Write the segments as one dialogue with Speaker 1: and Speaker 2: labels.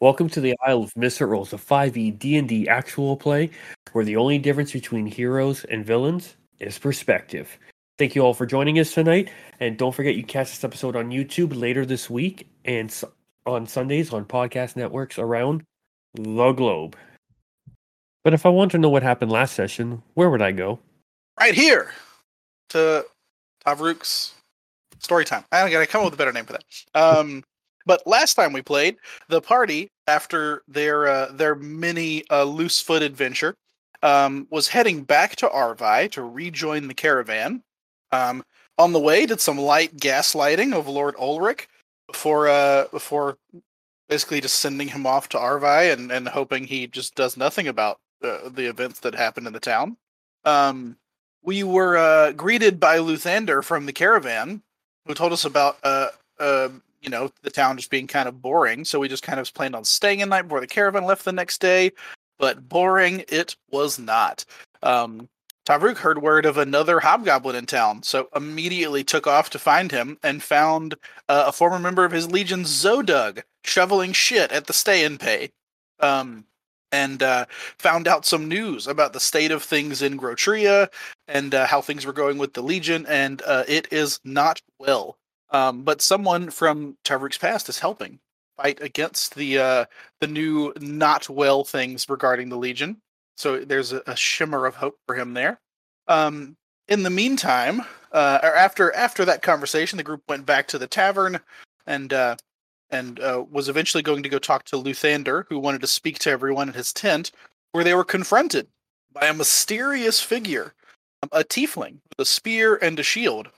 Speaker 1: Welcome to the Isle of Misrolls, a E 5e D&D actual play where the only difference between heroes and villains is perspective. Thank you all for joining us tonight, and don't forget you catch this episode on YouTube later this week and s- on Sundays on podcast networks around the globe. But if I want to know what happened last session, where would I go?
Speaker 2: right here to Tavruk's story time. I gotta come up with a better name for that. Um, but last time we played, the party after their uh, their mini uh, loose foot adventure um, was heading back to Arvi to rejoin the caravan. Um, on the way, did some light gaslighting of Lord Ulrich before uh, before basically just sending him off to Arvi and, and hoping he just does nothing about uh, the events that happened in the town. Um, we were uh, greeted by Luthander from the caravan, who told us about uh, uh, you know the town just being kind of boring. So we just kind of planned on staying a night before the caravan left the next day, but boring it was not. Um, Tavruk heard word of another hobgoblin in town, so immediately took off to find him and found uh, a former member of his legion, Zodug, shoveling shit at the stay and pay. Um, and uh, found out some news about the state of things in Grotria, and uh, how things were going with the Legion, and uh, it is not well. Um, but someone from Tavruk's past is helping fight against the uh, the new not well things regarding the Legion. So there's a, a shimmer of hope for him there. Um, in the meantime, uh, or after after that conversation, the group went back to the tavern, and uh, and uh, was eventually going to go talk to Luthander, who wanted to speak to everyone at his tent, where they were confronted by a mysterious figure um, a tiefling with a spear and a shield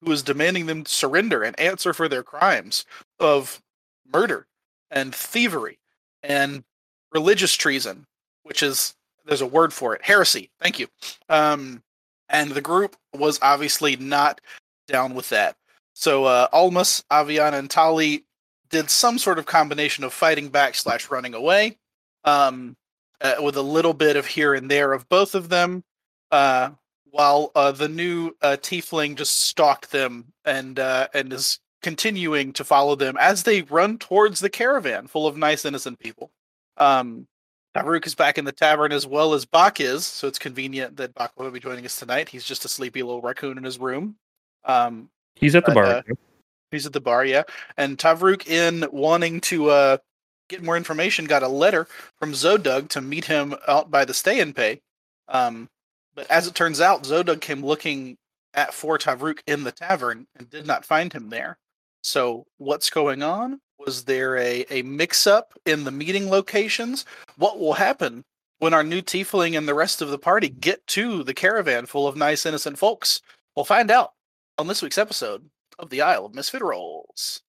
Speaker 2: who is demanding them to surrender and answer for their crimes of murder and thievery and religious treason, which is there's a word for it heresy. Thank you. Um, and the group was obviously not down with that. So uh, Almas, Aviana, and Tali did some sort of combination of fighting back slash running away, um, uh, with a little bit of here and there of both of them. Uh, while uh, the new uh, tiefling just stalked them and uh, and is continuing to follow them as they run towards the caravan full of nice innocent people. Um, Taruk is back in the tavern as well as Bach is, so it's convenient that Bach will be joining us tonight. He's just a sleepy little raccoon in his room. Um,
Speaker 1: He's at the
Speaker 2: Uh,
Speaker 1: bar.
Speaker 2: uh, He's at the bar, yeah. And Tavruk, in wanting to uh, get more information, got a letter from Zodug to meet him out by the stay and pay. Um, but as it turns out, Zodug came looking at for Tavruk in the tavern and did not find him there. So what's going on? Was there a, a mix up in the meeting locations? What will happen when our new tiefling and the rest of the party get to the caravan full of nice innocent folks? We'll find out on this week's episode of the Isle of Misfit Rolls.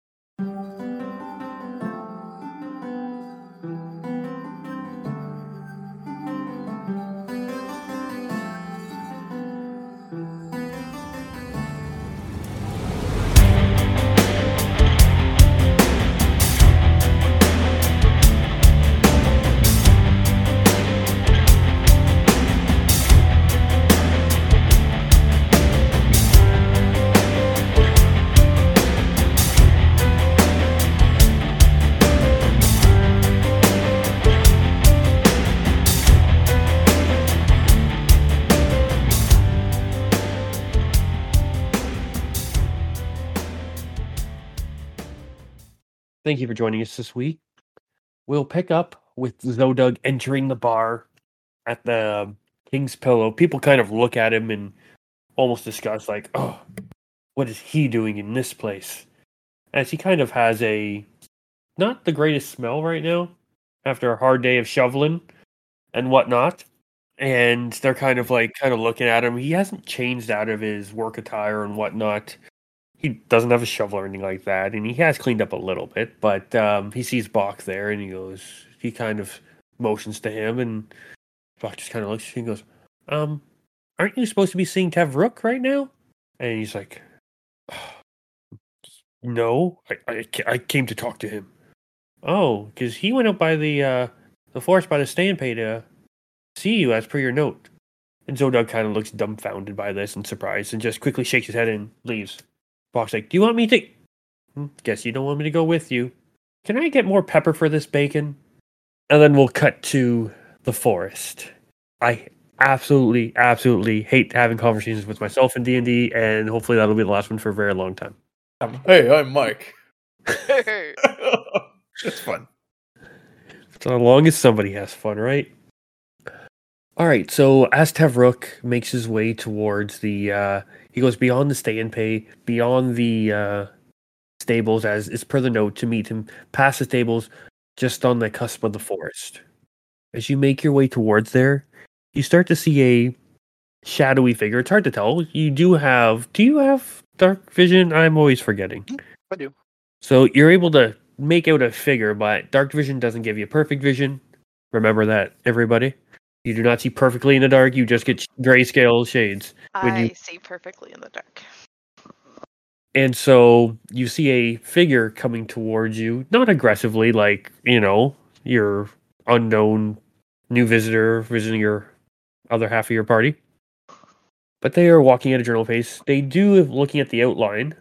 Speaker 1: Thank you for joining us this week. We'll pick up with Zodug entering the bar at the um, King's Pillow. People kind of look at him and almost discuss, like, oh, what is he doing in this place? As he kind of has a not the greatest smell right now after a hard day of shoveling and whatnot. And they're kind of like, kind of looking at him. He hasn't changed out of his work attire and whatnot he doesn't have a shovel or anything like that, and he has cleaned up a little bit. But um, he sees Bach there, and he goes, he kind of motions to him, and Bach just kind of looks at you and goes, "Um, aren't you supposed to be seeing Tavruk right now?" And he's like, "No, I I, ca- I came to talk to him." Oh, because he went up by the uh, the forest by the standpay to see you as per your note. And Zodog kind of looks dumbfounded by this and surprised, and just quickly shakes his head and leaves. Bach's like, Do you want me to? "Hmm, Guess you don't want me to go with you. Can I get more pepper for this bacon? And then we'll cut to the forest. I absolutely, absolutely hate having conversations with myself in D and D, and hopefully that'll be the last one for a very long time.
Speaker 3: Um, Hey, I'm Mike.
Speaker 4: Hey,
Speaker 3: That's fun.
Speaker 1: So long as somebody has fun, right? All right. So as Tevrook makes his way towards the, uh, he goes beyond the stay and pay, beyond the uh, stables, as is per the note, to meet him past the stables, just on the cusp of the forest. As you make your way towards there, you start to see a shadowy figure. It's hard to tell. You do have. Do you have dark vision? I'm always forgetting.
Speaker 2: I do.
Speaker 1: So you're able to make out a figure, but dark vision doesn't give you perfect vision. Remember that, everybody. You do not see perfectly in the dark. You just get sh- grayscale shades. When
Speaker 4: I
Speaker 1: you-
Speaker 4: see perfectly in the dark.
Speaker 1: And so you see a figure coming towards you, not aggressively, like, you know, your unknown new visitor visiting your other half of your party. But they are walking at a journal pace. They do, looking at the outline,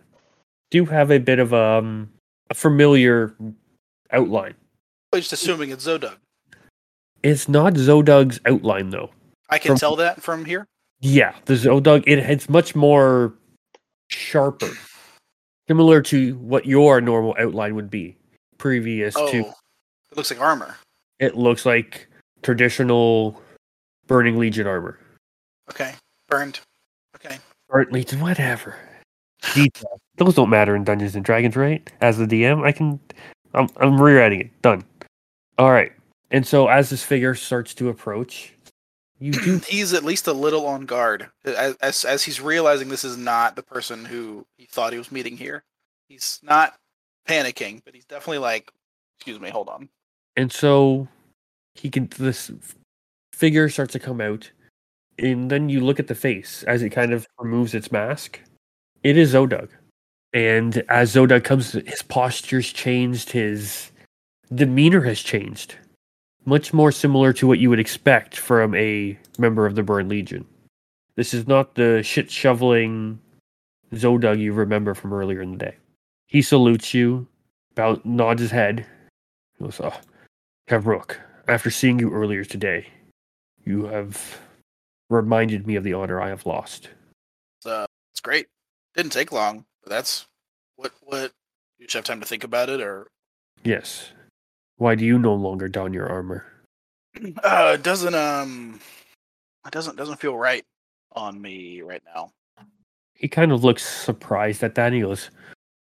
Speaker 1: do have a bit of um, a familiar outline.
Speaker 2: I'm just assuming it's Zodug.
Speaker 1: It's not Zodug's outline, though.
Speaker 2: I can
Speaker 1: From-
Speaker 2: tell that from here.
Speaker 1: Yeah, the Zodug it, it's much more sharper, similar to what your normal outline would be. Previous
Speaker 2: Oh,
Speaker 1: to
Speaker 2: it looks like armor.
Speaker 1: it looks like traditional Burning Legion armor,
Speaker 2: Okay, burned. Okay,
Speaker 1: Burnt Legion, whatever. Detail. Those don't matter in Dungeons and Dragons, right? As the DM, I can, I'm, I'm rewriting it. Done. All right. And so as this figure starts to approach, you do
Speaker 2: he's at least a little on guard as, as as he's realizing this is not the person who he thought he was meeting here. He's not panicking, but he's definitely like, "Excuse me, hold on."
Speaker 1: and so he can this figure starts to come out and then you look at the face as it kind of removes its mask it is zodug and as zodug comes his posture's changed his demeanor has changed much more similar to what you would expect from a member of the burn legion this is not the shit shoveling zodug you remember from earlier in the day he salutes you bow, nods his head he goes, "Ah, Kavrook, after seeing you earlier today, you have reminded me of the honor I have lost.
Speaker 2: So it's great. Didn't take long, but that's what what you should have time to think about it or
Speaker 1: Yes. Why do you no longer don your armor?
Speaker 2: uh it doesn't um it doesn't doesn't feel right on me right now.
Speaker 1: He kind of looks surprised at that. And he goes,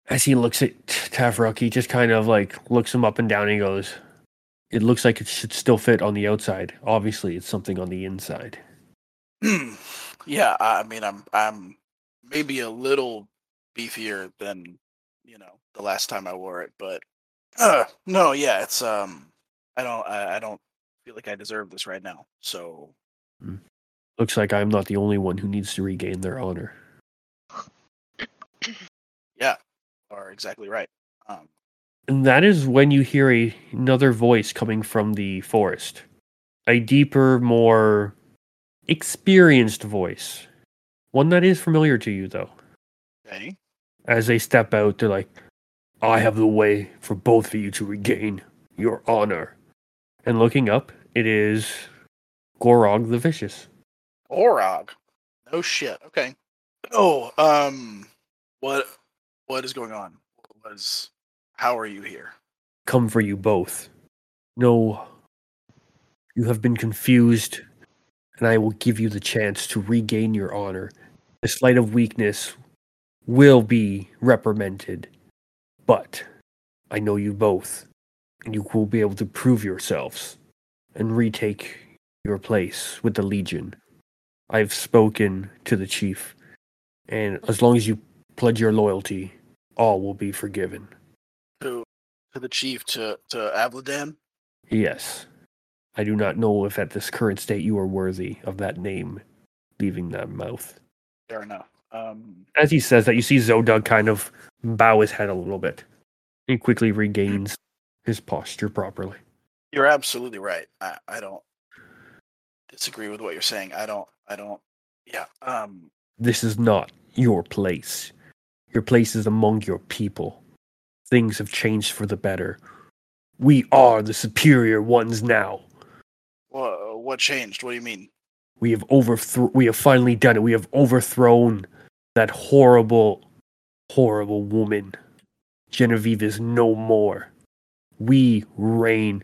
Speaker 1: as he looks at Tavrok, he just kind of like looks him up and down. And he goes, it looks like it should still fit on the outside. Obviously, it's something on the inside.
Speaker 2: yeah, I I mean I'm I'm maybe a little beefier than you know the last time I wore it, but uh no, yeah, it's um I don't I, I don't feel like I deserve this right now. So
Speaker 1: Looks like I'm not the only one who needs to regain their honor.
Speaker 2: you are exactly right. Um
Speaker 1: And that is when you hear a, another voice coming from the forest. A deeper, more experienced voice. One that is familiar to you, though.
Speaker 2: okay.
Speaker 1: As they step out, they're like, I have the way for both of you to regain your honor. And looking up, it is Gorog the Vicious.
Speaker 2: Orog. No shit. Okay. Oh, um what what is going on? What was how are you here?
Speaker 1: come for you both. No, you have been confused, and I will give you the chance to regain your honor. The slight of weakness will be reprimanded, but I know you both, and you will be able to prove yourselves and retake your place with the Legion. I've spoken to the chief, and as long as you pledge your loyalty, all will be forgiven.
Speaker 2: To to the chief to to Avladan?
Speaker 1: Yes. I do not know if at this current state you are worthy of that name leaving that mouth.
Speaker 2: Fair enough. Um
Speaker 1: As he says that, you see Zodug kind of bow his head a little bit. He quickly regains his posture properly.
Speaker 2: you're absolutely right. I, I don't disagree with what you're saying. I don't I don't yeah. Um
Speaker 1: This is not your place. Your place is among your people. Things have changed for the better. We are the superior ones now.
Speaker 2: Wha what changed? What do you mean?
Speaker 1: We have overthro- we have finally done it. We have overthrown that horrible horrible woman. Genevieve is no more. We reign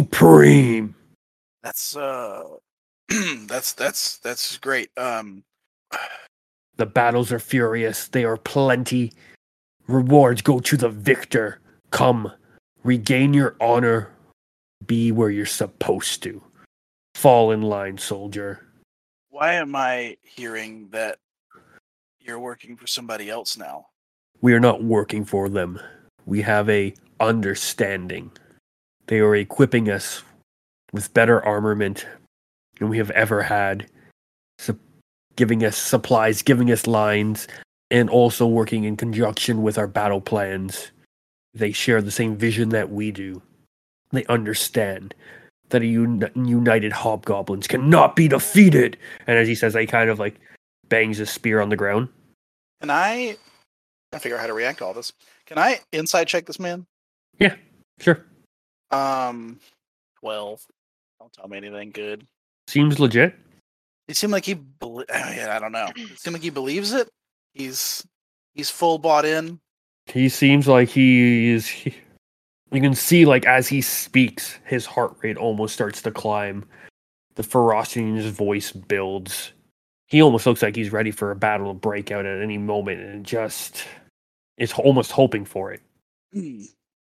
Speaker 1: supreme.
Speaker 2: That's uh, that's that's that's great. Um,
Speaker 1: The battles are furious. They are plenty. Rewards go to the victor. Come, regain your honor. Be where you're supposed to. Fall in line, soldier.
Speaker 2: why am I hearing that you're working for somebody else now?
Speaker 1: We are not working for them. We have a understanding. They are equipping us with better armament than we have ever had, sup- giving us supplies, giving us lines, and also working in conjunction with our battle plans. They share the same vision that we do. They understand that a uni- united hobgoblins cannot be defeated. And as he says, he kind of like bangs his spear on the ground.
Speaker 2: Can I? I figure out how to react to all this. Can I inside check this man?
Speaker 1: Sure.
Speaker 2: Um, twelve. Don't tell me anything good.
Speaker 1: Seems legit.
Speaker 2: It seemed like he. Bel- I, mean, I don't know. It seemed like he believes it. He's he's full bought in.
Speaker 1: He seems like he is. He, you can see, like, as he speaks, his heart rate almost starts to climb. The ferocity in his voice builds. He almost looks like he's ready for a battle to break out at any moment and just is almost hoping for it.
Speaker 2: Hmm.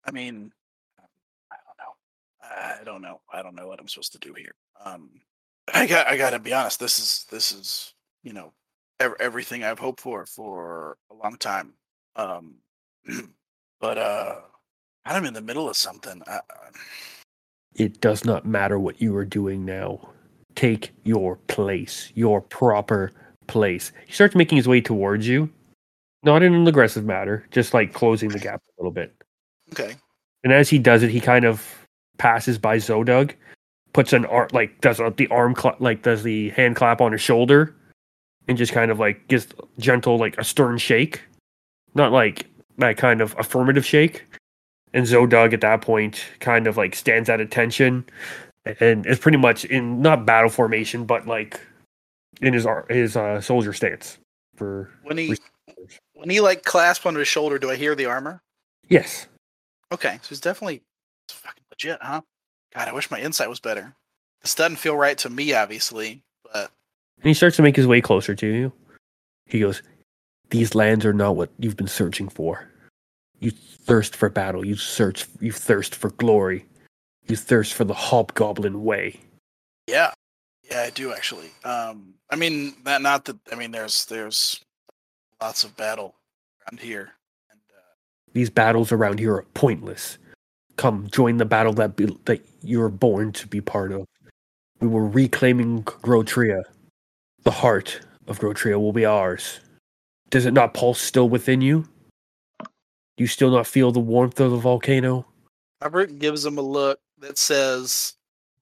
Speaker 2: I mean, um, I don't know. I don't know. I don't know what I'm supposed to do here. Um, I got. I got to be honest. This is. This is. You know, ev- everything I've hoped for for a long time. Um, but uh, I'm in the middle of something. I, I-
Speaker 1: It does not matter what you are doing now. Take your place, your proper place. He starts making his way towards you, not in an aggressive manner, just like closing the gap a little bit.
Speaker 2: okay.
Speaker 1: And as he does it, he kind of passes by Zodug, puts an arm, like does uh, the arm, cla like does the hand clap on his shoulder, and just kind of like gives gentle, like a stern shake, not like that kind of affirmative shake. And Zodug at that point kind of like stands at attention, and is pretty much in not battle formation, but like in his ar- his uh, soldier stance. For
Speaker 2: When he when he like clasps under his shoulder, do I hear the armor?
Speaker 1: yes,
Speaker 2: Okay, so he's definitely it's fucking legit, huh? God, I wish my insight was better. This doesn't feel right to me, obviously, but
Speaker 1: And he starts to make his way closer to you. He goes, These lands are not what you've been searching for. You thirst for battle. You search. You thirst for glory. You thirst for the hobgoblin way.
Speaker 2: yeah, yeah, I do actually. Um, I mean, not not that. I mean, there's there's lots of battle around here, and uh,
Speaker 1: These battles around here are pointless. Come, join the battle that be, that you were born to be part of. We were reclaiming Grotria. The heart of Grotria will be ours. Does it not pulse still within you? You still not feel the warmth of the volcano?
Speaker 2: Robert gives him a look that says,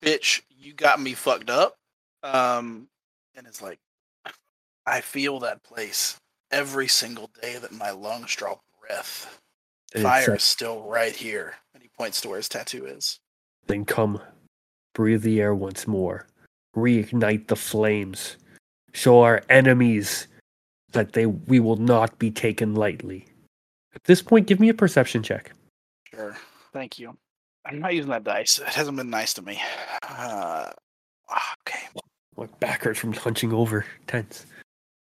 Speaker 2: "Bitch, you got me fucked up," um, and it's like, I feel that place every single day that my lungs draw breath.
Speaker 1: And it's
Speaker 2: Fire
Speaker 1: like,
Speaker 2: is still right here. And he points to where his tattoo is.
Speaker 1: Then come, breathe the air once more, reignite the flames, show our enemies that they we will not be taken lightly. At this point, give me a perception check.
Speaker 2: Sure. Thank you. I'm not using that dice. It hasn't been nice to me. Uh, ah, okay.
Speaker 1: My back hurts from hunching over tense.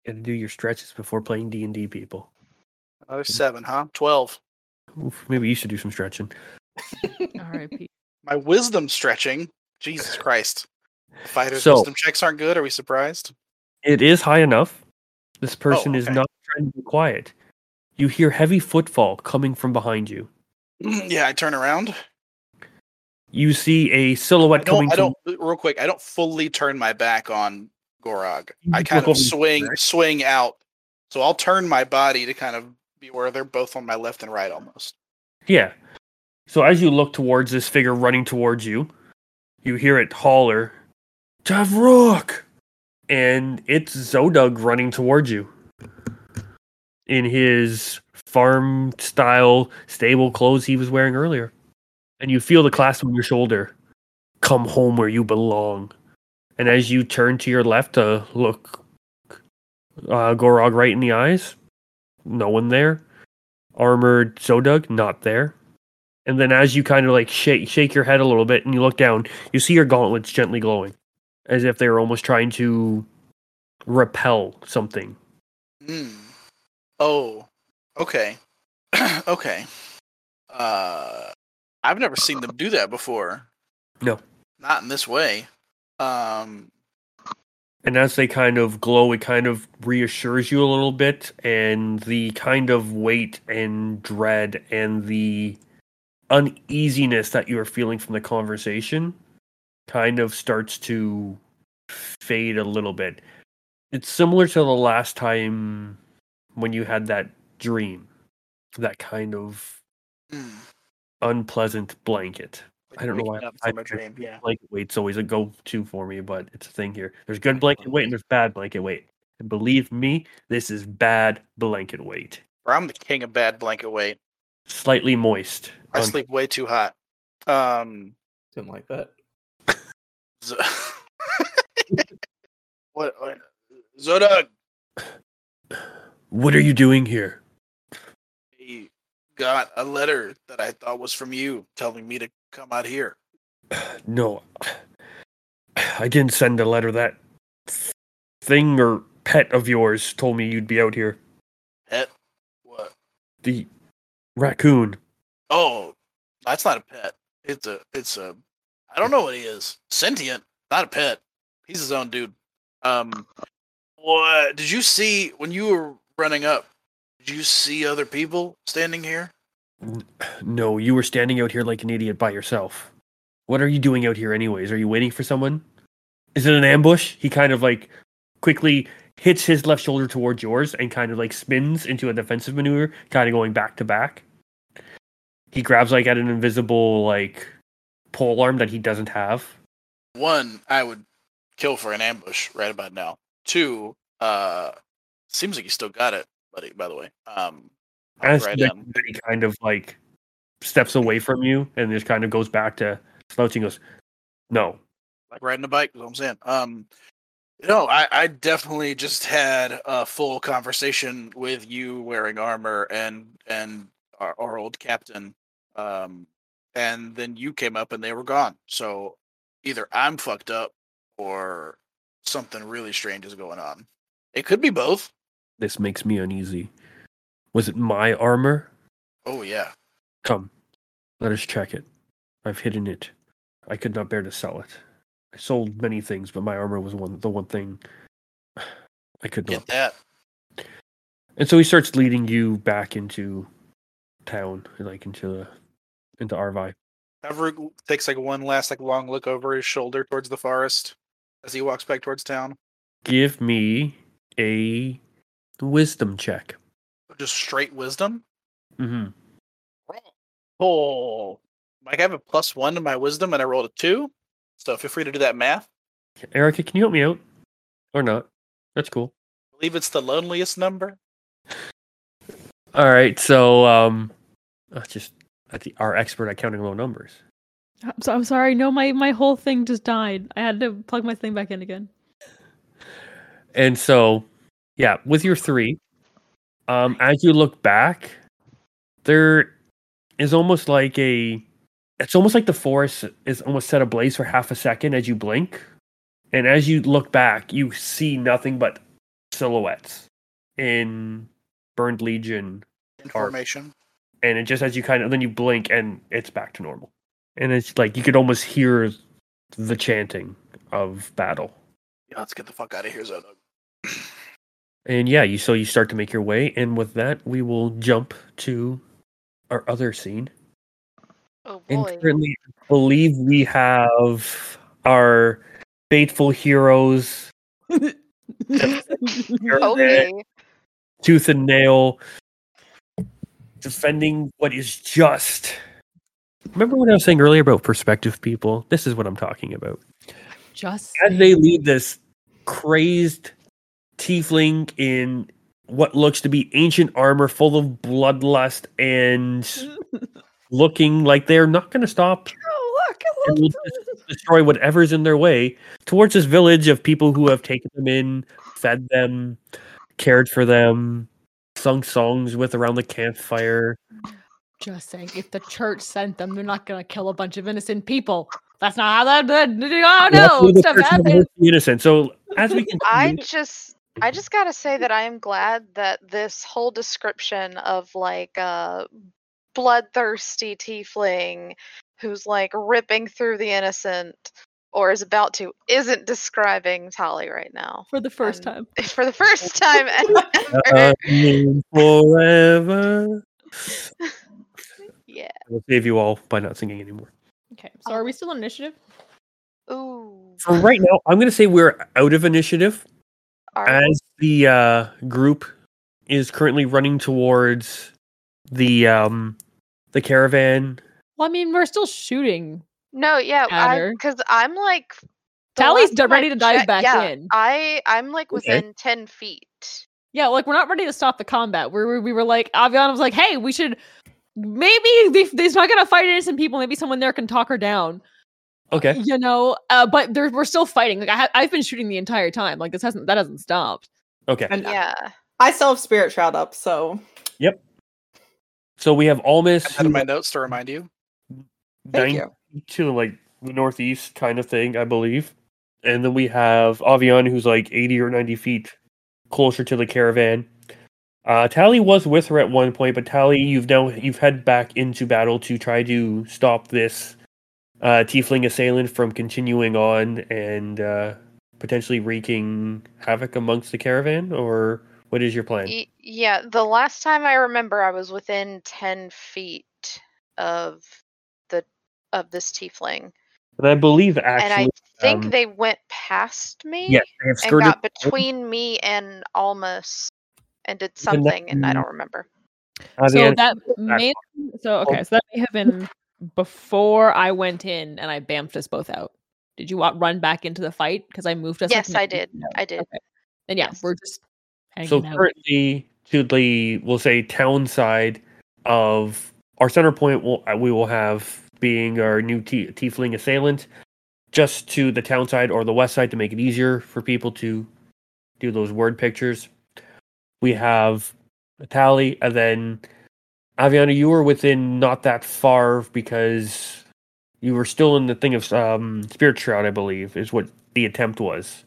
Speaker 1: Gotta do your stretches before playing D and D, people.
Speaker 2: Another
Speaker 1: Mm-hmm.
Speaker 2: seven, huh? Twelve.
Speaker 1: Oof, maybe you should do some stretching.
Speaker 5: R.I.P.
Speaker 2: My wisdom stretching. Jesus Christ. The Fighters'
Speaker 1: So-
Speaker 2: wisdom checks aren't good. Are we surprised?
Speaker 1: It is high enough. This person is
Speaker 2: Oh, okay.
Speaker 1: not trying to be quiet. You hear heavy footfall coming from behind you.
Speaker 2: yeah, I turn around.
Speaker 1: You see a
Speaker 2: I
Speaker 1: silhouette coming from
Speaker 2: don't, I don't. uh, Real quick, I don't fully turn my back on Gorog.
Speaker 1: You
Speaker 2: I
Speaker 1: look
Speaker 2: kind
Speaker 1: over
Speaker 2: of
Speaker 1: to the
Speaker 2: swing,
Speaker 1: right.
Speaker 2: swing out. So I'll turn my body to kind of be where they're both on my left and right almost.
Speaker 1: Yeah. So as you look towards this figure running towards you, you hear it holler, Tavrok! And it's Zodug running towards you in his farm style stable clothes he was wearing earlier. and you feel the clasp on your shoulder. Come home where you belong. And as you turn to your left to look uh, Gorog right in the eyes, no one there. Armored Zodug, not there. And then as you kind of like shake shake your head a little bit and you look down, you see your gauntlets gently glowing, as if they were almost trying to repel something.
Speaker 2: Mm. Oh, okay, okay. Uh, I've never seen them do that before.
Speaker 1: No.
Speaker 2: not in this way. Um,
Speaker 1: And as they kind of glow, it kind of reassures you a little bit, and the kind of weight and dread and the uneasiness that you are feeling from the conversation kind of starts to fade a little bit. It's similar to the last time when you had that dream, that kind of
Speaker 2: mm.
Speaker 1: unpleasant blanket.
Speaker 2: Like
Speaker 1: I don't know why
Speaker 2: waking up
Speaker 1: I-
Speaker 2: from a dream. Yeah.
Speaker 1: Blanket weight's always a go to for me, but it's a thing here. There's good blanket weight and there's bad blanket weight. And believe me, this is bad blanket weight.
Speaker 2: Or I'm the king of bad blanket weight.
Speaker 1: Slightly moist. Um,
Speaker 2: I
Speaker 1: Un-
Speaker 2: sleep way too hot. Um,
Speaker 3: Didn't like that.
Speaker 2: Z- what, what? Zodog,
Speaker 1: What are you doing here?
Speaker 2: he got a letter that I thought was from you telling me to come out here.
Speaker 1: No, I didn't send a letter. That thing or pet of yours told me you'd be out here.
Speaker 2: Pet? What?
Speaker 1: The raccoon.
Speaker 2: Oh, that's not a pet. It's a, it's a, I don't know what he is. Sentient, not a pet. He's his own dude. Um, what did you see when you were running up? Did you see other people standing here?
Speaker 1: No, you were standing out here like an idiot by yourself. What are you doing out here, anyways? Are you waiting for someone? Is it an ambush? He kind of like quickly hits his left shoulder towards yours and kind of like spins into a defensive maneuver, kind of going back to back. He grabs like at an invisible like pole arm that he doesn't have.
Speaker 2: one i would kill for an ambush right about now two uh seems like you still got it buddy by the way um I'll
Speaker 1: As
Speaker 2: write
Speaker 1: the-
Speaker 2: in.
Speaker 1: he kind of like steps away from you and just kind of goes back to slouching. Goes, no,
Speaker 2: like riding a bike is what i'm saying um you know i i definitely just had a full conversation with you wearing armor and and our, our old captain um and then you came up and they were gone so either i'm fucked up or something really strange is going on it could be both
Speaker 1: this makes me uneasy. Was it my armor?
Speaker 2: oh yeah
Speaker 1: Come, let us check it. I've hidden it. I could not bear to sell it. I sold many things, but my armor was one the one thing I could
Speaker 2: get
Speaker 1: not.
Speaker 2: that
Speaker 1: And so he starts leading you back into town, like into the into Arvi.
Speaker 2: Havrug takes like one last like long look over his shoulder towards the forest as he walks back towards town.
Speaker 1: Give me a wisdom check.
Speaker 2: Just straight wisdom.
Speaker 1: Mm-hmm.
Speaker 2: Oh, like I have a plus one to my wisdom, and I rolled a two. So feel free to do that math.
Speaker 1: Erica, can you help me out? Or not? That's cool.
Speaker 2: I believe it's the loneliest number.
Speaker 1: All right, so um, that's just that's the, our expert at counting low numbers.
Speaker 5: I'm, so, I'm sorry. No, my, my whole thing just died. I had to plug my thing back in again.
Speaker 1: And so, yeah, with your three, um, as you look back, there is almost like a, it's almost like the forest is almost set ablaze for half a second as you blink, and as you look back, you see nothing but silhouettes in burned legion,
Speaker 2: Information.
Speaker 1: and it just as you kind of then you blink and it's back to normal, and it's like you could almost hear the chanting of battle.
Speaker 2: Yeah, let's get the fuck out of here, Zodog.
Speaker 1: And yeah, you so you start to make your way, and with that, we will jump to our other scene.
Speaker 4: Oh
Speaker 1: And
Speaker 4: boy.
Speaker 1: currently, I believe we have our faithful heroes,
Speaker 4: Okay.
Speaker 1: tooth and nail, defending what is just. Remember what I was saying earlier about perspective, people? This is what I'm talking about.
Speaker 5: Just
Speaker 1: as they lead this crazed tiefling in what looks to be ancient armor full of bloodlust and looking like they're not going to stop
Speaker 5: Oh, look, I
Speaker 1: and
Speaker 5: love
Speaker 1: will just destroy whatever's in their way towards this village of people who have taken them in, fed them, cared for them, sung songs with around the campfire.
Speaker 5: Just saying, if the church sent them, they're not gonna kill a bunch of innocent people. That's not how that did. Oh
Speaker 1: Luckily,
Speaker 5: no,
Speaker 1: the
Speaker 5: stuff
Speaker 1: church never
Speaker 5: happens.
Speaker 1: hurt the innocent. So as we can,
Speaker 4: I just I just gotta say that I am glad that this whole description of like a bloodthirsty tiefling who's like ripping through the innocent or is about to isn't describing Tolly right now.
Speaker 5: For the first
Speaker 4: Um,
Speaker 5: time.
Speaker 4: For the first time ever.
Speaker 1: Uh-huh. um,
Speaker 5: er.
Speaker 1: forever.
Speaker 4: yeah.
Speaker 1: I will save you all by not singing anymore.
Speaker 5: Okay, so are we still on initiative?
Speaker 4: Ooh.
Speaker 1: For right now, I'm going to say we're out of initiative.
Speaker 4: Are-
Speaker 1: as the uh, group is currently running towards the um, the caravan.
Speaker 5: Well, I mean, we're still shooting.
Speaker 4: no, yeah,
Speaker 5: Adder.
Speaker 4: because I'm like the
Speaker 5: Tally's
Speaker 4: last
Speaker 5: d-
Speaker 4: time
Speaker 5: ready
Speaker 4: I
Speaker 5: to dive
Speaker 4: checked-
Speaker 5: back
Speaker 4: yeah,
Speaker 5: in.
Speaker 4: I I'm like
Speaker 1: Okay.
Speaker 4: within ten feet.
Speaker 5: Yeah, like we're not ready to stop the combat. We were, we were like, Aviana was like, hey, we should. Maybe they, they's not gonna fight innocent people. Maybe someone there can talk her down.
Speaker 1: Okay.
Speaker 5: You know, uh, but there, we're still fighting. Like I ha- I've been shooting the entire time. Like this hasn't that hasn't stopped.
Speaker 1: Okay.
Speaker 6: And
Speaker 4: Yeah.
Speaker 6: I still have Spirit Shroud up, so
Speaker 1: So we have Almas
Speaker 2: I had in my notes to remind you.
Speaker 6: thank
Speaker 1: nine
Speaker 6: you.
Speaker 1: to like the northeast kind of thing, I believe. And then we have Avian who's like 80 or 90 feet closer to the caravan. Uh, Tally was with her at one point, but Tally, you've now you've head back into battle to try to stop this uh, tiefling assailant from continuing on and uh, potentially wreaking havoc amongst the caravan. Or what is your plan?
Speaker 4: Y- yeah, the last time I remember, I was within ten feet of the of this tiefling,
Speaker 1: And I believe
Speaker 4: and I
Speaker 1: actually,
Speaker 4: think
Speaker 1: um,
Speaker 4: they went past me
Speaker 1: yes, they have
Speaker 4: and
Speaker 1: skirted
Speaker 4: got between me and Almas and
Speaker 1: Then
Speaker 4: did
Speaker 1: that-
Speaker 4: something, and I don't remember.
Speaker 5: so
Speaker 1: Avian-
Speaker 5: that may so
Speaker 1: Oh.
Speaker 5: okay. So that may have been before I went in and I bamfed us both out. Did you wa- run back into the fight because I moved us? like,
Speaker 4: Yes, I
Speaker 5: 90
Speaker 4: did.
Speaker 5: feet out?
Speaker 4: I did.
Speaker 5: Okay. And yeah,
Speaker 4: Yes.
Speaker 5: we're just hanging
Speaker 1: So
Speaker 5: out.
Speaker 1: currently, to the we'll say town side of our center point, will uh, we will have being our new t- tiefling assailant, just to the town side or the west side to make it easier for people to do those word pictures. We have Tally, and then Aviana. You were within not that far because you were still in the thing of um, spirit shroud, I believe, is what the attempt was.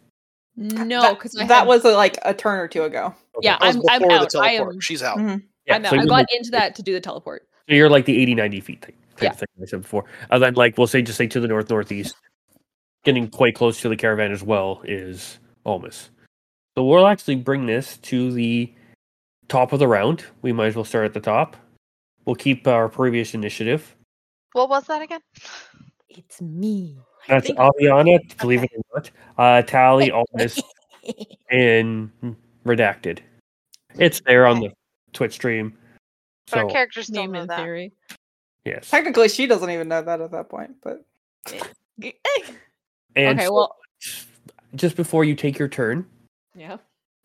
Speaker 5: No,
Speaker 6: That-
Speaker 5: because
Speaker 6: that, was uh, like a turn or two ago.
Speaker 5: yeah.
Speaker 2: That was
Speaker 5: I'm I'm
Speaker 2: before the
Speaker 5: out. I
Speaker 2: teleport.
Speaker 5: am.
Speaker 2: She's out.
Speaker 6: Mhm.
Speaker 5: I'm out.
Speaker 1: so
Speaker 5: I
Speaker 1: you're
Speaker 5: got into that to do the teleport.
Speaker 1: So you're like the 80, 90 feet thing, type
Speaker 5: Yeah.
Speaker 1: of thing I said before. And then like we'll say just say to the north northeast, getting quite close to the caravan as well is Almas. So we'll actually bring this to the top of the round. We might as well start at the top. We'll keep our previous initiative.
Speaker 4: What was that again?
Speaker 5: It's me. I
Speaker 1: That's
Speaker 5: think-
Speaker 1: Aviana, believe it or not. Uh, Tally, Almas, and Redacted. It's there on the Twitch stream.
Speaker 4: But
Speaker 1: So
Speaker 4: Our characters don't
Speaker 5: Name
Speaker 4: know
Speaker 5: in
Speaker 4: that.
Speaker 5: theory.
Speaker 1: yes.
Speaker 6: Technically, she doesn't even know that at that point, but
Speaker 1: And
Speaker 5: okay.
Speaker 1: so
Speaker 5: Well.
Speaker 1: just before you take your turn,
Speaker 5: Yeah.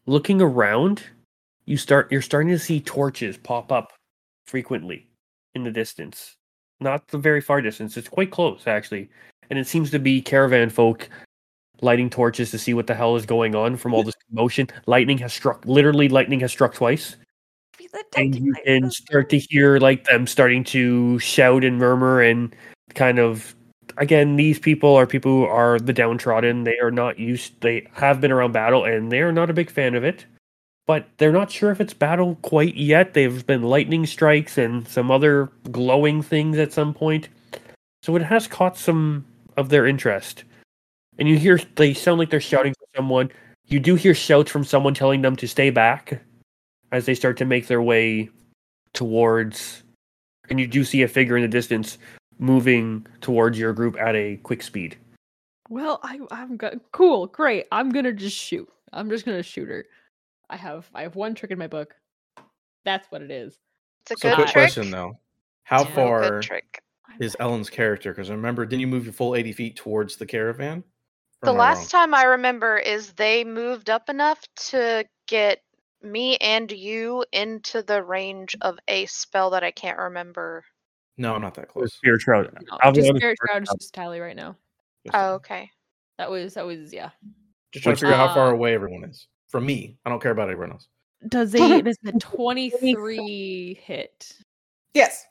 Speaker 1: looking around, you start you're starting to see torches pop up frequently in the distance. Not the very far distance. It's quite close actually. And it seems to be caravan folk lighting torches to see what the hell is going on from all this commotion. Lightning has struck literally lightning has struck twice. And you can start to hear like them starting to shout and murmur and kind of again, these people are people who are the downtrodden. They are not used they have been around battle and they are not a big fan of it. But they're not sure if it's battle quite yet. They've been lightning strikes and some other glowing things at some point. So it has caught some of their interest. And you hear they sound like they're shouting for someone. You do hear shouts from someone telling them to stay back as they start to make their way towards and you do see a figure in the distance moving towards your group at a quick speed.
Speaker 5: Well, I, I'm good. Cool, great. I'm gonna just shoot. I'm just gonna shoot her. I have I have one trick in my book. That's what it is.
Speaker 4: It's a
Speaker 3: So,
Speaker 4: good
Speaker 3: quick
Speaker 4: trick.
Speaker 3: question though: How
Speaker 4: It's a real
Speaker 3: far
Speaker 4: Good trick.
Speaker 3: is Ellen's character? Because remember, didn't you move your full eighty feet towards the caravan? Or
Speaker 4: The
Speaker 3: am I wrong?
Speaker 4: last time I remember is they moved up enough to get me and you into the range of a spell that I can't remember
Speaker 3: No, I'm not that
Speaker 1: Or
Speaker 3: close.
Speaker 1: Spirit Shroud.
Speaker 5: No,
Speaker 1: I'll be honest,
Speaker 5: just Spirit
Speaker 1: Spirit
Speaker 5: Shroud is
Speaker 1: Shroud-
Speaker 5: just tally right now.
Speaker 3: Just,
Speaker 4: Oh, okay.
Speaker 5: That was that was yeah.
Speaker 3: just trying
Speaker 1: Which-
Speaker 3: to figure out how far
Speaker 5: Ah.
Speaker 4: Oh.
Speaker 3: away everyone is from me. I don't care about everyone else.
Speaker 5: Does a does the twenty three hit?
Speaker 6: Yes.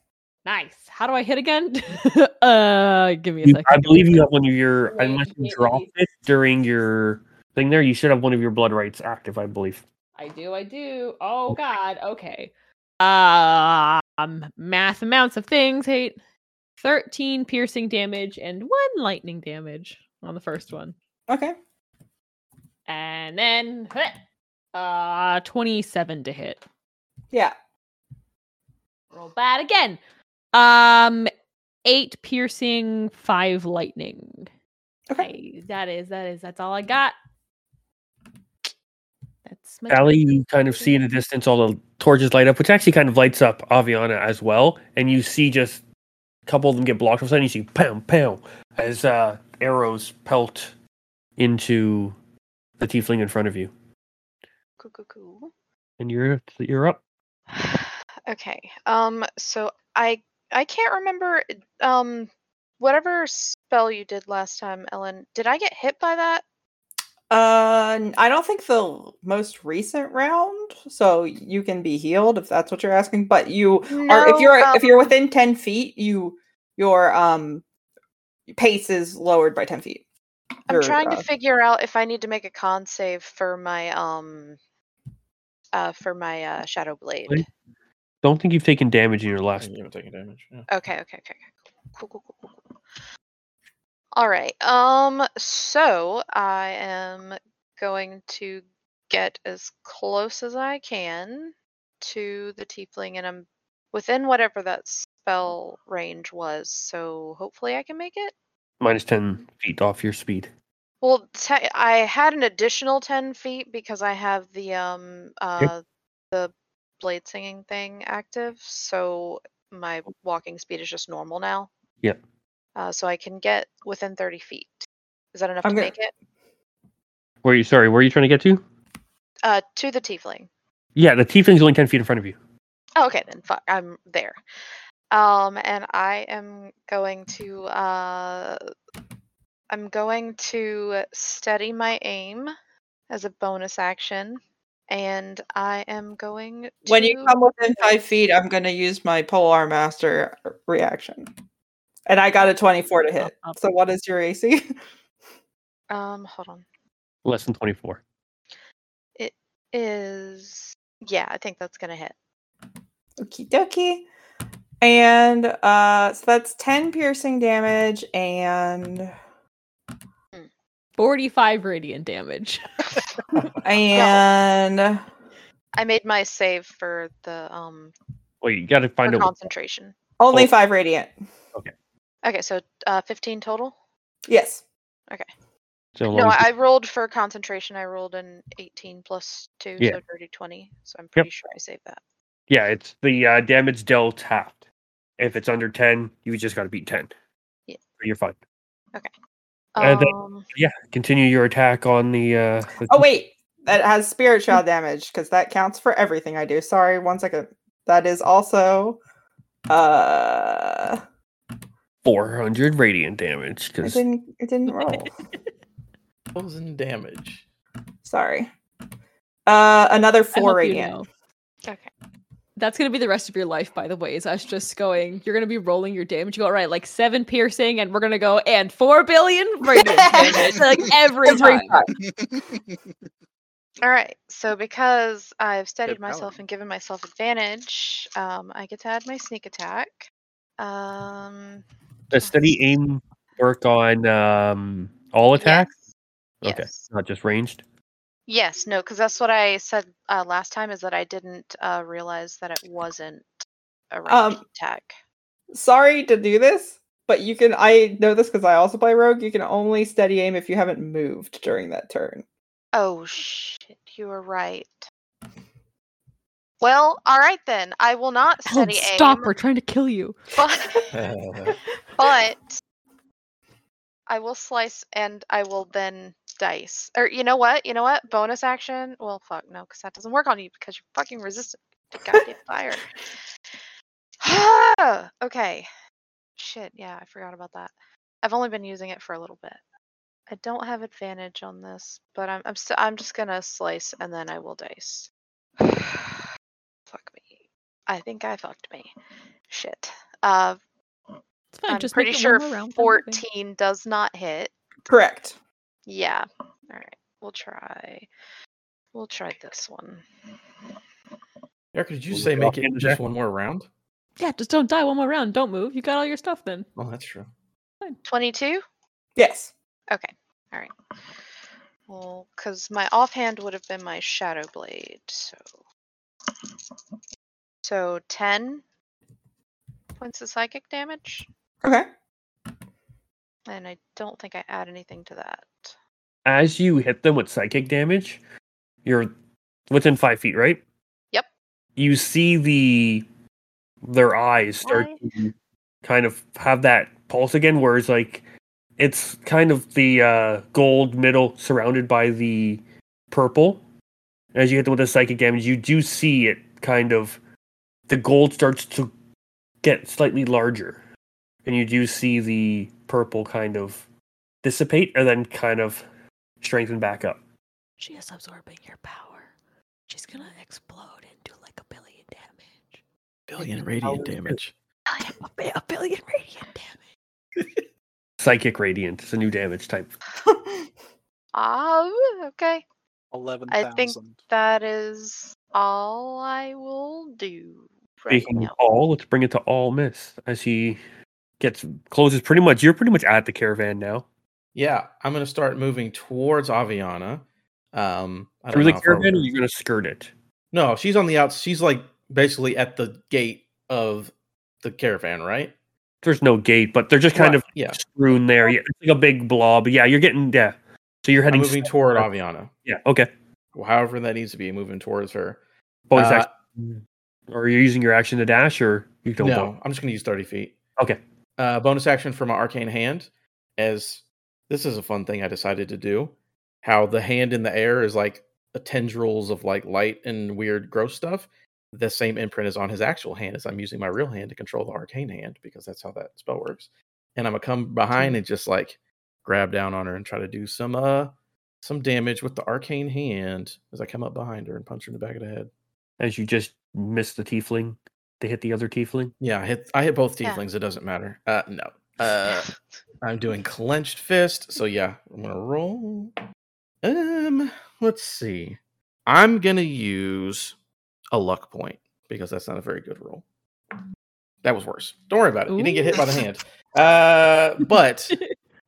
Speaker 5: Nice. How do I hit again? uh, give me a
Speaker 1: You-
Speaker 5: second.
Speaker 1: I believe you have one of your
Speaker 5: Wait,
Speaker 1: unless you
Speaker 5: wait,
Speaker 1: drop
Speaker 5: wait.
Speaker 1: it during your thing there, you should have one of your blood rights active, I believe.
Speaker 5: I do. I do. Oh God. Okay. Um, mass amounts of things. Hate. Thirteen piercing damage and one lightning damage on the first one,
Speaker 6: Okay.
Speaker 5: and then uh twenty-seven to hit.
Speaker 6: Yeah.
Speaker 5: Roll bad again. Um, eight piercing, five lightning.
Speaker 6: Okay.
Speaker 5: Okay, that is that is that's all I got. That's my
Speaker 1: Allie, you kind of see in the distance all the torches light up, which actually kind of lights up Aviana as well. And you see just a couple of them get blocked. All of a sudden, you see pound, pound as uh, arrows pelt into the tiefling in front of you.
Speaker 4: Cool, cool, cool.
Speaker 1: And you're you're up.
Speaker 4: okay. Um so I I can't remember um whatever spell you did last time, Ellen. Did I get hit by that?
Speaker 6: Uh, n- I don't think the most recent round, so you can be healed if that's what you're asking. But you are if
Speaker 4: No,
Speaker 6: you're if you're
Speaker 4: um,
Speaker 6: within ten feet, you your um pace is lowered by ten feet.
Speaker 4: I'm
Speaker 6: Your,
Speaker 4: trying
Speaker 6: uh,
Speaker 4: to figure out if I need to make a con save for my um uh for my uh shadow blade.
Speaker 1: Blade? Don't think you've taken damage in your
Speaker 3: I
Speaker 1: last.
Speaker 3: haven't taken damage. Yeah.
Speaker 4: Okay, okay, okay, okay. Cool, cool, cool, cool, cool. All right. Um so I am going to get as close as I can to the tiefling and I'm within whatever that spell range was. So hopefully I can make it.
Speaker 1: minus 10 feet off your speed.
Speaker 4: Well, te- I had an additional 10 feet because I have the um uh the blade singing thing active, so my walking speed is just normal now.
Speaker 1: Yep.
Speaker 4: Uh, so I can get within 30 feet. Is that enough
Speaker 6: I'm
Speaker 4: to
Speaker 6: gonna-
Speaker 4: make it?
Speaker 1: Where are you? Sorry, where are you trying to get to?
Speaker 4: Uh, to the tiefling.
Speaker 1: Yeah, the tiefling's only 10 feet in front of you.
Speaker 4: Oh, okay then. Fuck, I'm there. Um, and I am going to uh, I'm going to steady my aim as a bonus action, and I am going to
Speaker 6: When you come within five feet, I'm gonna use my polar master reaction. And I got a 24 to hit.
Speaker 4: Oh,
Speaker 5: Up, up.
Speaker 6: So what is your AC?
Speaker 4: um hold on
Speaker 1: Less than 24.
Speaker 4: is yeah I think that's gonna hit.
Speaker 6: Okie dokie. And uh so that's 10 piercing damage and
Speaker 5: forty-five radiant damage.
Speaker 6: and
Speaker 4: I made my save for the um
Speaker 1: Wait, you got to
Speaker 4: for
Speaker 1: find out. what-
Speaker 4: concentration.
Speaker 6: only
Speaker 1: Oh.
Speaker 6: 5 radiant.
Speaker 4: Okay, so uh, 15 total.
Speaker 6: Yes.
Speaker 1: so
Speaker 4: No,
Speaker 1: long as you-
Speaker 4: I rolled for concentration. I rolled an 18 plus 2,
Speaker 1: Yeah.
Speaker 4: so dirty 20. So I'm pretty sure I saved that.
Speaker 1: yeah, it's the uh, damage dealt halved. If it's under 10, you just got to beat 10.
Speaker 4: Yeah.
Speaker 1: So You're fine. Uh, the-
Speaker 4: Um,
Speaker 1: Yeah, continue your attack on the. Uh, the
Speaker 6: Oh wait, that has spirit shroud damage cuz that counts for everything I do. Sorry, one second. That is also uh
Speaker 1: 400 radiant damage.
Speaker 6: I
Speaker 1: Because
Speaker 6: didn't it didn't roll.
Speaker 3: Thousand damage.
Speaker 6: Sorry. Uh another
Speaker 5: I hope
Speaker 6: 4
Speaker 5: you
Speaker 6: radiant.
Speaker 5: know.
Speaker 4: okay.
Speaker 5: That's gonna be the rest of your life, by the way. Is us just going? You're gonna be rolling your damage. You go all right, like seven piercing, and we're gonna go and four billion radiant damage, like every,
Speaker 6: Every
Speaker 5: time.
Speaker 6: time.
Speaker 4: All right. So because I've steadied
Speaker 2: Good
Speaker 4: myself
Speaker 2: paladin.
Speaker 4: and given myself advantage, um, I get to add my sneak attack. Um,
Speaker 1: the steady aim work on um, all attacks,
Speaker 4: Yes.
Speaker 1: Okay.
Speaker 4: Yes.
Speaker 1: not just ranged.
Speaker 4: Yes, no, because that's what I said uh, last time is that I didn't uh, realize that it wasn't a ranged
Speaker 6: Um,
Speaker 4: attack.
Speaker 6: sorry to do this, but you can. I know this because I also play rogue. You can only steady aim if you haven't moved during that turn.
Speaker 4: Oh shit, you were right. Well, all right then. I will not
Speaker 5: Ellen,
Speaker 4: steady
Speaker 5: stop!
Speaker 4: aim,
Speaker 5: We're trying to kill you.
Speaker 4: but,
Speaker 3: Uh,
Speaker 4: but I will slice and I will then dice. Or you know what? You know what? Bonus action. Well, fuck no, because that doesn't work on you because you're fucking resistant. to Goddamn fire. Ah, okay. Shit, yeah, I forgot about that. I've only been using it for a little bit. I don't have advantage on this, but I'm I'm, st- I'm just gonna slice and then I will dice. Fuck me. I think I fucked me. Shit. Uh,
Speaker 5: It's fine.
Speaker 4: I'm
Speaker 5: just
Speaker 4: pretty
Speaker 5: make it
Speaker 4: sure
Speaker 5: one more round, then we'll be-
Speaker 4: 14 does not hit.
Speaker 6: Correct.
Speaker 4: Yeah. All right. We'll try. We'll try this one.
Speaker 3: Erica, did you
Speaker 1: Well,
Speaker 3: say
Speaker 1: we're
Speaker 3: make
Speaker 1: off
Speaker 3: it
Speaker 1: in
Speaker 3: just
Speaker 1: there.
Speaker 3: one more round?
Speaker 5: Yeah, just don't die one more round. Don't move. You got all your stuff then.
Speaker 3: Oh, that's true.
Speaker 4: 22?
Speaker 6: Yes.
Speaker 4: Okay. All right. Well, because my offhand would have been my shadow blade, so so ten points of psychic damage,
Speaker 6: Okay.
Speaker 4: and I don't think I add anything to that.
Speaker 1: As you hit them with psychic damage, you're within five feet, right?
Speaker 4: Yep.
Speaker 1: You see the their eyes start
Speaker 4: Eye.
Speaker 1: to kind of have that pulse again, where it's like it's kind of the uh, gold middle surrounded by the purple. As you hit them with the psychic damage, you do see it kind of the gold starts to get slightly larger, and you do see the purple kind of dissipate and then kind of strengthen back up.
Speaker 5: She is absorbing your power. She's gonna explode and do like a billion damage.
Speaker 1: Billion radiant damage.
Speaker 5: A, bi- a billion radiant damage.
Speaker 1: Psychic radiant. It's a new damage type.
Speaker 4: Ah, okay.
Speaker 2: Eleven
Speaker 4: I think-
Speaker 2: thousand.
Speaker 4: That is all I will do right
Speaker 1: Speaking of
Speaker 4: now.
Speaker 1: all, let's bring it to all miss as he gets closes pretty much you're pretty much at the caravan now.
Speaker 3: Yeah, I'm gonna start moving towards Aviana. Um, I don't
Speaker 1: Through
Speaker 3: know
Speaker 1: the
Speaker 3: how far we
Speaker 1: caravan or
Speaker 3: go.
Speaker 1: you're gonna skirt it.
Speaker 3: No, she's on the outs. She's like basically at the gate of the caravan, right?
Speaker 1: There's no gate, but they're just kind of
Speaker 3: Right, yeah.
Speaker 1: strewn there. Yeah, it's like a big blob. Yeah, you're getting yeah. So you're
Speaker 3: I'm
Speaker 1: heading
Speaker 3: moving
Speaker 1: south.
Speaker 3: toward Aviana,
Speaker 1: Yeah, okay.
Speaker 3: however that needs to be. Moving towards her.
Speaker 1: Bonus
Speaker 3: Uh,
Speaker 1: action. Or you're using your action to dash or you don't
Speaker 3: no,
Speaker 1: want-
Speaker 3: I'm just going to use 30 feet.
Speaker 1: Okay.
Speaker 3: Uh, bonus action for my arcane hand, as this is a fun thing I decided to do. How the hand in the air is like a tendrils of like light and weird gross stuff. The same imprint is on his actual hand as I'm using my real hand to control the arcane hand because that's how that spell works. And I'm gonna come behind and just like grab down on her and try to do some uh some damage with the arcane hand as I come up behind her and punch her in the back of the head.
Speaker 1: as you just miss the tiefling to hit the other tiefling.
Speaker 3: Yeah, I hit I hit both
Speaker 4: Yeah.
Speaker 3: tieflings. It doesn't matter. Uh, no. Uh, I'm doing clenched fist. So yeah, I'm gonna roll. Um, let's see. I'm gonna use a luck point because that's not a very good roll. That was worse. Don't worry about it. You didn't get hit by the
Speaker 4: Ooh.
Speaker 3: hand. Uh, but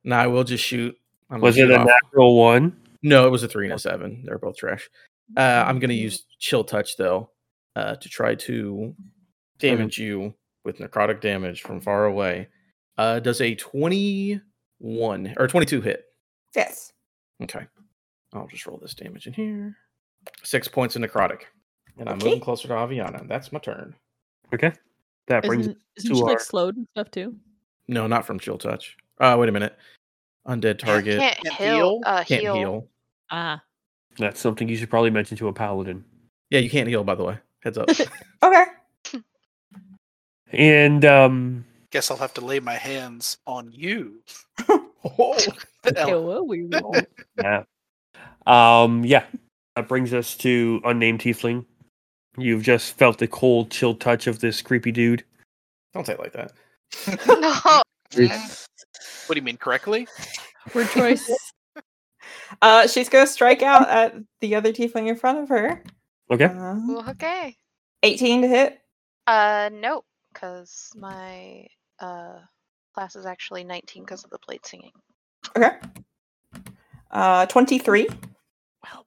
Speaker 3: now I will just shoot. I'm gonna
Speaker 1: Was it
Speaker 3: shoot
Speaker 1: a
Speaker 3: off-
Speaker 1: natural one?
Speaker 3: No, it was a three and a seven. They're both trash. Uh, I'm gonna use chill touch though, uh, to try to
Speaker 4: Uh-huh.
Speaker 3: damage you with necrotic damage from far away. Uh, does a twenty-one or twenty-two hit?
Speaker 6: Yes.
Speaker 3: Okay, I'll just roll this damage in here. Six points in necrotic, and I'm
Speaker 6: Okay.
Speaker 3: moving closer to Aviana. That's my turn.
Speaker 1: Okay. That brings
Speaker 5: Isn't, isn't
Speaker 1: to
Speaker 5: she
Speaker 1: our-
Speaker 5: like slowed and stuff too?
Speaker 3: No, not from chill touch. Uh, wait a minute. Undead target
Speaker 4: Can't,
Speaker 2: Can't
Speaker 4: heal.
Speaker 2: heal?
Speaker 4: Uh,
Speaker 3: can't
Speaker 4: heal.
Speaker 3: heal.
Speaker 5: Ah,
Speaker 1: That's something you should probably mention to a paladin.
Speaker 3: Yeah, you can't heal. By the way, heads up.
Speaker 6: Okay.
Speaker 1: And um
Speaker 2: Guess I'll have to lay my hands on you.
Speaker 3: Oh.
Speaker 2: Ella.
Speaker 5: oh, we roll.
Speaker 1: yeah. Um yeah. That brings us to unnamed tiefling. You've just felt the cold chill touch of this creepy dude.
Speaker 3: Don't say it like that.
Speaker 4: No.
Speaker 2: What do you mean correctly?
Speaker 5: We're choice.
Speaker 6: Uh, she's gonna strike out at the other tiefling in front of her.
Speaker 1: Okay.
Speaker 6: Uh,
Speaker 4: Okay.
Speaker 6: 18 to hit.
Speaker 4: Uh, no, because my uh class is actually 19 because of the blade singing.
Speaker 6: Okay. Uh, 23.
Speaker 5: well,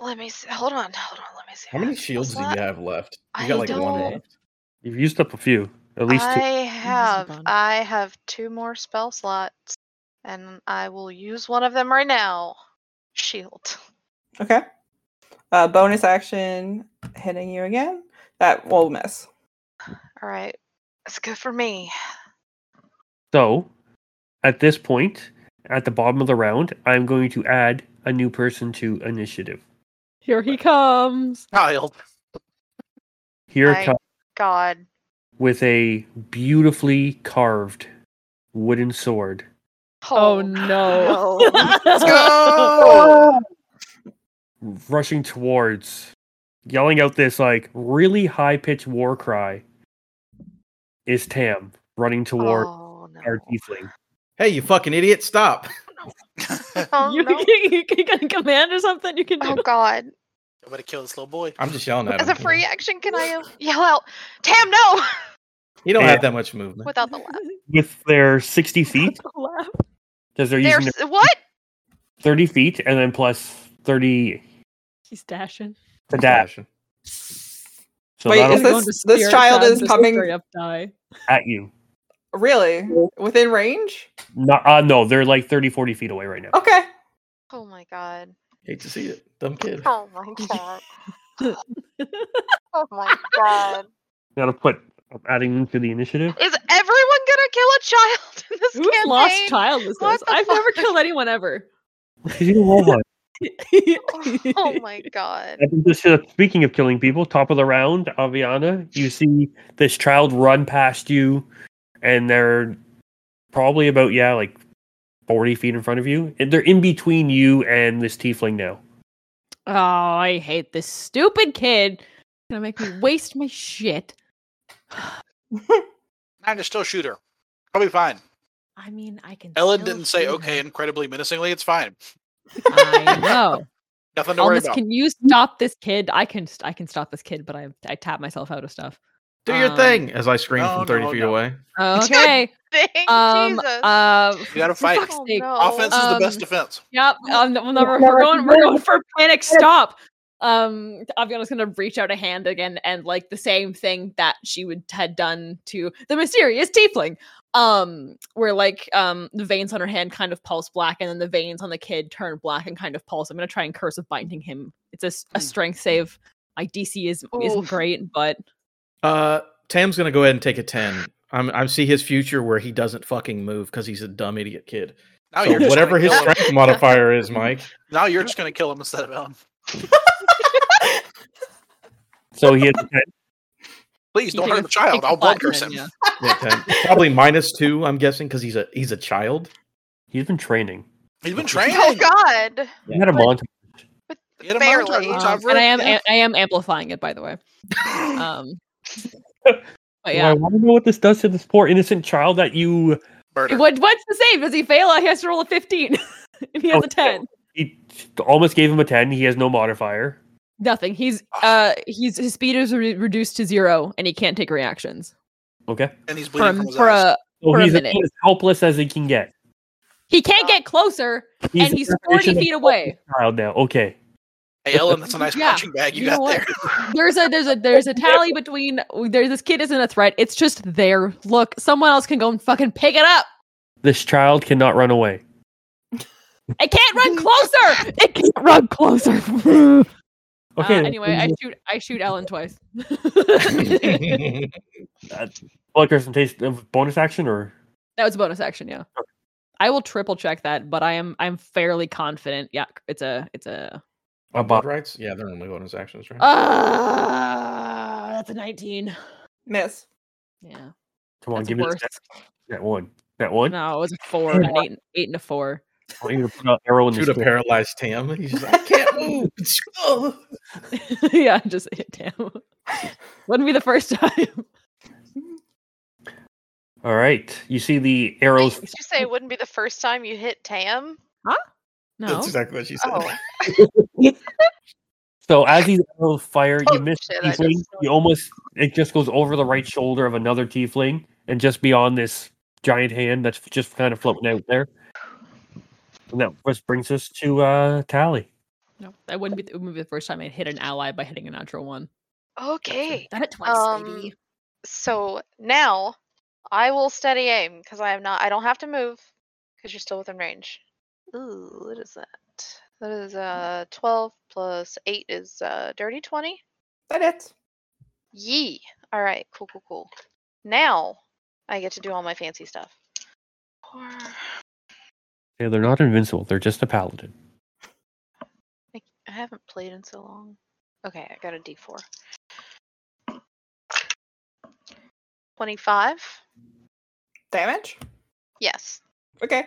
Speaker 4: Let me see. Hold on, hold on. Let me see.
Speaker 3: How many shields do you have left? You
Speaker 4: I
Speaker 3: got like one
Speaker 4: don't-
Speaker 3: left.
Speaker 1: You've used up a few. At least
Speaker 4: I
Speaker 1: two.
Speaker 4: have.
Speaker 5: bond.
Speaker 4: I have two more spell slots, and I will use one of them right now. Shield.
Speaker 6: Okay. Uh, bonus action hitting you again. That will miss.
Speaker 4: All right, that's good for me.
Speaker 1: So at this point, at the bottom of the round, I'm going to add a new person to initiative.
Speaker 5: here he comes.
Speaker 2: Child.
Speaker 1: Here
Speaker 4: I-
Speaker 1: comes
Speaker 4: God,
Speaker 1: with a beautifully carved wooden sword.
Speaker 5: Oh, no.
Speaker 2: Let's
Speaker 4: Oh,
Speaker 2: go!
Speaker 1: rushing towards, yelling out this like really high pitched war cry. Is Tam running toward
Speaker 4: Oh, no.
Speaker 1: our tiefling?
Speaker 3: Hey, you fucking idiot! Stop.
Speaker 4: Oh,
Speaker 5: you,
Speaker 4: no.
Speaker 5: can, you can get a command or something. You can do.
Speaker 4: Oh, God.
Speaker 2: I'm gonna kill this little boy.
Speaker 3: I'm just yelling at
Speaker 4: As
Speaker 3: him.
Speaker 4: a free action, can I uh, yell out, Tam, no!
Speaker 3: He don't
Speaker 1: Yeah.
Speaker 3: have that much movement.
Speaker 4: Without the laugh.
Speaker 1: With their 60 feet,
Speaker 5: laugh.
Speaker 1: because they're using
Speaker 4: There's what?
Speaker 1: their 30 feet and then plus 30
Speaker 5: He's dashing.
Speaker 1: to dash.
Speaker 3: Fashion.
Speaker 1: So
Speaker 6: Wait,
Speaker 1: that'll
Speaker 6: is
Speaker 1: be
Speaker 6: this- this child is coming-
Speaker 5: up die.
Speaker 1: at you.
Speaker 6: Really? Within range?
Speaker 1: No, uh, no, they're like 30, 40 feet away right now.
Speaker 6: Okay.
Speaker 4: Oh, my God.
Speaker 3: Hate to see it. Dumb kid.
Speaker 4: Oh, my God. Oh, my God.
Speaker 1: Gotta put I'm adding them to the initiative.
Speaker 4: Is everyone gonna kill a child in this
Speaker 5: Who's
Speaker 4: campaign?
Speaker 5: lost child is
Speaker 4: What
Speaker 5: this?
Speaker 4: the
Speaker 5: I've never
Speaker 4: fuck?
Speaker 5: killed anyone ever.
Speaker 1: You roll one.
Speaker 4: Oh my god.
Speaker 1: I think this is- speaking of killing people, top of the round, Aviana, you see this child run past you, and they're probably about, yeah, like 40 feet in front of you. And They're in between you and this tiefling now.
Speaker 5: Oh, I hate this stupid kid. Gonna make me waste my shit.
Speaker 2: I'm just still shoot her. I'll be fine.
Speaker 5: I mean, I can.
Speaker 2: Ellen
Speaker 5: still
Speaker 2: didn't say
Speaker 5: shoot
Speaker 2: okay
Speaker 5: him.
Speaker 2: incredibly menacingly. It's fine.
Speaker 5: I know.
Speaker 2: Nothing to worry
Speaker 5: Almas,
Speaker 2: about.
Speaker 5: can you stop this kid? I can. st- I can stop this kid, but I I tap myself out of stuff.
Speaker 3: Do your
Speaker 5: Um,
Speaker 3: thing as I scream
Speaker 2: No,
Speaker 3: from 30
Speaker 2: no,
Speaker 3: feet
Speaker 2: no.
Speaker 3: away.
Speaker 4: Oh,
Speaker 5: Okay.
Speaker 4: Dang,
Speaker 5: um.
Speaker 4: Jesus.
Speaker 5: Uh.
Speaker 2: You gotta
Speaker 5: for
Speaker 2: fight.
Speaker 5: fuck's
Speaker 4: Oh,
Speaker 5: sake.
Speaker 4: no.
Speaker 2: Offense is the
Speaker 5: Um,
Speaker 2: best defense.
Speaker 5: Yep. Um, no, no, we're,
Speaker 6: no,
Speaker 5: we're
Speaker 6: we're
Speaker 5: going. We're
Speaker 6: good.
Speaker 5: going for panic. Stop. Um, Aviana's gonna reach out a hand again, and like the same thing that she would had done to the mysterious tiefling. Um, where like um the veins on her hand kind of pulse black, and then the veins on the kid turn black and kind of pulse. I'm gonna try and curse of binding him. It's a, s- a
Speaker 2: Mm.
Speaker 5: strength save. My DC is isn't
Speaker 4: Oof.
Speaker 5: great, but
Speaker 3: Uh, Tam's gonna go ahead and take a ten. I'm I see his future where he doesn't fucking move because he's a dumb idiot kid.
Speaker 2: Now Oh,
Speaker 3: so
Speaker 2: you're just
Speaker 3: whatever
Speaker 2: gonna
Speaker 3: his
Speaker 2: kill him.
Speaker 3: strength modifier is, Mike.
Speaker 2: Now you're just gonna kill him instead of Ellen.
Speaker 1: So he has
Speaker 2: Please
Speaker 5: he
Speaker 2: don't hurt
Speaker 5: takes-
Speaker 2: the child.
Speaker 5: takes a
Speaker 2: I'll
Speaker 5: flat
Speaker 2: blood curse him.
Speaker 5: ten, yeah.
Speaker 3: Yeah, 10. Probably minus two, I'm guessing, because he's a he's a child.
Speaker 1: he's been training.
Speaker 2: He's been
Speaker 4: oh
Speaker 2: trained.
Speaker 4: god.
Speaker 1: You had a montage.
Speaker 2: He had a
Speaker 4: Barely.
Speaker 2: montage on
Speaker 4: Um,
Speaker 2: top
Speaker 5: Um,
Speaker 2: of
Speaker 5: and I
Speaker 2: her.
Speaker 5: am
Speaker 2: Yeah.
Speaker 5: I am amplifying it by the way. Um, but
Speaker 1: I
Speaker 5: yeah,
Speaker 1: want to know what this does to this poor innocent child that you.
Speaker 2: Murder.
Speaker 5: what what's the save? Does he fail? He has to roll a fifteen. if he has
Speaker 1: Oh,
Speaker 5: a ten.
Speaker 1: He almost gave him a 10. He has no modifier.
Speaker 5: Nothing. He's
Speaker 2: Ah.
Speaker 5: uh he's his speed is re- reduced to zero and he can't take reactions
Speaker 1: Okay.
Speaker 2: And he's bleeding
Speaker 5: from
Speaker 2: from his
Speaker 5: for
Speaker 2: eyes.
Speaker 5: a
Speaker 1: So
Speaker 5: For a
Speaker 1: he's
Speaker 5: minute.
Speaker 1: as helpless as he can get.
Speaker 5: he can't get closer
Speaker 1: He's
Speaker 5: and
Speaker 1: the
Speaker 5: he's
Speaker 1: definition
Speaker 5: 40
Speaker 1: of
Speaker 5: feet away.
Speaker 1: Child now. Okay.
Speaker 2: Hey Ellen, that's a nice
Speaker 5: Yeah.
Speaker 2: punching bag you,
Speaker 5: You know
Speaker 2: got
Speaker 5: what?
Speaker 2: there.
Speaker 5: There's a there's a there's a tally between there's this kid isn't a threat. It's just there. Look, someone else can go and fucking pick it up.
Speaker 1: This child cannot run away.
Speaker 5: It can't run closer. It can't run closer.
Speaker 1: Okay.
Speaker 5: Uh,
Speaker 1: that's
Speaker 5: anyway, I
Speaker 1: pretty
Speaker 5: shoot I shoot Ellen twice.
Speaker 3: Damn.
Speaker 1: Blood curse and taste of bonus action, or
Speaker 5: That was a bonus action, yeah. I will triple check that, but I am I'm fairly confident. Yeah, it's a it's a
Speaker 1: a
Speaker 3: Blood
Speaker 1: bot.
Speaker 3: rights? Yeah, they're only bonus actions, right?
Speaker 5: uh, that's a 19.
Speaker 6: Miss.
Speaker 5: Yeah.
Speaker 1: Come on,
Speaker 5: that's
Speaker 1: give me
Speaker 5: worse.
Speaker 1: that, that one. That one.
Speaker 5: No, it was a four, an eight, and- eight and a four.
Speaker 1: I want you to put an arrow in
Speaker 3: Shoot a
Speaker 1: the
Speaker 3: paralyzed Tam. He's just like, I can't move. Ugh.
Speaker 5: yeah, I just hit him. Wouldn't be the first time.
Speaker 1: All right. You see the
Speaker 4: Wait,
Speaker 1: arrows.
Speaker 4: Did you say it wouldn't be the first time you hit Tam?
Speaker 5: No.
Speaker 3: That's exactly what she said.
Speaker 4: Oh.
Speaker 1: So as these arrows fire, you
Speaker 4: Oh,
Speaker 1: miss
Speaker 4: shit,
Speaker 1: the
Speaker 4: I just
Speaker 1: tiefling.
Speaker 4: saw
Speaker 1: You almost it just goes over the right shoulder of another tiefling and just beyond this giant hand that's just kind of floating out there. And that just brings us to uh Tally.
Speaker 5: No, that wouldn't be the, it wouldn't be the first time I'd hit an ally by hitting a natural one.
Speaker 4: Okay.
Speaker 5: Done it twice, lady.
Speaker 4: Um, So now I will steady aim because I am not I don't have to move because you're still within range. Ooh, what is that? That is uh twelve plus eight is uh dirty twenty.
Speaker 6: That it.
Speaker 4: Yee. All right. Cool, cool, cool. Now I get to do all my fancy stuff. Or I
Speaker 1: Yeah, they're not invincible, they're just a paladin.
Speaker 4: I haven't played in so long. Okay, I got a d4. 25.
Speaker 6: Damage?
Speaker 4: Yes.
Speaker 6: Okay.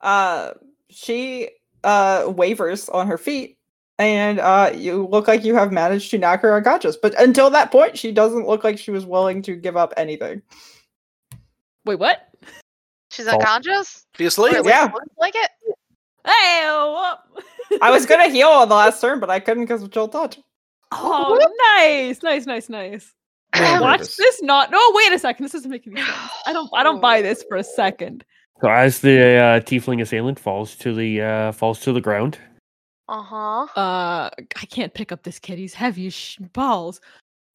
Speaker 6: Uh she uh wavers on her feet and uh you look like you have managed to knock her unconscious. But until that point, she doesn't look like she was willing to give up anything.
Speaker 5: Wait, what?
Speaker 4: She's
Speaker 1: Oh.
Speaker 4: unconscious?
Speaker 2: Be asleep.
Speaker 4: Or at least
Speaker 6: Yeah.
Speaker 4: looks like it?
Speaker 5: Hey, oh,
Speaker 6: I was gonna heal on the last turn, but I couldn't because of Joel Touch.
Speaker 5: Oh, nice, nice, nice, nice.
Speaker 3: Yeah,
Speaker 5: Watch
Speaker 3: nervous.
Speaker 5: this. Not. No, wait a second. This doesn't make any sense. I don't. I don't buy this for a second.
Speaker 1: So as the uh, tiefling assailant falls to the uh, falls to the ground,
Speaker 4: Uh huh.
Speaker 5: Uh, I can't pick up this kid. He's heavy as sh- balls.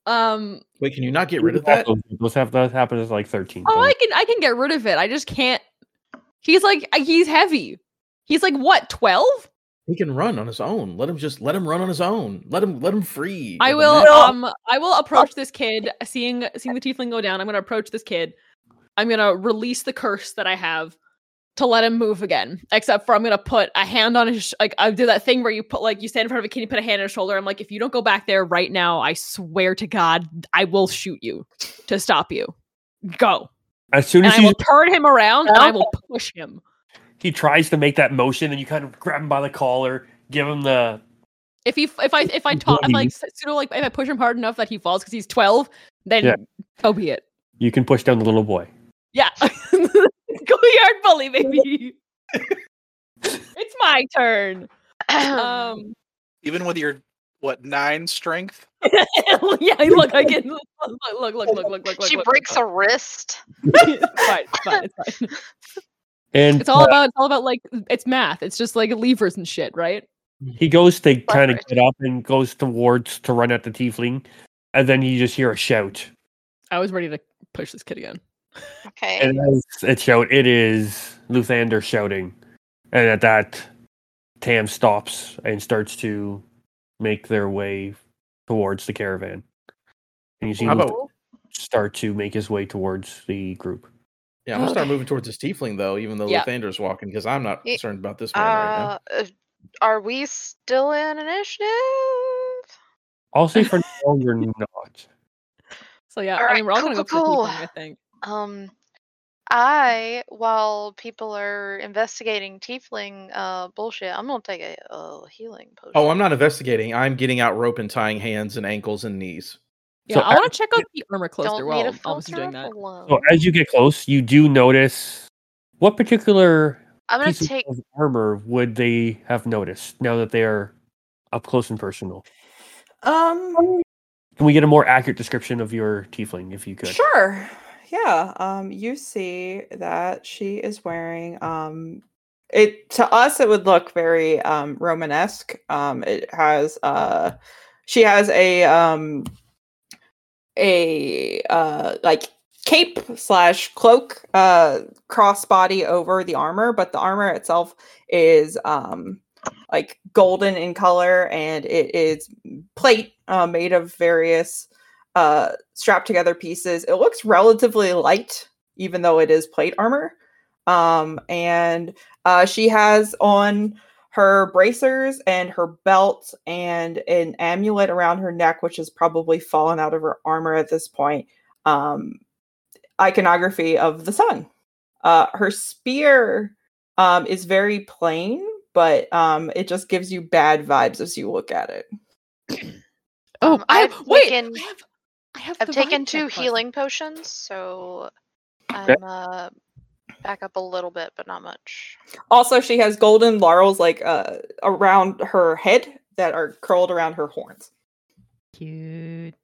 Speaker 5: Um.
Speaker 3: Wait, can you not get rid of that?
Speaker 1: Those have those happen as like thirteen.
Speaker 5: Oh,
Speaker 1: though.
Speaker 5: I can. I can get rid of it. I just can't. He's like. uh, He's heavy. He's like what? Twelve?
Speaker 3: He can run on his own. Let him just let him run on his own. Let him let him free.
Speaker 5: I
Speaker 3: of the
Speaker 5: will
Speaker 3: net.
Speaker 5: um I will approach this kid, seeing seeing the tiefling go down. I'm gonna approach this kid. I'm gonna release the curse that I have to let him move again. Except for I'm gonna put a hand on his sh- like I do that thing where you put like you stand in front of a kid, you put a hand on his shoulder. I'm like, if you don't go back there right now, I swear to God, I will shoot you to stop you. Go.
Speaker 1: as soon
Speaker 5: And
Speaker 1: as
Speaker 5: I
Speaker 1: he,
Speaker 5: will turn him around and I will push him.
Speaker 1: he tries to make that motion, and you kind of grab him by the collar, give him the
Speaker 5: If he if I if I
Speaker 1: Good
Speaker 5: talk if I,
Speaker 1: morning.
Speaker 5: like pseudo like if I push him hard enough that he falls because he's twelve, then
Speaker 1: Yeah.
Speaker 5: so be it.
Speaker 1: you can push down the little boy.
Speaker 5: Yeah. Schoolyard bully, baby. it's my turn. Um
Speaker 2: Even with your what nine strength?
Speaker 5: Um, yeah, look, I can look look look look look look look.
Speaker 4: she
Speaker 5: look,
Speaker 4: breaks
Speaker 5: look.
Speaker 4: a wrist.
Speaker 5: fine, it's fine, it's fine.
Speaker 1: And
Speaker 5: It's all about it's all about like it's math. It's just like levers and shit, right?
Speaker 1: He goes to kind of
Speaker 4: Leverage.
Speaker 1: get up and goes towards to run at the tiefling, and then you just hear a shout.
Speaker 5: I was ready to push this kid again.
Speaker 4: Okay.
Speaker 1: And as it shout, it is Luthander shouting, and at that, Tam stops and starts to make their way towards the caravan. And you see
Speaker 3: How
Speaker 1: Luthander
Speaker 3: about-
Speaker 1: start to make his way towards the group.
Speaker 3: Yeah, I'm gonna start moving towards this tiefling though, even though
Speaker 5: Yeah.
Speaker 3: Lathander's walking, because I'm not
Speaker 4: Ye-
Speaker 3: concerned about this man right now.
Speaker 4: Uh, uh, are we still in initiative?
Speaker 1: I'll say for now you're not.
Speaker 5: So yeah,
Speaker 4: All
Speaker 5: I
Speaker 4: right,
Speaker 5: mean we're all gonna go
Speaker 4: cool, cool,
Speaker 5: for the tiefling, I think.
Speaker 4: Um, I, while people are investigating tiefling uh, bullshit, I'm gonna take a, a healing potion.
Speaker 3: Oh, I'm not investigating. I'm getting out rope and tying hands and ankles and knees.
Speaker 5: Yeah,
Speaker 1: So
Speaker 5: I want to check out the armor closer
Speaker 4: Don't
Speaker 5: while
Speaker 4: need a
Speaker 5: I'm obviously
Speaker 4: filter
Speaker 5: doing
Speaker 4: for
Speaker 5: that.
Speaker 4: one.
Speaker 1: So as you get close, you do notice what particular
Speaker 4: I'm gonna
Speaker 1: piece of-
Speaker 4: take.
Speaker 1: of armor would they have noticed now that they are up close and personal?
Speaker 6: Um
Speaker 1: Can we get a more accurate description of your tiefling if you could?
Speaker 6: Sure. Yeah. Um, you see that she is wearing um it to us it would look very um Romanesque. Um it has uh she has a um a uh like cape slash cloak uh crossbody over the armor, but the armor itself is um like golden in color and it is plate uh, made of various uh strapped together pieces. It looks relatively light, even though it is plate armor. Um, and uh, she has on her bracers and her belt and an amulet around her neck, which has probably fallen out of her armor at this point. Um, iconography of the sun. Uh, her spear um, is very plain, but um, it just gives you bad vibes as you look at it.
Speaker 5: Oh,
Speaker 4: Um,
Speaker 5: I have,
Speaker 4: I've
Speaker 5: wait,
Speaker 4: taken-
Speaker 5: I have, I have
Speaker 4: I've
Speaker 5: the
Speaker 4: taken
Speaker 5: vibe
Speaker 4: two
Speaker 5: check button.
Speaker 4: healing potions, so
Speaker 1: Okay.
Speaker 4: I'm uh, back up a little bit, but not much.
Speaker 6: Also, she has golden laurels like uh, around her head that are curled around her horns.
Speaker 5: Cute.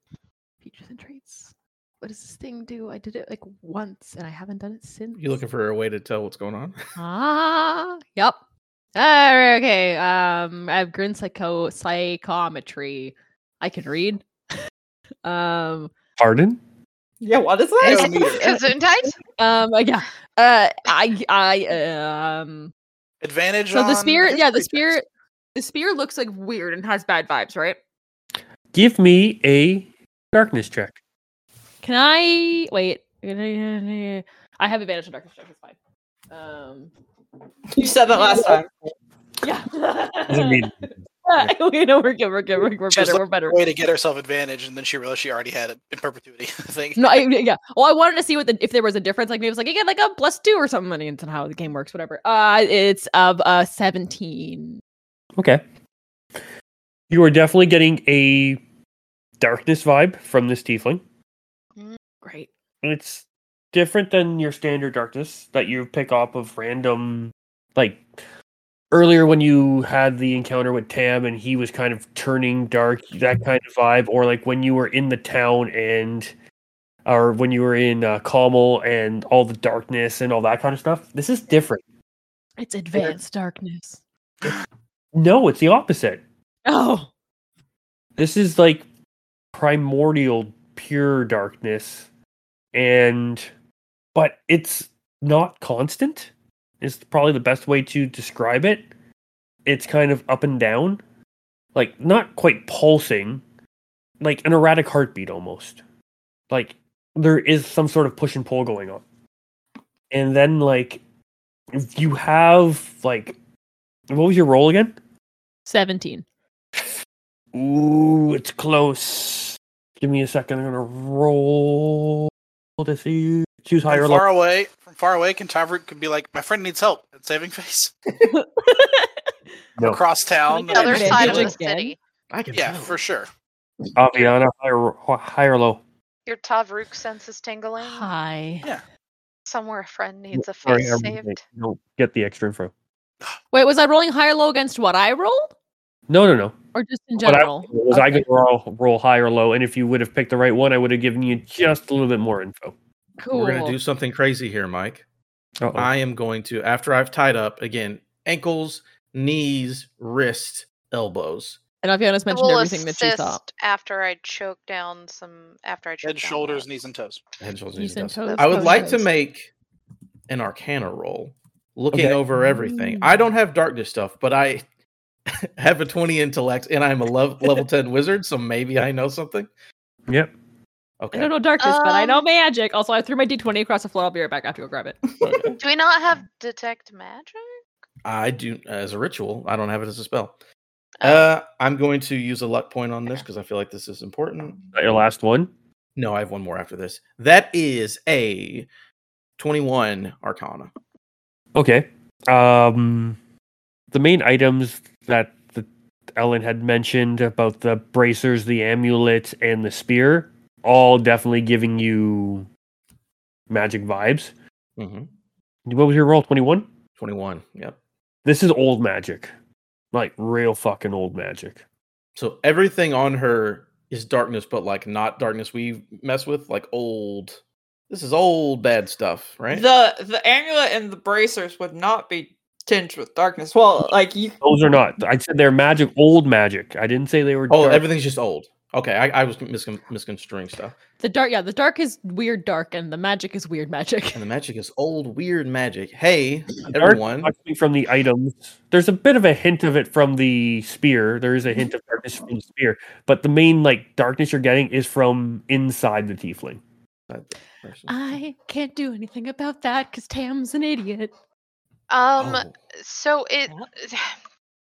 Speaker 5: Features and traits. What does this thing do? I did it like once and I haven't done it since.
Speaker 3: You looking for a way to tell what's going on?
Speaker 5: Ah, yep. Ah, okay. Um, I have grin psycho psychometry. I can read. um,
Speaker 1: Pardon?
Speaker 6: Yeah, what is
Speaker 2: I
Speaker 6: that?
Speaker 2: don't need it.
Speaker 4: Gesundheit?
Speaker 5: um, yeah. Uh, I, I, um.
Speaker 2: Advantage
Speaker 5: So
Speaker 2: on
Speaker 5: the spear, yeah, the
Speaker 2: history checks.
Speaker 5: spear, the spear looks like weird and has bad vibes, right?
Speaker 1: Give me a darkness check.
Speaker 5: Can I wait? I have advantage on darkness check. It's fine. Um,
Speaker 6: You said that last time.
Speaker 5: yeah.
Speaker 1: Doesn't mean-
Speaker 5: you know, we're good. We're good. We're, we're
Speaker 2: She was
Speaker 5: better. We're better.
Speaker 2: Way to get herself advantage, and then she realized she already had it in perpetuity. I think.
Speaker 5: No, I, yeah. Well, I wanted to see what the if there was a difference. Like maybe it was like again, like a plus two or something. and it's how the game works, whatever. Uh, it's of uh seventeen.
Speaker 1: Okay. You are definitely getting a darkness vibe from this tiefling.
Speaker 5: Great.
Speaker 1: And it's different than your standard darkness that you pick up of random like earlier when you had the encounter with Tam and he was kind of turning dark, that kind of vibe, or like when you were in the town and or when you were in uh, Calmel and all the darkness and all that kind of stuff. This is different.
Speaker 5: It's advanced darkness.
Speaker 1: No, it's the opposite.
Speaker 5: Oh,
Speaker 1: this is like primordial pure darkness and but it's not constant is probably the best way to describe it it's kind of up and down like not quite pulsing like an erratic heartbeat almost like there is some sort of push and pull going on and then like if you have like what was your role again
Speaker 5: 17.
Speaker 1: Ooh, it's close. Give me a second. I'm gonna roll to see choose higher
Speaker 2: from far
Speaker 1: level.
Speaker 2: away, from far away, can Tavrut could be like, "My friend needs help at saving face
Speaker 1: No.
Speaker 2: across town."
Speaker 5: The
Speaker 4: The other side of the
Speaker 5: Advantage again?
Speaker 4: city.
Speaker 3: I can
Speaker 2: yeah,
Speaker 3: tell.
Speaker 2: for sure.
Speaker 1: Aviana, higher, higher low.
Speaker 4: Your Tavruk sense is tingling.
Speaker 5: Hi.
Speaker 4: Somewhere a friend needs a
Speaker 1: Sorry,
Speaker 4: face
Speaker 1: I
Speaker 4: saved.
Speaker 1: don't get the extra info.
Speaker 5: Wait, was I rolling high or low against what I rolled,
Speaker 1: No, no, no.
Speaker 5: or just in
Speaker 1: What I
Speaker 5: general?
Speaker 1: was I could roll, roll high or low, and if you would have picked the right one, I would have given you just a little bit more info.
Speaker 5: cool.
Speaker 3: We're gonna do something crazy here, Mike.
Speaker 1: Uh-oh.
Speaker 3: I am going to after I've tied up again ankles, knees, wrists, elbows.
Speaker 5: and Aviana's
Speaker 4: I
Speaker 5: mentioned
Speaker 4: will
Speaker 5: everything that she saw.
Speaker 4: assist after I choke down some. After I choke
Speaker 2: Head,
Speaker 4: down
Speaker 2: shoulders,
Speaker 4: Rob.
Speaker 2: knees, and toes.
Speaker 3: Head, shoulders,
Speaker 5: Knees
Speaker 3: knees, and
Speaker 5: and
Speaker 3: toes.
Speaker 5: toes,
Speaker 3: I would
Speaker 5: toes,
Speaker 3: like to
Speaker 5: toes.
Speaker 3: make an arcana roll, looking
Speaker 1: Okay.
Speaker 3: over everything. I
Speaker 5: Mm.
Speaker 3: don't have darkness stuff, but I have a 20 intellect and I'm a lev- level 10 wizard, so maybe I know something.
Speaker 1: Yep.
Speaker 5: I
Speaker 3: Okay.
Speaker 5: don't know darkness, but I know
Speaker 4: Um,
Speaker 5: magic. Also, I threw my d20 across the floor. I'll be right back. I have to go grab it.
Speaker 3: okay.
Speaker 4: Do we not have detect magic?
Speaker 3: I do as a ritual. I don't have it as a spell.
Speaker 5: Oh.
Speaker 3: Uh, I'm going to use a luck point on this because I feel like this is important.
Speaker 1: Your last one.
Speaker 3: No, I have one more after this. That is a 21 arcana.
Speaker 1: Okay. Um, the main items that the Ellen had mentioned about the bracers, the amulet, and the spear, all definitely giving you magic vibes.
Speaker 3: Mhm.
Speaker 1: What was your roll? Twenty one.
Speaker 3: 21. Yep.
Speaker 1: This is old magic, like real fucking old magic.
Speaker 3: So everything on her is darkness, but like not darkness we mess with, like old. This is old bad stuff, right?
Speaker 6: The the amulet and the bracers would not be tinged with darkness. Well, like you
Speaker 1: Those are not. I said they're magic, old magic. I didn't say they were.
Speaker 3: oh,
Speaker 1: dark.
Speaker 3: everything's just old. Okay, I, I was miscon- misconstruing stuff.
Speaker 5: The dark, yeah, the dark is weird dark, and the magic is weird magic.
Speaker 3: And the magic is old, weird magic. Hey,
Speaker 1: Dark
Speaker 3: everyone.
Speaker 1: actually from the items. There's a bit of a hint of it from the spear. There is a hint of darkness from the spear, but the main like darkness you're getting is from inside the tiefling.
Speaker 3: Uh,
Speaker 5: I can't do anything about that because Tam's an idiot.
Speaker 4: Um.
Speaker 3: Oh,
Speaker 4: So it
Speaker 5: Well.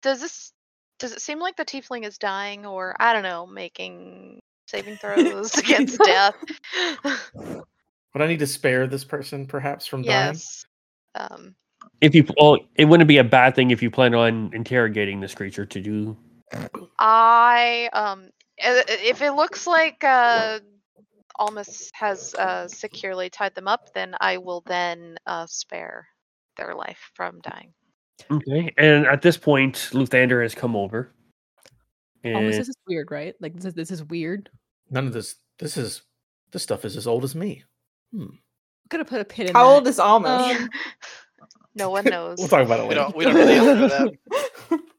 Speaker 4: does this. Does it seem like the tiefling is dying, or I don't know, making saving throws against death?
Speaker 3: Would I need to spare this person perhaps from dying?
Speaker 4: yes. Um.
Speaker 1: If you, well, it wouldn't be a bad thing if you plan on interrogating this creature to do.
Speaker 4: I um i- i- if it looks like uh Almas has uh securely tied them up, then I will then uh spare their life from dying.
Speaker 1: Okay. And at this point, Luthander has come over.
Speaker 5: Almost
Speaker 1: And
Speaker 5: this is weird, right? Like this is, this is weird.
Speaker 3: None of this. This is. This stuff is as old as me.
Speaker 5: I'm gonna put a pin in.
Speaker 6: how
Speaker 5: that.
Speaker 6: old is Almas?
Speaker 5: Um,
Speaker 4: no one knows.
Speaker 3: We'll talk about it
Speaker 2: We
Speaker 3: later.
Speaker 2: don't. We don't know the answer to that.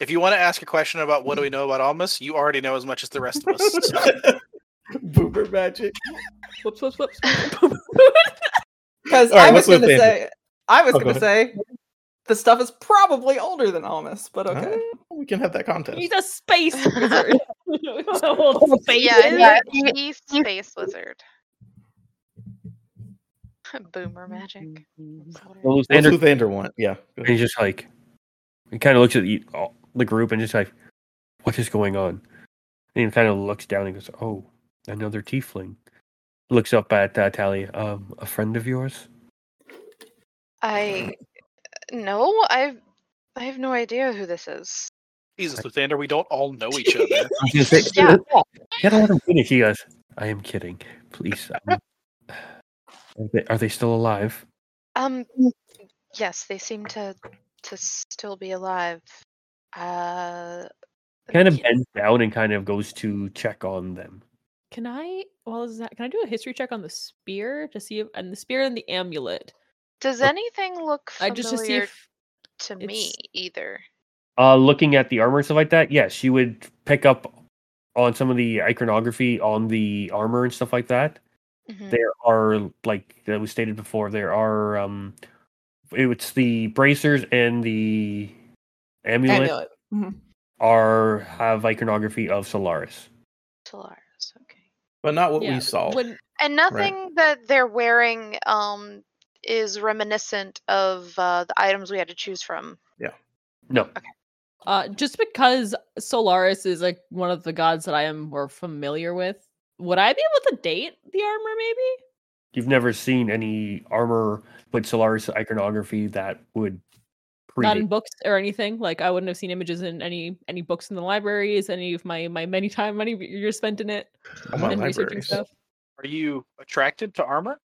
Speaker 2: If you want to ask a question about what do we know about Almas, you already know as much as the rest of us. So,
Speaker 3: Boober magic.
Speaker 5: whoops, whoops, whoops.
Speaker 6: Because
Speaker 3: All right,
Speaker 6: I was
Speaker 3: let's move
Speaker 6: gonna
Speaker 3: to Andrew.
Speaker 6: say I was
Speaker 3: Oh, go
Speaker 6: gonna say the stuff is probably older than Almas, but okay.
Speaker 3: Ah, we can have that contest.
Speaker 5: He's a space wizard. old space
Speaker 4: yeah,
Speaker 5: wizard.
Speaker 4: he's a space wizard. Boomer magic. That's what it is.
Speaker 3: What's
Speaker 1: Luthander
Speaker 3: Luthander want? Yeah. go
Speaker 1: is just like, he kind of looks at you, all, the uh, group and just like, what is going on? And he kind of looks down and goes, oh, another tiefling. Looks up at uh, Talia, um, a friend of yours?
Speaker 4: I no, I've I have no idea who this is.
Speaker 2: Jesus, Luthander, we don't all know each other.
Speaker 1: I was gonna say,
Speaker 4: Yeah.
Speaker 1: Get out of finish. He goes, I am kidding. Please. um, are, they, are they still alive?
Speaker 4: Um
Speaker 1: Mm.
Speaker 4: yes, they seem to to still be alive. Uh
Speaker 1: Kind of
Speaker 4: yeah.
Speaker 1: bends down and kind of goes to check on them.
Speaker 5: Can I? Well, is that? Can I do a history check on the spear to see if and the spear and the amulet?
Speaker 4: Does anything look
Speaker 5: I
Speaker 4: familiar
Speaker 5: just to see if
Speaker 4: to me
Speaker 5: it's-
Speaker 4: either?
Speaker 1: Uh, looking at the armor and stuff like that, yes, you would pick up on some of the iconography on the armor and stuff like that.
Speaker 4: Mhm.
Speaker 1: There are, like that was stated before, there are um, it's the bracers and the amulet,
Speaker 6: Amulet.
Speaker 1: are have iconography of Solaris.
Speaker 4: Solaris, okay.
Speaker 3: but not what
Speaker 5: Yeah,
Speaker 3: we saw.
Speaker 5: When
Speaker 4: And nothing that they're wearing um is reminiscent of uh, the items we had to choose from.
Speaker 1: No,
Speaker 5: Uh, just because Solaris is like one of the gods that I am more familiar with, would I be able to date the armor? Maybe
Speaker 1: you've never seen any armor with Solaris iconography that would
Speaker 5: not
Speaker 1: predate.
Speaker 5: in books or anything. Like I wouldn't have seen images in any any books in the libraries, any of my my many time many years spent in it
Speaker 3: Oh, my
Speaker 5: and researching
Speaker 3: libraries.
Speaker 5: stuff.
Speaker 2: Are you attracted to armor?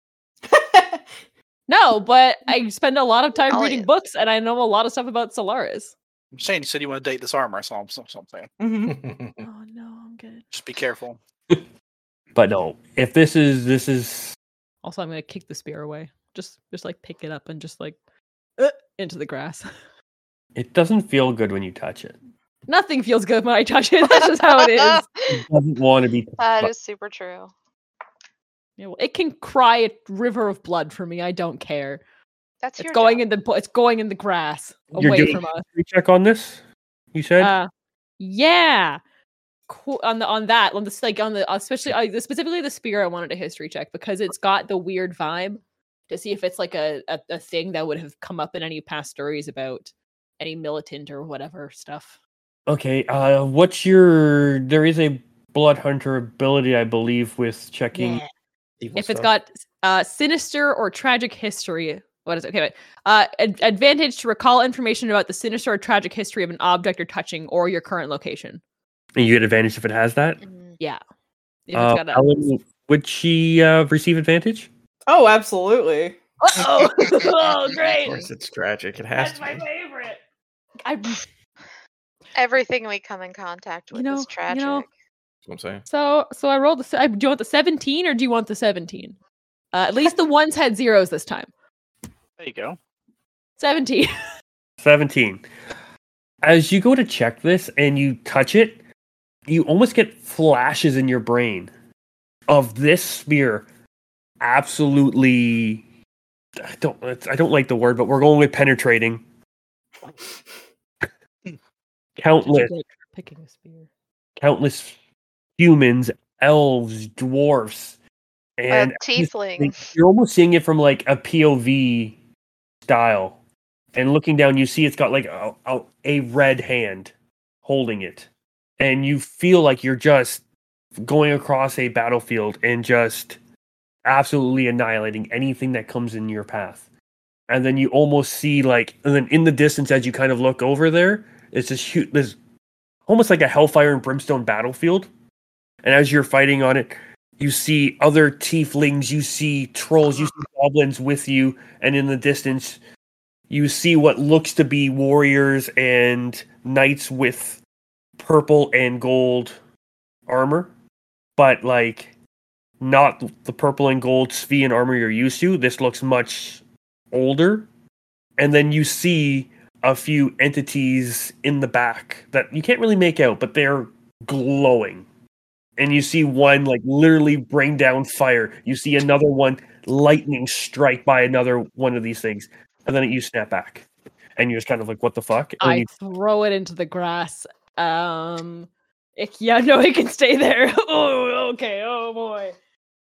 Speaker 5: No, but I spend a lot of time
Speaker 4: Oh,
Speaker 5: reading
Speaker 4: yeah.
Speaker 5: books, and I know a lot of stuff about Solaris.
Speaker 2: I'm saying you said you want to date this armor. That's all I'm, so- so I'm saying.
Speaker 6: Mhm.
Speaker 5: Oh no, I'm good.
Speaker 2: Just be careful.
Speaker 1: But no, if this is this is
Speaker 5: Also, I'm gonna kick the spear away. Just just like pick it up and just like uh, into the grass.
Speaker 1: it doesn't feel good when you touch it.
Speaker 5: Nothing feels good when I touch it. That's just how it is.
Speaker 1: It doesn't want to be
Speaker 4: That
Speaker 1: But-
Speaker 4: is super true.
Speaker 5: Yeah, well, it can cry a river of blood for me. I don't care.
Speaker 4: That's
Speaker 5: It's
Speaker 4: your
Speaker 5: going
Speaker 4: job.
Speaker 5: in the bu- it's going in the grass
Speaker 1: You're
Speaker 5: away
Speaker 1: doing-
Speaker 5: from us.
Speaker 1: We check on this. You said
Speaker 5: Uh, yeah, Qu- on the on that on this like on the especially uh, specifically the spear. I wanted a history check because it's got the weird vibe to see if it's like a, a a thing that would have come up in any past stories about any militant or whatever stuff.
Speaker 1: okay. Uh, what's your? There is a blood hunter ability, I believe, with checking.
Speaker 5: Yeah.
Speaker 3: Evil
Speaker 5: if it's
Speaker 3: stuff.
Speaker 5: got uh, sinister or tragic history. What is okay? Wait. Uh, ad- advantage to recall information about the sinister or tragic history of an object you're touching or your current location.
Speaker 1: And you get advantage if it has that.
Speaker 4: Mhm.
Speaker 5: If it's
Speaker 1: Uh,
Speaker 5: got a-
Speaker 1: Ellen, would she uh, receive advantage?
Speaker 6: Oh, absolutely.
Speaker 5: Uh-oh. oh,
Speaker 3: Of
Speaker 5: great!
Speaker 3: course, it's tragic. It has to be.
Speaker 5: favorite. I,
Speaker 4: Everything we come in contact
Speaker 5: You
Speaker 4: with
Speaker 5: know-
Speaker 4: is
Speaker 5: you
Speaker 4: tragic.
Speaker 5: know,
Speaker 3: That's what I'm saying.
Speaker 5: so so I rolled the. se- I- Do you want the seventeen or do you want the seventeen? Uh, at least the ones had zeros this time.
Speaker 2: There you go.
Speaker 5: Seventeen.
Speaker 1: 17. As you go to check this and you touch it, you almost get flashes in your brain of this spear absolutely I don't it's- I don't like the word, but we're going with penetrating. Countless
Speaker 5: Picking a spear.
Speaker 1: countless humans, elves, dwarfs,
Speaker 5: Uh,
Speaker 4: a
Speaker 1: and
Speaker 4: tiefling.
Speaker 1: you're almost seeing it from like a POV style. And looking down, you see it's got like a, a, a red hand holding it. And you feel like you're just going across a battlefield and just absolutely annihilating anything that comes in your path. And then you almost see like, and then in the distance, as you kind of look over there, it's this huge, this almost like a hellfire and brimstone battlefield. And as you're fighting on it, you see other tieflings, you see trolls, you see goblins with you, and in the distance, you see what looks to be warriors and knights with purple and gold armor, but like not the purple and gold Svian armor you're used to. This looks much older. And then you see a few entities in the back that you can't really make out, but they're glowing and you see one like literally bring down fire. You see another one lightning strike by another one of these things, and then you snap back, and you're just kind of like, "What the fuck?" And
Speaker 5: I
Speaker 1: you,
Speaker 5: throw it into the grass. Um, it, yeah, no, it can stay there. oh, okay. Oh boy.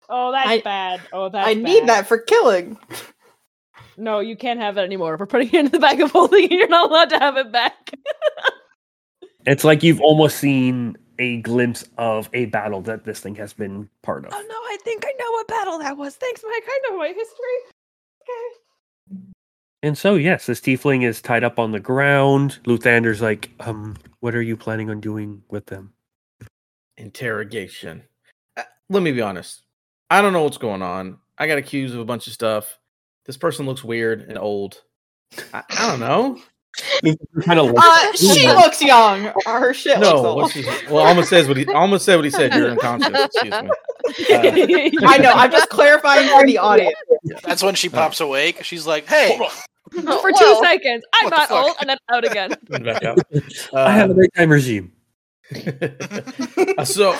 Speaker 5: Oh, that's
Speaker 6: I-
Speaker 5: bad. Oh, that's.
Speaker 6: I need
Speaker 5: bad.
Speaker 6: that for killing.
Speaker 5: No, you can't have it anymore. We're putting it in the bag of holding. You're not allowed to have it back.
Speaker 1: It's like you've almost seen a glimpse of a battle that this thing has been part of.
Speaker 5: Oh no, I think I know what battle that was. Thanks, Mike. I know my history. Okay.
Speaker 1: And so, yes, this tiefling is tied up on the ground. Luthander's like, um, what are you planning on doing with them?
Speaker 3: Interrogation. Uh, Let me be honest. I don't know what's going on. I got accused of a bunch of stuff. This person looks weird and old. I, I don't know.
Speaker 1: kind of
Speaker 6: Uh, she looks young. Her shit
Speaker 3: No, what's
Speaker 6: looks
Speaker 3: his,
Speaker 6: old.
Speaker 3: well, almost says what he almost said what he said. You're unconscious. Excuse me.
Speaker 6: I know. I'm just clarifying for the audience.
Speaker 2: That's when she pops awake. She's like, "Hey,
Speaker 5: For two
Speaker 4: Whoa.
Speaker 5: seconds, I'm
Speaker 2: What the
Speaker 5: not
Speaker 2: fuck?
Speaker 5: old, and I'm out again.
Speaker 3: Coming back up.
Speaker 1: I have a nighttime regime.
Speaker 3: Uh, so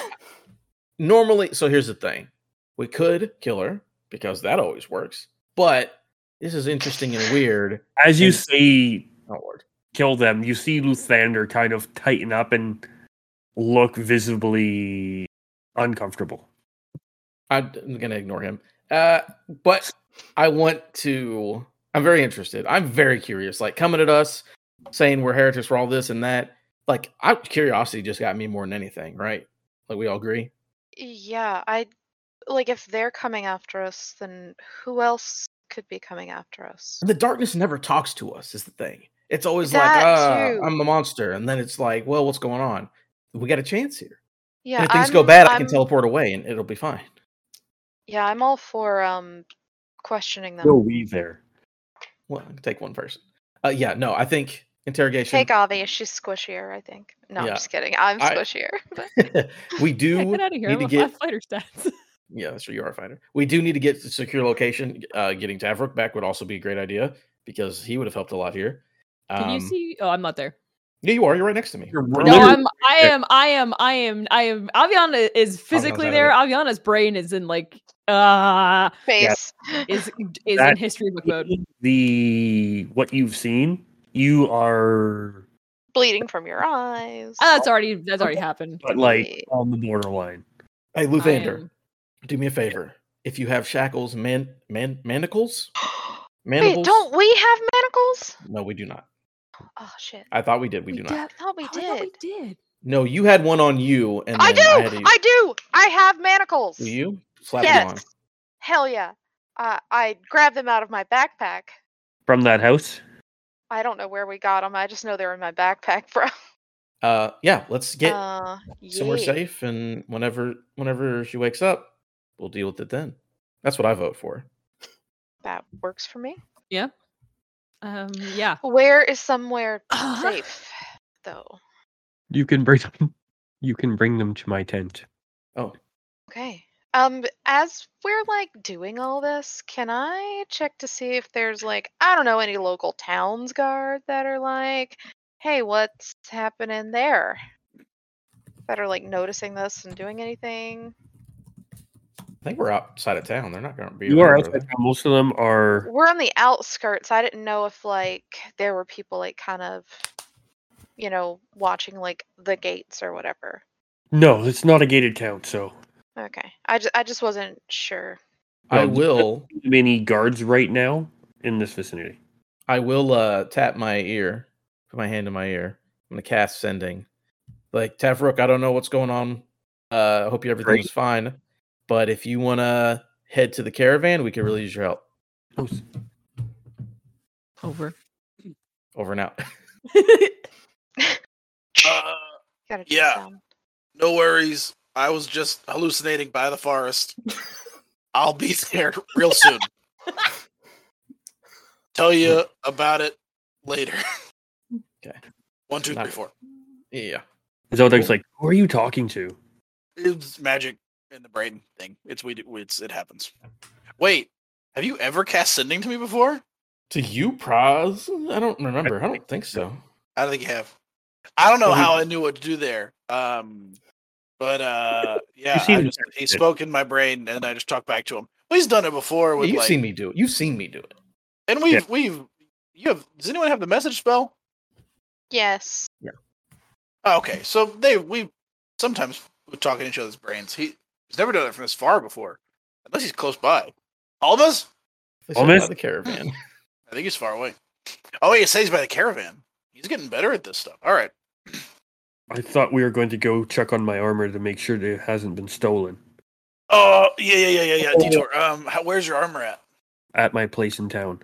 Speaker 3: normally, so here's the thing: we could kill her because that always works. But this is interesting and weird.
Speaker 1: As you
Speaker 3: And-
Speaker 1: see
Speaker 3: Oh lord.
Speaker 1: kill them, you see Luthander kind of tighten up and look visibly uncomfortable.
Speaker 3: I'm gonna ignore him. Uh, but I want to. I'm very interested. I'm very curious. Like coming at us, saying we're heretics for all this and that. Like, I, curiosity just got me more than anything, right? Like we all agree.
Speaker 4: Yeah, I like if they're coming after us, then who else could be coming after us?
Speaker 3: The darkness never talks to us. Is the thing. It's always like,
Speaker 4: That
Speaker 3: ah,
Speaker 4: too.
Speaker 3: I'm the monster, and then it's like, well, what's going on? We got a chance here.
Speaker 4: Yeah,
Speaker 3: and if things go
Speaker 4: I'm-
Speaker 3: bad, i can
Speaker 4: I'm-
Speaker 3: teleport away and it'll be fine.
Speaker 4: Yeah, I'm all for um questioning them.
Speaker 1: No we there.
Speaker 3: Well, I can take one person. Uh, yeah, no, I think interrogation.
Speaker 4: Take Avi, she's squishier, I think. No,
Speaker 3: Yeah.
Speaker 4: I'm just kidding. I'm
Speaker 3: I-
Speaker 4: squishier. But
Speaker 3: we do
Speaker 5: Yeah, get out of here.
Speaker 3: need
Speaker 5: I'm
Speaker 3: to
Speaker 5: a
Speaker 3: get.
Speaker 5: five fighter stats.
Speaker 3: Yeah, that's true. You are a fighter. We do need to get to secure location. Uh, getting Tavrook back would also be a great idea because he would have helped a lot here.
Speaker 5: Can you
Speaker 3: Um,
Speaker 5: see? Oh, I'm not there.
Speaker 3: Yeah, you are. You're right next to me.
Speaker 1: You're
Speaker 3: We're
Speaker 1: right
Speaker 5: No,
Speaker 1: literally-
Speaker 3: literally-
Speaker 5: I'm. I am. I am. I am. I am. Aviana is
Speaker 3: out
Speaker 5: physically
Speaker 3: of
Speaker 5: there. Aviana's brain is in like uh
Speaker 4: face.
Speaker 5: is is
Speaker 1: That-
Speaker 5: in history book mode. Oh,
Speaker 1: The what you've seen, you are
Speaker 4: Bleeding from your eyes.
Speaker 5: Uh, that's already that's already happened.
Speaker 1: but like on the borderline.
Speaker 3: Hey,
Speaker 5: I
Speaker 3: Luthander,
Speaker 5: am-
Speaker 3: do me a favor. If you have shackles, man, man, manacles, manacles.
Speaker 4: Wait, don't we have manacles?
Speaker 3: No, we do not.
Speaker 4: Oh shit.
Speaker 3: I thought we did. We, do not.
Speaker 5: def-
Speaker 4: I thought we
Speaker 5: Oh, I
Speaker 4: did.
Speaker 5: thought we did.
Speaker 3: No, you had one on you, and
Speaker 4: I
Speaker 3: then I, had
Speaker 4: do!
Speaker 3: a-
Speaker 4: I do! I have manacles.
Speaker 3: Do you? Slap you on.
Speaker 4: yes. Hell yeah. Uh, I grabbed them out of my backpack.
Speaker 1: From that house?
Speaker 4: I don't know where we got them. I just know they're in my backpack, bro.
Speaker 3: Uh, yeah, let's get
Speaker 4: uh,
Speaker 3: somewhere
Speaker 4: yeah.
Speaker 3: safe, and whenever whenever she wakes up, we'll deal with it then. That's what I vote for.
Speaker 4: That works for me.
Speaker 5: Um. Yeah.
Speaker 4: Where is somewhere
Speaker 5: Uh-huh.
Speaker 4: safe, though?
Speaker 1: You can bring them you can bring them to my tent.
Speaker 3: Oh,
Speaker 4: Okay. Um, as we're like doing all this, can I check to see if there's like I don't know any local towns guard that are like, hey, what's happening there? That are like noticing this and doing anything.
Speaker 3: I think we're outside of town. They're not going to be.
Speaker 1: You are
Speaker 3: around, are
Speaker 1: outside. Most of them are
Speaker 4: We're on the outskirts. I didn't know if like there were people like kind of, you know, watching like the gates or whatever.
Speaker 1: No, it's not a gated town, so
Speaker 4: Okay. I just I just wasn't sure.
Speaker 3: they? I
Speaker 1: Well,
Speaker 3: will.
Speaker 1: many guards right now in this vicinity.
Speaker 3: I will uh tap my ear. Put my hand in my ear. I'm gonna cast sending. Like Tavrook, I don't know what's going on. Uh, I hope you everything's fine. But if you wanna head to the caravan, we could really use your help.
Speaker 1: Oh,
Speaker 5: Over.
Speaker 3: Over and out.
Speaker 2: uh,
Speaker 4: Gotta do
Speaker 2: Yeah.
Speaker 4: sound.
Speaker 2: no worries. I was just hallucinating by the forest. I'll be there real soon. Tell you about it later.
Speaker 3: Okay.
Speaker 2: One, two,
Speaker 3: Not-
Speaker 2: three, four.
Speaker 3: yeah.
Speaker 1: Zodak's like, who are you talking to?
Speaker 2: It's magic in the brain thing. It's we. do- It's it happens. Wait, have you ever cast sending to me before?
Speaker 3: To you, Praz? I don't remember. I don't think so.
Speaker 2: I don't think you have. I don't know
Speaker 1: Well, he-
Speaker 2: how I knew what to do there. Um, but uh, yeah,
Speaker 1: seen
Speaker 2: I
Speaker 1: him
Speaker 2: just,
Speaker 1: do
Speaker 2: he
Speaker 1: it.
Speaker 2: spoke in my brain, and I just talked back to him. Well, he's done it before
Speaker 3: Yeah,
Speaker 2: with
Speaker 3: you've
Speaker 2: like,
Speaker 3: seen me do it. You've seen me do it.
Speaker 2: and we've
Speaker 1: Yeah.
Speaker 2: we've you have. Does anyone have the message spell?
Speaker 4: Yes.
Speaker 2: Oh, okay, so they we sometimes we talk in each other's brains. He, he's never done it from this far before, unless he's close by. All of us?
Speaker 3: They said by
Speaker 1: Almost.
Speaker 3: the caravan.
Speaker 2: I think he's far away. Oh, wait, it says he's by the caravan. He's getting better at this stuff. All right,
Speaker 1: I thought we were going to go check on my armor to make sure that it hasn't been stolen
Speaker 2: Oh yeah, yeah, yeah, yeah, yeah. Detour. Um, how, where's your armor at?
Speaker 1: at my place in town.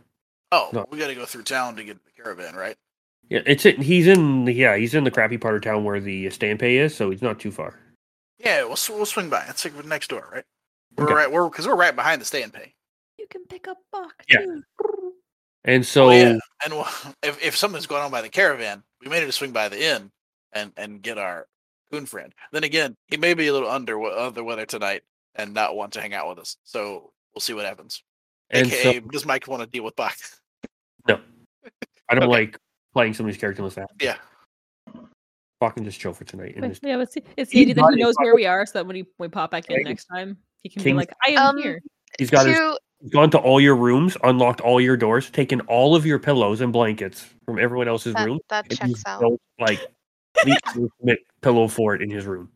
Speaker 2: Oh,
Speaker 1: No.
Speaker 2: we got to go through town to get to the caravan, right?
Speaker 1: Yeah, it's in, he's in the yeah he's in the crappy part of town where the stampay is, so he's not too far.
Speaker 2: Yeah, we'll s- we'll swing by. It's like next door, right? We're
Speaker 1: Okay.
Speaker 2: right. We're because we're right behind the stay and pay.
Speaker 5: You can pick up Bach
Speaker 1: Yeah.
Speaker 5: too.
Speaker 1: And so
Speaker 2: Oh, yeah. And we'll, if if something's going on by the caravan, we may need to swing by the inn and and get our coon friend. Then again, he may be a little under under weather tonight and not want to hang out with us. So we'll see what happens.
Speaker 1: and
Speaker 2: AKA,
Speaker 1: so
Speaker 2: does Mike want to deal with Bach?
Speaker 1: I don't
Speaker 2: okay.
Speaker 1: like playing somebody's character unless I have to.
Speaker 2: Yeah.
Speaker 1: Fucking just chill for tonight. And
Speaker 5: But,
Speaker 1: just,
Speaker 5: yeah, but see, it's
Speaker 1: He's
Speaker 5: needed that
Speaker 1: not
Speaker 5: he
Speaker 1: in
Speaker 5: knows
Speaker 1: pocket.
Speaker 5: where we are, so that when he, we pop back in
Speaker 1: Right.
Speaker 5: next time, he can be
Speaker 1: King's-
Speaker 5: like, "I
Speaker 4: Um,
Speaker 5: am here."
Speaker 1: he's got his,
Speaker 4: to uh,
Speaker 1: he's gone to all your rooms, unlocked all your doors, taken all of your pillows and blankets from everyone else's
Speaker 4: that,
Speaker 1: room.
Speaker 4: that
Speaker 1: and
Speaker 4: checks
Speaker 1: he's
Speaker 4: out.
Speaker 1: built, like the ultimate pillow fort in his room.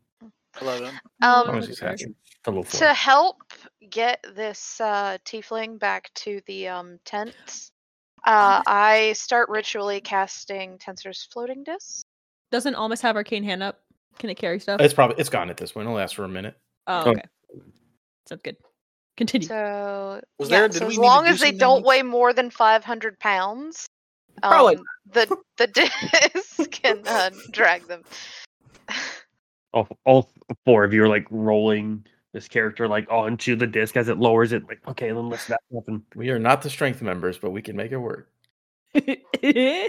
Speaker 2: I love him.
Speaker 5: As
Speaker 4: Um,
Speaker 5: long as
Speaker 3: he's
Speaker 5: we're there.
Speaker 3: happy.
Speaker 1: Pillow fort.
Speaker 4: to help get this uh, tiefling back to the um, tent, uh,
Speaker 2: Oh.
Speaker 4: I start ritually casting Tensor's floating disc.
Speaker 5: Doesn't Almas have arcane hand up? Can it carry stuff?
Speaker 3: It's probably it's gone at this point. It'll last for a minute.
Speaker 5: oh,
Speaker 1: Oh.
Speaker 5: okay. Sounds good. Continue.
Speaker 4: So,
Speaker 2: Was
Speaker 4: yeah,
Speaker 2: there- did we
Speaker 4: so as
Speaker 2: need to
Speaker 4: long
Speaker 2: do
Speaker 4: as they
Speaker 2: something
Speaker 4: don't
Speaker 2: else?
Speaker 4: weigh more than 500 pounds,
Speaker 6: Probably
Speaker 4: um, the the disc can uh, drag them.
Speaker 1: all, all four of you are like rolling this character like onto the disc as it lowers it. Like, okay, then let's that happen.
Speaker 3: We are not the strength members, but we can make it work.
Speaker 4: Yeah,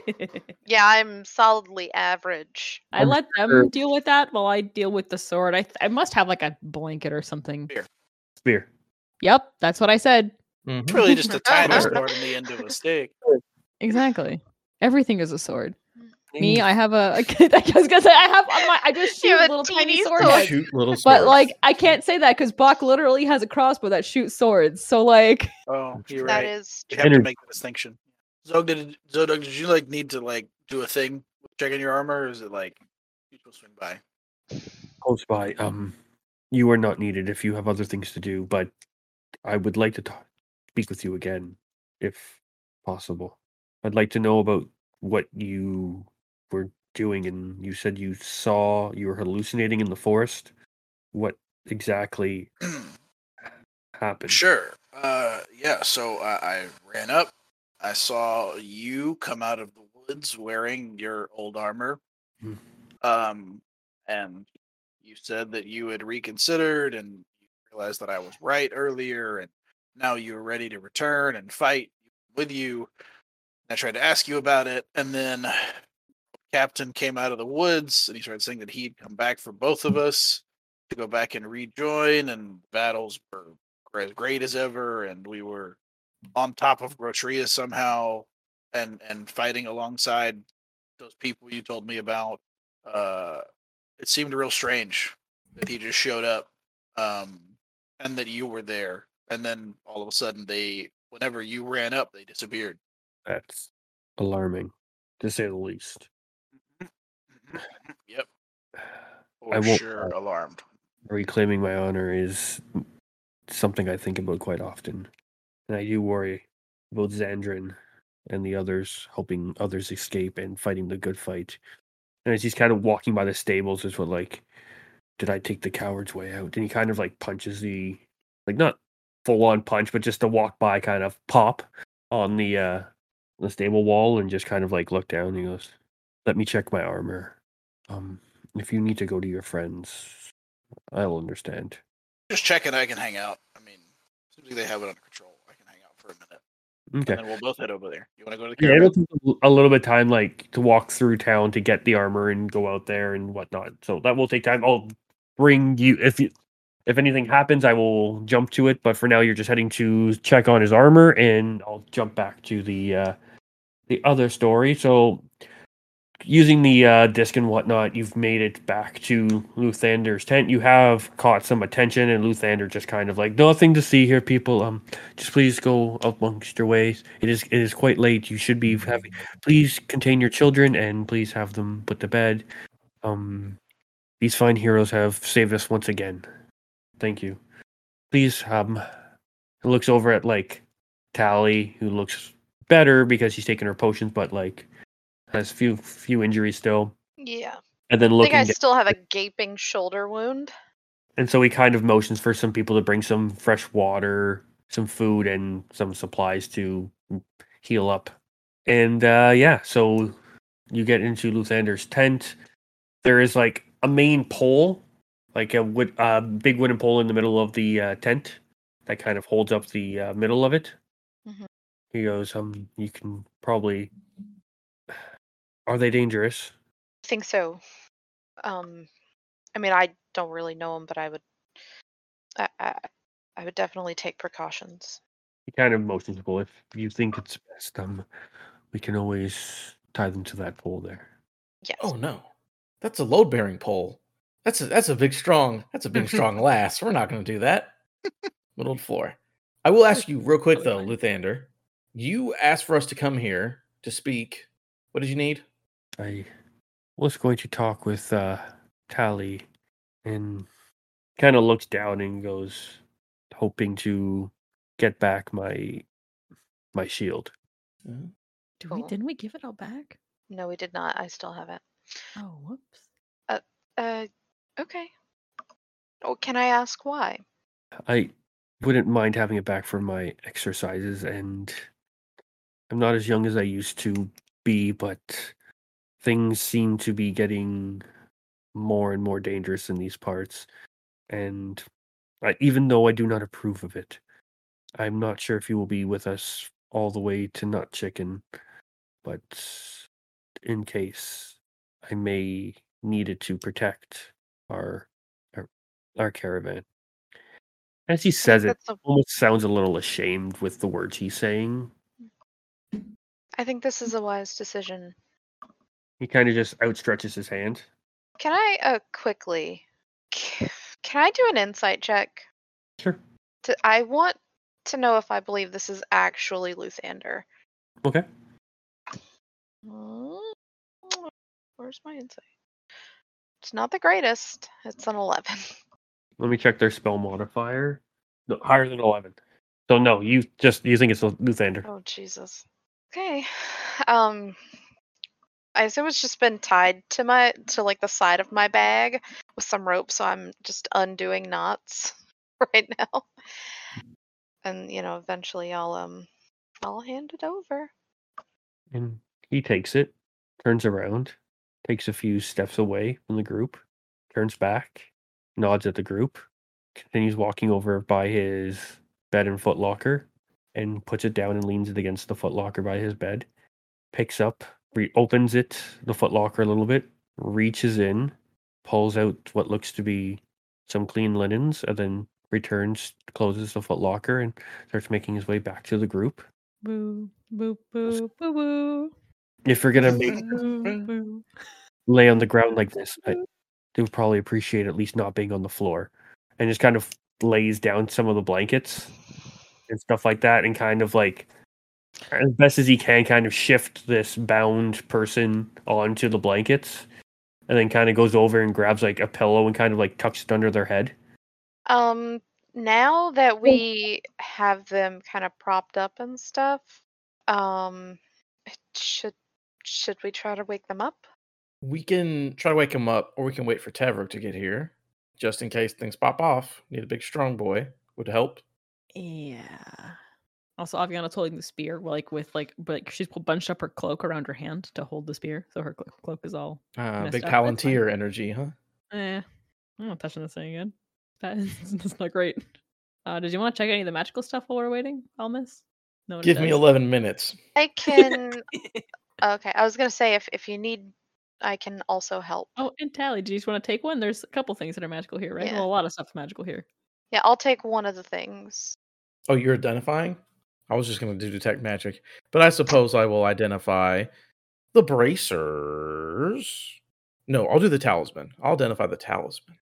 Speaker 4: I'm solidly average.
Speaker 5: I
Speaker 1: I'm
Speaker 5: let them
Speaker 1: sure-
Speaker 5: deal with that while I deal with the sword. I th- I must have like a blanket or something.
Speaker 1: Spear.
Speaker 5: Yep, that's what I said.
Speaker 3: Mhm.
Speaker 2: It's really just a tiny
Speaker 1: Sure.
Speaker 2: sword in the end of a stick.
Speaker 5: Exactly. Everything is a sword. Me, I have a. I was gonna say I have on my. I just
Speaker 4: You
Speaker 5: shoot
Speaker 4: have a
Speaker 5: little tiny
Speaker 4: teeny
Speaker 5: sword.
Speaker 4: sword.
Speaker 5: heads.
Speaker 3: Shoot little
Speaker 5: But
Speaker 3: swords.
Speaker 5: like, I can't say that because Bach literally has a crossbow that shoots swords. So like,
Speaker 2: Oh, you're
Speaker 4: That
Speaker 2: right.
Speaker 4: is
Speaker 2: You have to
Speaker 1: Energy.
Speaker 2: make the distinction. Zog, did Zodog, did you like need to like do a thing with checking your armor, or is it like you just swing by?
Speaker 1: close by. Um, you are not needed if you have other things to do, but I would like to talk, speak with you again, if possible. I'd like to know about what you were doing, and you said you saw you were hallucinating in the forest. What exactly happened?
Speaker 2: sure. Uh, yeah. So I, I ran up. I saw you come out of the woods wearing your old armor,
Speaker 1: Mhm.
Speaker 2: um, and you said that you had reconsidered and you realized that I was right earlier, and now you're ready to return and fight with you. I tried to ask you about it, and then Captain came out of the woods and he started saying that he'd come back for both of us to go back and rejoin, and battles were were as great as ever, and we were on top of Grotria somehow, and and fighting alongside those people you told me about. Uh, it seemed real strange that he just showed up, um, and that you were there, and then all of a sudden they, whenever you ran up, they disappeared.
Speaker 1: That's alarming, to say the least.
Speaker 2: yep,
Speaker 1: I
Speaker 2: for
Speaker 1: won't-
Speaker 2: sure alarmed.
Speaker 1: reclaiming my honor is something I think about quite often. And I do worry about Xandrin and the others helping others escape and fighting the good fight. And as he's kind of walking by the stables, is what like, did I take the coward's way out? And he kind of like punches the like not full on punch, but just a walk by kind of pop on the uh the stable wall and just kind of like look down and he goes, Let me check my armor. Um if you need to go to your friends, I'll understand.
Speaker 2: Just checking, I can hang out. I mean, seems like they have it under control. I can hang out for a minute,
Speaker 1: Okay.
Speaker 2: and then we'll both head over there. You want to go to the
Speaker 1: Yeah,
Speaker 2: caravan?
Speaker 1: it'll take a l- a little bit of time, like to walk through town to get the armor and go out there and whatnot. So that will take time. I'll bring you if you if anything happens, I will jump to it. But for now, you're just heading to check on his armor, and I'll jump back to the uh, the other story. So using the uh, disc and whatnot, you've made it back to Luthander's tent. You have caught some attention, and Luthander just kind of like nothing to see here, people. Um, just please go amongst your ways. It is it is quite late. You should be having. Please contain your children and please have them put to bed. Um, these fine heroes have saved us once again. Thank you. Please um, he looks over at like Tally, who looks better because she's taken her potions, but like has few few injuries still.
Speaker 4: Yeah.
Speaker 1: and then
Speaker 4: I think
Speaker 1: looking
Speaker 4: I
Speaker 1: down-
Speaker 4: still have a gaping shoulder wound.
Speaker 1: and so he kind of motions for some people to bring some fresh water, some food, and some supplies to heal up. And uh, yeah, so you get into Luthander's tent. There is like a main pole, like a wood, uh, big wooden pole in the middle of the uh, tent that kind of holds up the uh, middle of it.
Speaker 4: Mhm.
Speaker 1: He goes, um, you can probably. Are they dangerous?
Speaker 4: I think so. Um, I mean, I don't really know him, but I would, I, I, I would definitely take precautions.
Speaker 1: He kind of motions people. If you think it's best, um, we can always tie them to that pole there.
Speaker 4: Yes.
Speaker 3: Oh no, that's a load bearing pole. That's a that's a big strong. That's a big strong lass. We're not going to do that. Little floor. I will ask you real quick though, Luthander. You asked for us to come here to speak. What did you need?
Speaker 1: I was going to talk with uh, Tally, and kind of looks down and goes, hoping to get back my my shield.
Speaker 5: Do
Speaker 4: Cool.
Speaker 5: we, didn't we give it all back?
Speaker 4: No, we did not. I still have it.
Speaker 5: Oh, whoops.
Speaker 4: Uh, okay. Oh, can I ask why?
Speaker 1: I wouldn't mind having it back for my exercises, and I'm not as young as I used to be, but things seem to be getting more and more dangerous in these parts. And I, even though I do not approve of it, I'm not sure if you will be with us all the way to Nut Chicken, but in case I may need it to protect our our, our caravan. As he
Speaker 4: I think
Speaker 1: says it,
Speaker 4: that's a-
Speaker 1: almost sounds a little ashamed with the words he's saying.
Speaker 4: I think this
Speaker 1: Mm.
Speaker 4: is a wise decision.
Speaker 1: He kind of just outstretches his hand.
Speaker 4: Can I uh quickly? c- Can I do an insight check?
Speaker 1: Sure.
Speaker 4: To, I want to know if I believe this is actually Luthander.
Speaker 1: Okay.
Speaker 4: Mm, Where's my insight? It's not the greatest. It's an 11.
Speaker 1: Let me check their spell modifier. No, higher than eleven. So no, you just you think it's Luthander.
Speaker 4: Oh Jesus. Okay. Um I assume it's just been tied to my to like the side of my bag with some rope, so I'm just undoing knots right now. And you know, eventually I'll um I'll hand it over.
Speaker 1: And he takes it, turns around, takes a few steps away from the group, turns back, nods at the group, continues walking over by his bed and footlocker, and puts it down and leans it against the footlocker by his bed, picks up, reopens it, the footlocker a little bit, reaches in, pulls out what looks to be some clean linens, and then returns, closes the footlocker, and starts making his way back to the group.
Speaker 5: Boo, boo, boo, boo, boo.
Speaker 1: If you're gonna make
Speaker 5: Boo, boo.
Speaker 1: lay on the ground like this, I do probably appreciate at least not being on the floor. And just kind of lays down some of the blankets and stuff like that, and kind of like as best as he can, kind of shift this bound person onto the blankets, and then kind of goes over and grabs like a pillow and kind of like tucks it under their head.
Speaker 4: Um now that we have them kind of propped up and stuff, um it should should we try to wake them up?
Speaker 3: We can try to wake him up, or we can wait for Tavrook to get here, just in case things pop off. Need a big strong boy would help.
Speaker 5: Yeah. Also, Aviana's holding the spear, like with like, but like, she's bunched up her cloak around her hand to hold the spear, so her clo- cloak is all.
Speaker 3: Uh,
Speaker 5: Messed
Speaker 3: big
Speaker 5: up, that's fine.
Speaker 3: Palantir energy, huh?
Speaker 5: Eh, I'm not touching this thing again. That is that's not great. Uh, did you want to check any of the magical stuff while we're waiting, Almas? No. one
Speaker 3: Give me
Speaker 5: does.
Speaker 3: eleven minutes.
Speaker 4: I can Okay, I was gonna say if if you need, I can also help.
Speaker 5: Oh, and Tally, do you just want to take one? There's a couple things that are magical here, right?
Speaker 4: Yeah.
Speaker 5: Well, a lot of stuff's magical here.
Speaker 4: Yeah, I'll take one of the things.
Speaker 3: Oh, you're identifying? I was just going to do detect magic, but I suppose I will identify the bracers. No, I'll do the talisman. I'll identify the talisman.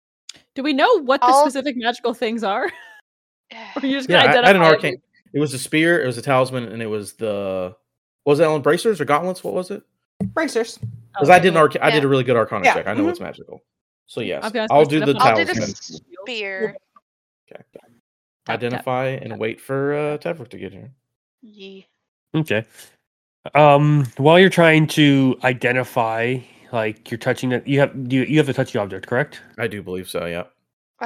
Speaker 5: Do we know what the
Speaker 4: I'll-
Speaker 5: specific magical things are? Or Oh, you just
Speaker 3: Yeah,
Speaker 5: gonna
Speaker 3: I, I
Speaker 5: identify
Speaker 3: had an
Speaker 5: them
Speaker 3: arcane. It was a spear, it was a talisman, and it was the. what Was that on bracers or gauntlets? What was it?
Speaker 6: Bracers.
Speaker 5: as-
Speaker 3: Because I
Speaker 5: okay,
Speaker 3: did an
Speaker 5: well,
Speaker 3: arc- I
Speaker 4: yeah.
Speaker 3: did a really good arcana
Speaker 6: Yeah,
Speaker 3: check. I know what's magical. So yes,
Speaker 5: I'll be honest,
Speaker 3: I'll
Speaker 5: messed
Speaker 3: do
Speaker 5: it
Speaker 3: the
Speaker 5: up on
Speaker 4: I'll
Speaker 5: the
Speaker 4: do
Speaker 5: first
Speaker 3: talisman.
Speaker 5: one.
Speaker 4: this spear.
Speaker 3: Okay, okay.
Speaker 5: tap.
Speaker 3: Identify and wait for uh, Tevric to get here.
Speaker 4: Ye.
Speaker 1: Okay. Um, while you're trying to identify Like you're touching it. You have you, you have to touch the object, correct?
Speaker 3: I do believe so. Yeah.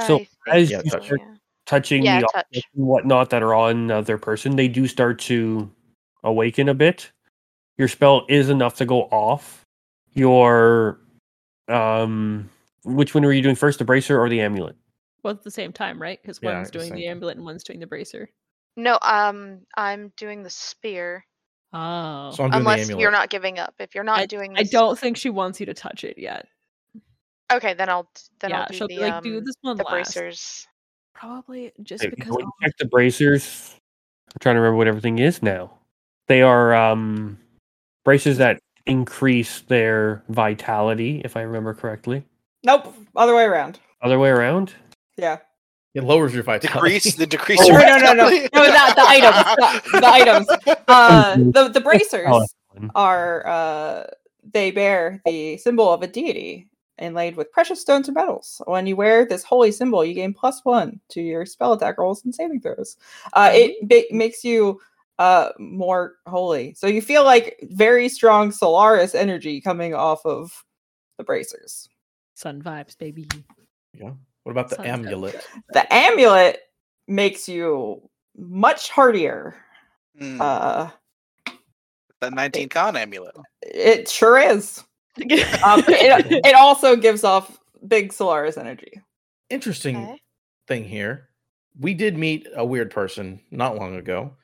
Speaker 1: So,
Speaker 4: I
Speaker 1: as
Speaker 4: think
Speaker 3: you
Speaker 4: so,
Speaker 1: start-
Speaker 4: yeah.
Speaker 1: Touching
Speaker 4: Yeah,
Speaker 1: the
Speaker 4: touch.
Speaker 1: object and whatnot that are on the other person, they do start to awaken a bit. Your spell is enough to go off. Your um, which one were you doing first, the bracer or the amulet?
Speaker 5: Both at the same time, right? Because
Speaker 3: Yeah,
Speaker 5: one's
Speaker 3: at the
Speaker 5: doing the
Speaker 3: same time.
Speaker 5: amulet and one's doing the bracer.
Speaker 4: No, um, I'm doing the spear.
Speaker 5: Oh.
Speaker 3: So I'm doing
Speaker 4: Unless
Speaker 3: the
Speaker 4: you're
Speaker 3: amulet.
Speaker 4: not giving up. If you're not doing, the
Speaker 5: I
Speaker 4: s-
Speaker 5: don't think she wants you to touch it yet.
Speaker 4: Okay, then I'll then
Speaker 5: yeah,
Speaker 4: I'll do
Speaker 5: she'll
Speaker 4: the
Speaker 5: be like,
Speaker 4: um,
Speaker 5: do this one
Speaker 4: the
Speaker 5: last.
Speaker 4: bracers.
Speaker 5: Probably just
Speaker 1: Wait,
Speaker 5: because.
Speaker 1: when you
Speaker 5: oh,
Speaker 1: check the bracers. I'm trying to remember what everything is now. They are um, bracers that increase their vitality, if I remember correctly.
Speaker 6: Nope, other way around.
Speaker 1: Other way around.
Speaker 6: Yeah.
Speaker 3: It lowers your vitality.
Speaker 2: Decrease the decrease.
Speaker 6: Oh,
Speaker 2: your
Speaker 6: no, no, no.
Speaker 2: vitality.
Speaker 6: No, not the items, the- the items. Uh, the the bracers are uh, they bear the symbol of a deity inlaid with precious stones or metals. When you wear this holy symbol, you gain plus one to your spell attack rolls and saving throws. Uh, it ba- makes you uh, more holy, so you feel like very strong Solaris energy coming off of the bracers.
Speaker 5: Sun vibes, baby.
Speaker 3: Yeah. What about the
Speaker 5: Sounds good.
Speaker 3: amulet?
Speaker 6: The amulet makes you much hardier.
Speaker 2: Mm,
Speaker 6: Uh,
Speaker 2: the 19 con amulet.
Speaker 6: it sure is. Um, it, it also gives off big Solaris energy.
Speaker 3: Interesting
Speaker 4: Okay.
Speaker 3: thing here. We did meet a weird person not long ago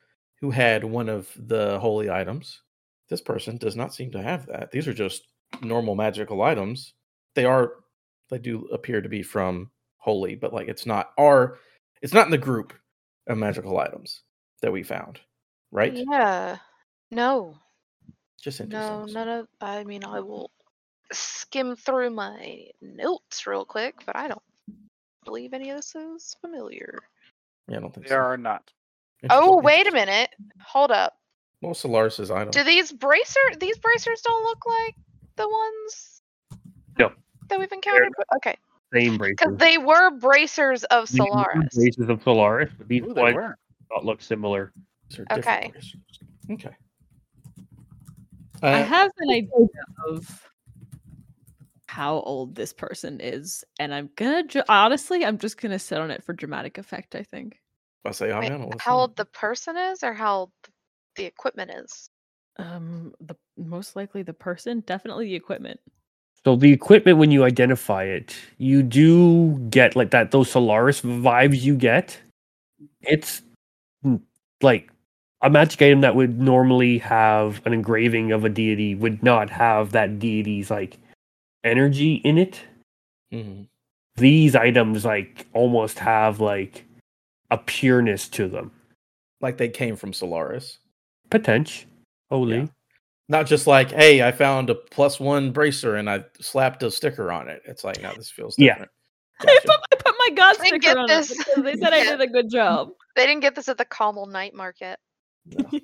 Speaker 3: who had one of the holy items. This person does not seem to have that. These are just normal magical items. They are they do appear to be from holy, but like it's not our it's not in the group of magical items that we found, right?
Speaker 4: Yeah. No.
Speaker 3: Just
Speaker 4: No.
Speaker 3: interesting.
Speaker 4: None of. I mean, I will skim through my notes real quick, but I don't believe any of this is familiar.
Speaker 3: Yeah, I don't think
Speaker 2: They are not.
Speaker 3: so.
Speaker 4: Oh,
Speaker 3: Interesting, Oh.
Speaker 4: wait a
Speaker 3: interesting.
Speaker 4: minute. Hold up.
Speaker 3: What was Solaris's item?
Speaker 4: Do these bracer these bracers don't look like the ones
Speaker 1: No.
Speaker 4: that we've encountered?
Speaker 1: not-
Speaker 4: Okay.
Speaker 1: Same bracers.
Speaker 4: Because they were bracers of
Speaker 1: These are
Speaker 4: Solaris.
Speaker 1: Bracers of Solaris. But these
Speaker 2: Ooh, they
Speaker 1: ones
Speaker 2: were.
Speaker 1: not look similar.
Speaker 3: These are different
Speaker 4: Okay.
Speaker 3: bracers. Okay.
Speaker 5: I
Speaker 3: Uh,
Speaker 5: have an idea of how old this person is, and I'm gonna ju- honestly, I'm just gonna sit on it for dramatic effect. I think.
Speaker 3: I say,
Speaker 4: Wait,
Speaker 3: Aviana, what's
Speaker 4: how
Speaker 3: that?
Speaker 4: old the person is or how old th- the equipment is?
Speaker 5: Um, the most likely the person, definitely the equipment.
Speaker 1: So the equipment, when you identify it, you do get like that those Solaris vibes you get. It's mm, like a magic item that would normally have an engraving of a deity would not have that deity's like energy in it.
Speaker 3: Mhm.
Speaker 1: These items like almost have like a pureness to them.
Speaker 3: Like they came from Solaris.
Speaker 1: Potential. Holy.
Speaker 3: Yeah. Not just like, hey, I found a plus one bracer and I slapped a sticker on it. It's like, no, this feels
Speaker 1: Yeah.
Speaker 3: different.
Speaker 5: I, put,
Speaker 3: Gotcha.
Speaker 5: I put my god
Speaker 4: I
Speaker 5: sticker
Speaker 4: get
Speaker 5: on
Speaker 4: this.
Speaker 5: it because they said I did a good job.
Speaker 4: They didn't get this at the Carmel night market.
Speaker 3: No.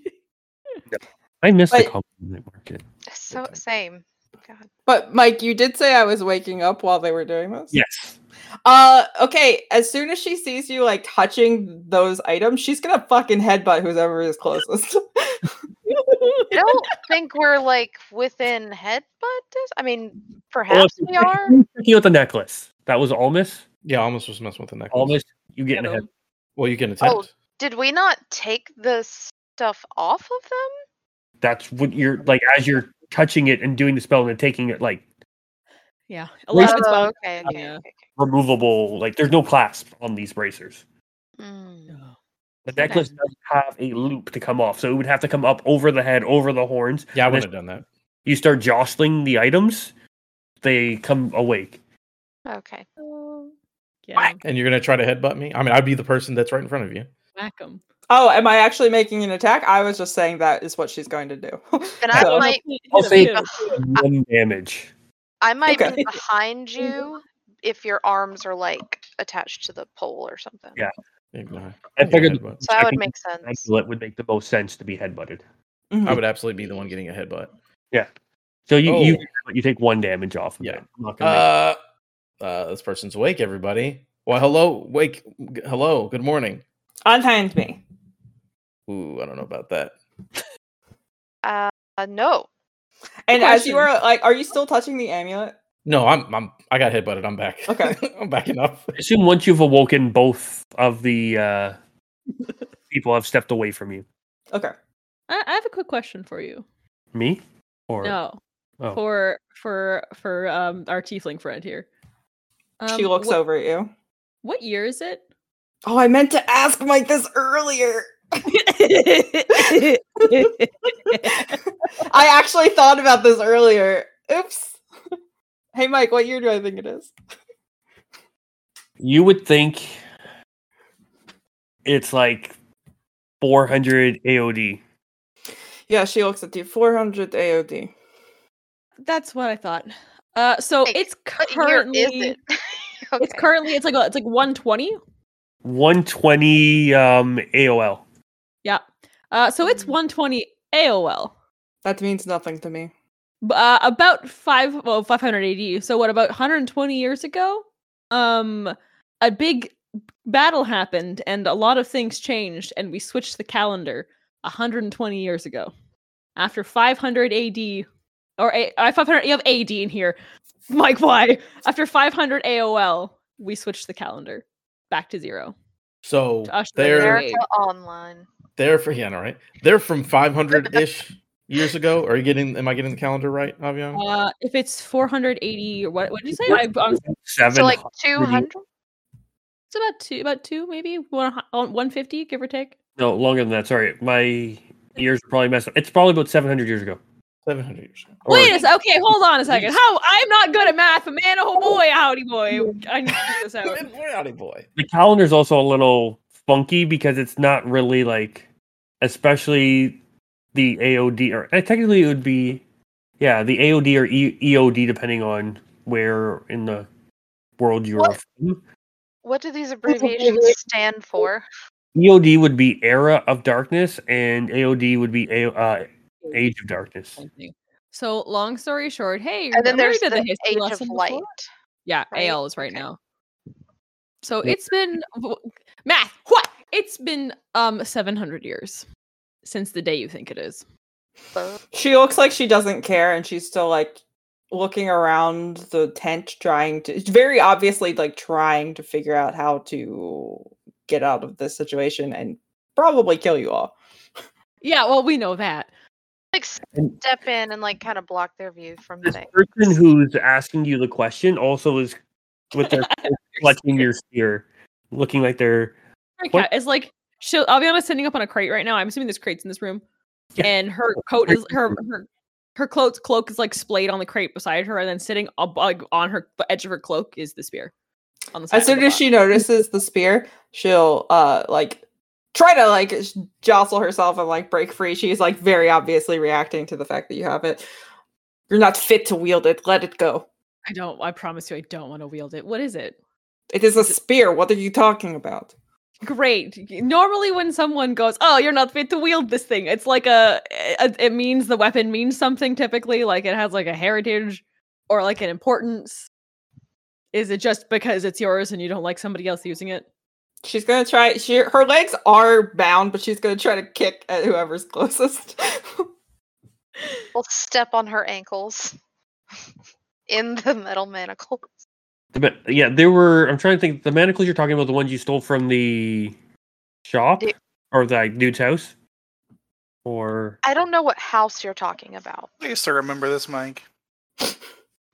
Speaker 1: I missed the
Speaker 6: But-
Speaker 1: compliment market.
Speaker 4: So
Speaker 3: Okay.
Speaker 4: same. God.
Speaker 6: But Mike, you did say I was waking up while they were doing this.
Speaker 1: Yes.
Speaker 6: Uh, okay. As soon as she sees you like touching those items, she's gonna fucking headbutt whoever is closest.
Speaker 4: I don't think we're like within headbutt dis- I mean, perhaps we are.
Speaker 1: Checking out the necklace. That was Almus.
Speaker 3: Yeah, almost was messing with the necklace.
Speaker 1: Almus, you get in a head.
Speaker 5: Um,
Speaker 3: Well,
Speaker 4: Oh.
Speaker 3: you can attempt.
Speaker 4: Did we not take the stuff off of them?
Speaker 1: That's what you're like as you're touching it and doing the spell and taking it like
Speaker 5: yeah, Elizabeth's
Speaker 4: Oh,
Speaker 5: bound-
Speaker 4: okay, okay,
Speaker 5: Yeah.
Speaker 4: okay,
Speaker 1: removable. Like there's no clasp on these bracers.
Speaker 4: okay. Mm.
Speaker 5: Oh.
Speaker 1: The
Speaker 4: Okay.
Speaker 1: necklace doesn't have a loop to come off, so it would have to come up over the head, over the horns.
Speaker 3: Yeah, I
Speaker 1: And
Speaker 3: wouldn't
Speaker 1: as
Speaker 3: have done that.
Speaker 1: you start jostling the items, they come awake.
Speaker 4: Okay.
Speaker 5: Oh, Yeah,
Speaker 1: Whack.
Speaker 3: And you're going to try to headbutt me? I mean, I'd be the person that's right in front of you.
Speaker 5: whack 'em.
Speaker 6: oh, am I actually making an attack? I was just saying that is what she's going to do.
Speaker 4: Then I
Speaker 6: So-
Speaker 4: might
Speaker 1: I'll
Speaker 5: Hit 'em,
Speaker 1: say-
Speaker 5: hit 'em.
Speaker 1: One damage.
Speaker 4: I might
Speaker 6: Okay.
Speaker 4: be behind you if your arms are like attached to the pole or something.
Speaker 1: Yeah.
Speaker 3: Ignore.
Speaker 1: I
Speaker 3: Yeah,
Speaker 1: figured
Speaker 3: headbutt.
Speaker 4: So that would
Speaker 1: Checking
Speaker 4: make
Speaker 1: the
Speaker 4: sense.
Speaker 1: amulet would make the most sense to be headbutted.
Speaker 6: Mhm.
Speaker 3: I would absolutely be the one getting a headbutt.
Speaker 1: So you you,
Speaker 3: Oh.
Speaker 1: you take one damage off of
Speaker 3: Yeah.
Speaker 1: it. I'm not gonna make-
Speaker 3: Uh, uh, this person's awake, everybody. Well, hello, wake. g- Hello, good morning.
Speaker 6: Unhand me.
Speaker 3: Ooh, I don't know about that.
Speaker 4: Uh, no.
Speaker 6: And as you
Speaker 5: question.
Speaker 6: are like, are you still touching the amulet?
Speaker 3: No, I'm I'm I got headbutted. I'm back.
Speaker 6: Okay.
Speaker 3: I'm backing up.
Speaker 1: I assume once you've awoken, both of the uh, people have stepped away from you.
Speaker 6: Okay.
Speaker 5: I, I have a quick question for you.
Speaker 1: Me? Or
Speaker 5: no,
Speaker 1: oh.
Speaker 5: for for for um our tiefling friend here. Um,
Speaker 6: she looks
Speaker 5: what,
Speaker 6: over at you.
Speaker 5: What year is it?
Speaker 6: Oh, I meant to ask Mike this earlier. I actually thought about this earlier. Oops. Hey Mike, what year do I think it is?
Speaker 1: you would think it's like 400 AOD.
Speaker 6: Yeah, she looks at you. 400 AOD.
Speaker 5: That's what I thought. Uh, so
Speaker 4: Like,
Speaker 5: it's
Speaker 4: What year
Speaker 5: currently
Speaker 4: is it? okay.
Speaker 5: it's currently it's like a, it's like one twenty.
Speaker 1: 120 um, AOL.
Speaker 5: Yeah. Uh, so it's
Speaker 4: Mm.
Speaker 5: one twenty AOL.
Speaker 6: That means nothing to me.
Speaker 5: B- Uh, about five well five hundred AD. So what about one hundred and twenty years ago? Um, a big battle happened and a lot of things changed, and we switched the calendar one hundred and twenty years ago. After five hundred AD, or a- uh, five hundred you have AD in here, Mike. Why? After five hundred AOL, we switched the calendar back to zero.
Speaker 3: So
Speaker 5: To usher in
Speaker 3: they're
Speaker 5: America.
Speaker 4: America Online.
Speaker 3: they're for yeah, all right. They're from 500 ish years ago. Are you getting? Am I getting the calendar right, Avion?
Speaker 5: Uh, if it's four hundred eighty or what? What did you say? I, I'm
Speaker 1: Seven.
Speaker 4: So like 200?
Speaker 5: It's about two, about two, maybe one, one fifty, give or take.
Speaker 1: no, longer than that. Sorry. My ears are probably messed up. It's probably about 700 years ago.
Speaker 3: 700 years ago.
Speaker 1: Or-
Speaker 5: Wait a sec. Okay, hold on a second. How I'm not good at math, but man, oh boy, howdy boy, I need to figure this out.
Speaker 3: Good howdy, boy.
Speaker 1: the calendar's also a little funky because it's not really like especially the AOD or eh, technically it would be yeah, the AOD or e- EOD depending on where in the world you are
Speaker 4: What?
Speaker 1: from.
Speaker 4: What do these abbreviations stand for?
Speaker 1: EOD E would be Era of Darkness and AOD would be a- uh, Age of Darkness.
Speaker 5: So long story short, hey,
Speaker 4: And then
Speaker 5: remember we
Speaker 4: there's
Speaker 5: did
Speaker 4: the
Speaker 5: history
Speaker 4: Age of
Speaker 5: lesson before?
Speaker 4: Light.
Speaker 5: Yeah,
Speaker 4: right?
Speaker 5: AL is right
Speaker 4: Okay.
Speaker 5: now. So
Speaker 1: Yeah.
Speaker 5: it's been w- math. What? It's been um seven hundred years since the day you think it is.
Speaker 4: So-
Speaker 6: She looks like she doesn't care and she's still like looking around the tent trying to very obviously like trying to figure out how to get out of this situation and probably kill you all.
Speaker 5: Yeah, well, we know that.
Speaker 4: Like step in and like kind of block their view from
Speaker 1: This
Speaker 4: things.
Speaker 1: person who's asking you the question also is with their clutching your spear, looking like they're
Speaker 5: Her
Speaker 1: What-
Speaker 5: cat is like she'll I'll be honest sitting up on a crate right now. I'm assuming there's crates in this room.
Speaker 1: Yeah.
Speaker 5: And her coat is her her her cloak cloak is like splayed on the crate beside her, and then sitting up, like on her the edge of her cloak is the spear. On the side
Speaker 6: As
Speaker 5: of
Speaker 6: soon
Speaker 5: the
Speaker 6: as
Speaker 5: rock.
Speaker 6: she notices the spear, she'll uh like try to like sh- jostle herself and like break free. She's like very obviously reacting to the fact that you have it. You're not fit to wield it. Let it go.
Speaker 5: I don't I promise you I don't want to wield it. What is it?
Speaker 6: It is a spear. What are you talking about?
Speaker 5: Great. Y- Normally when someone goes, Oh, you're not fit to wield this thing, it's like a, a it means the weapon means something typically, like it has like a heritage or like an importance. Is it just because it's yours and you don't like somebody else using it?
Speaker 6: She's gonna try. She her legs are bound, but she's gonna try to kick at whoever's closest.
Speaker 4: will step on her ankles in the metal manacles.
Speaker 1: The, ma- yeah, there were. I'm trying to think. The manacles you're talking about, the ones you stole from the shop
Speaker 4: Dude.
Speaker 1: or the dude's house, or
Speaker 4: I don't know what house you're talking about.
Speaker 2: I used to remember this, Mike.
Speaker 4: That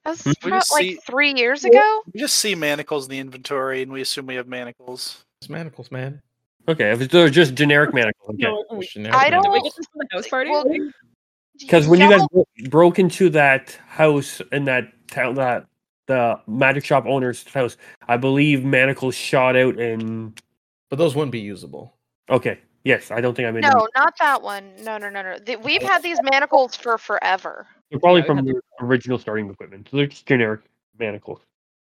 Speaker 4: was
Speaker 1: Hmm?
Speaker 2: We
Speaker 4: about
Speaker 2: just
Speaker 4: like
Speaker 2: see-
Speaker 4: three years ago.
Speaker 2: We just see manacles in the inventory, and we assume we have manacles.
Speaker 3: It's manacles, man.
Speaker 1: okay, if it's they're just generic manacles, okay.
Speaker 3: It's generic
Speaker 4: I
Speaker 5: Did
Speaker 4: don't-
Speaker 5: we
Speaker 3: manacles.
Speaker 5: get this from the house party?
Speaker 4: Well,
Speaker 1: Because when you
Speaker 4: y'all-
Speaker 1: guys bro- broke into that house in that town, that the magic shop owner's house, I believe manacles shot out and
Speaker 3: But those wouldn't be usable.
Speaker 1: okay. Yes, I don't think I made. them.
Speaker 4: no, not that one. No, no, no, no. The- we've had these manacles for forever.
Speaker 1: they're probably
Speaker 5: yeah, we
Speaker 1: from
Speaker 5: had
Speaker 1: the original starting equipment. So they're just generic manacles.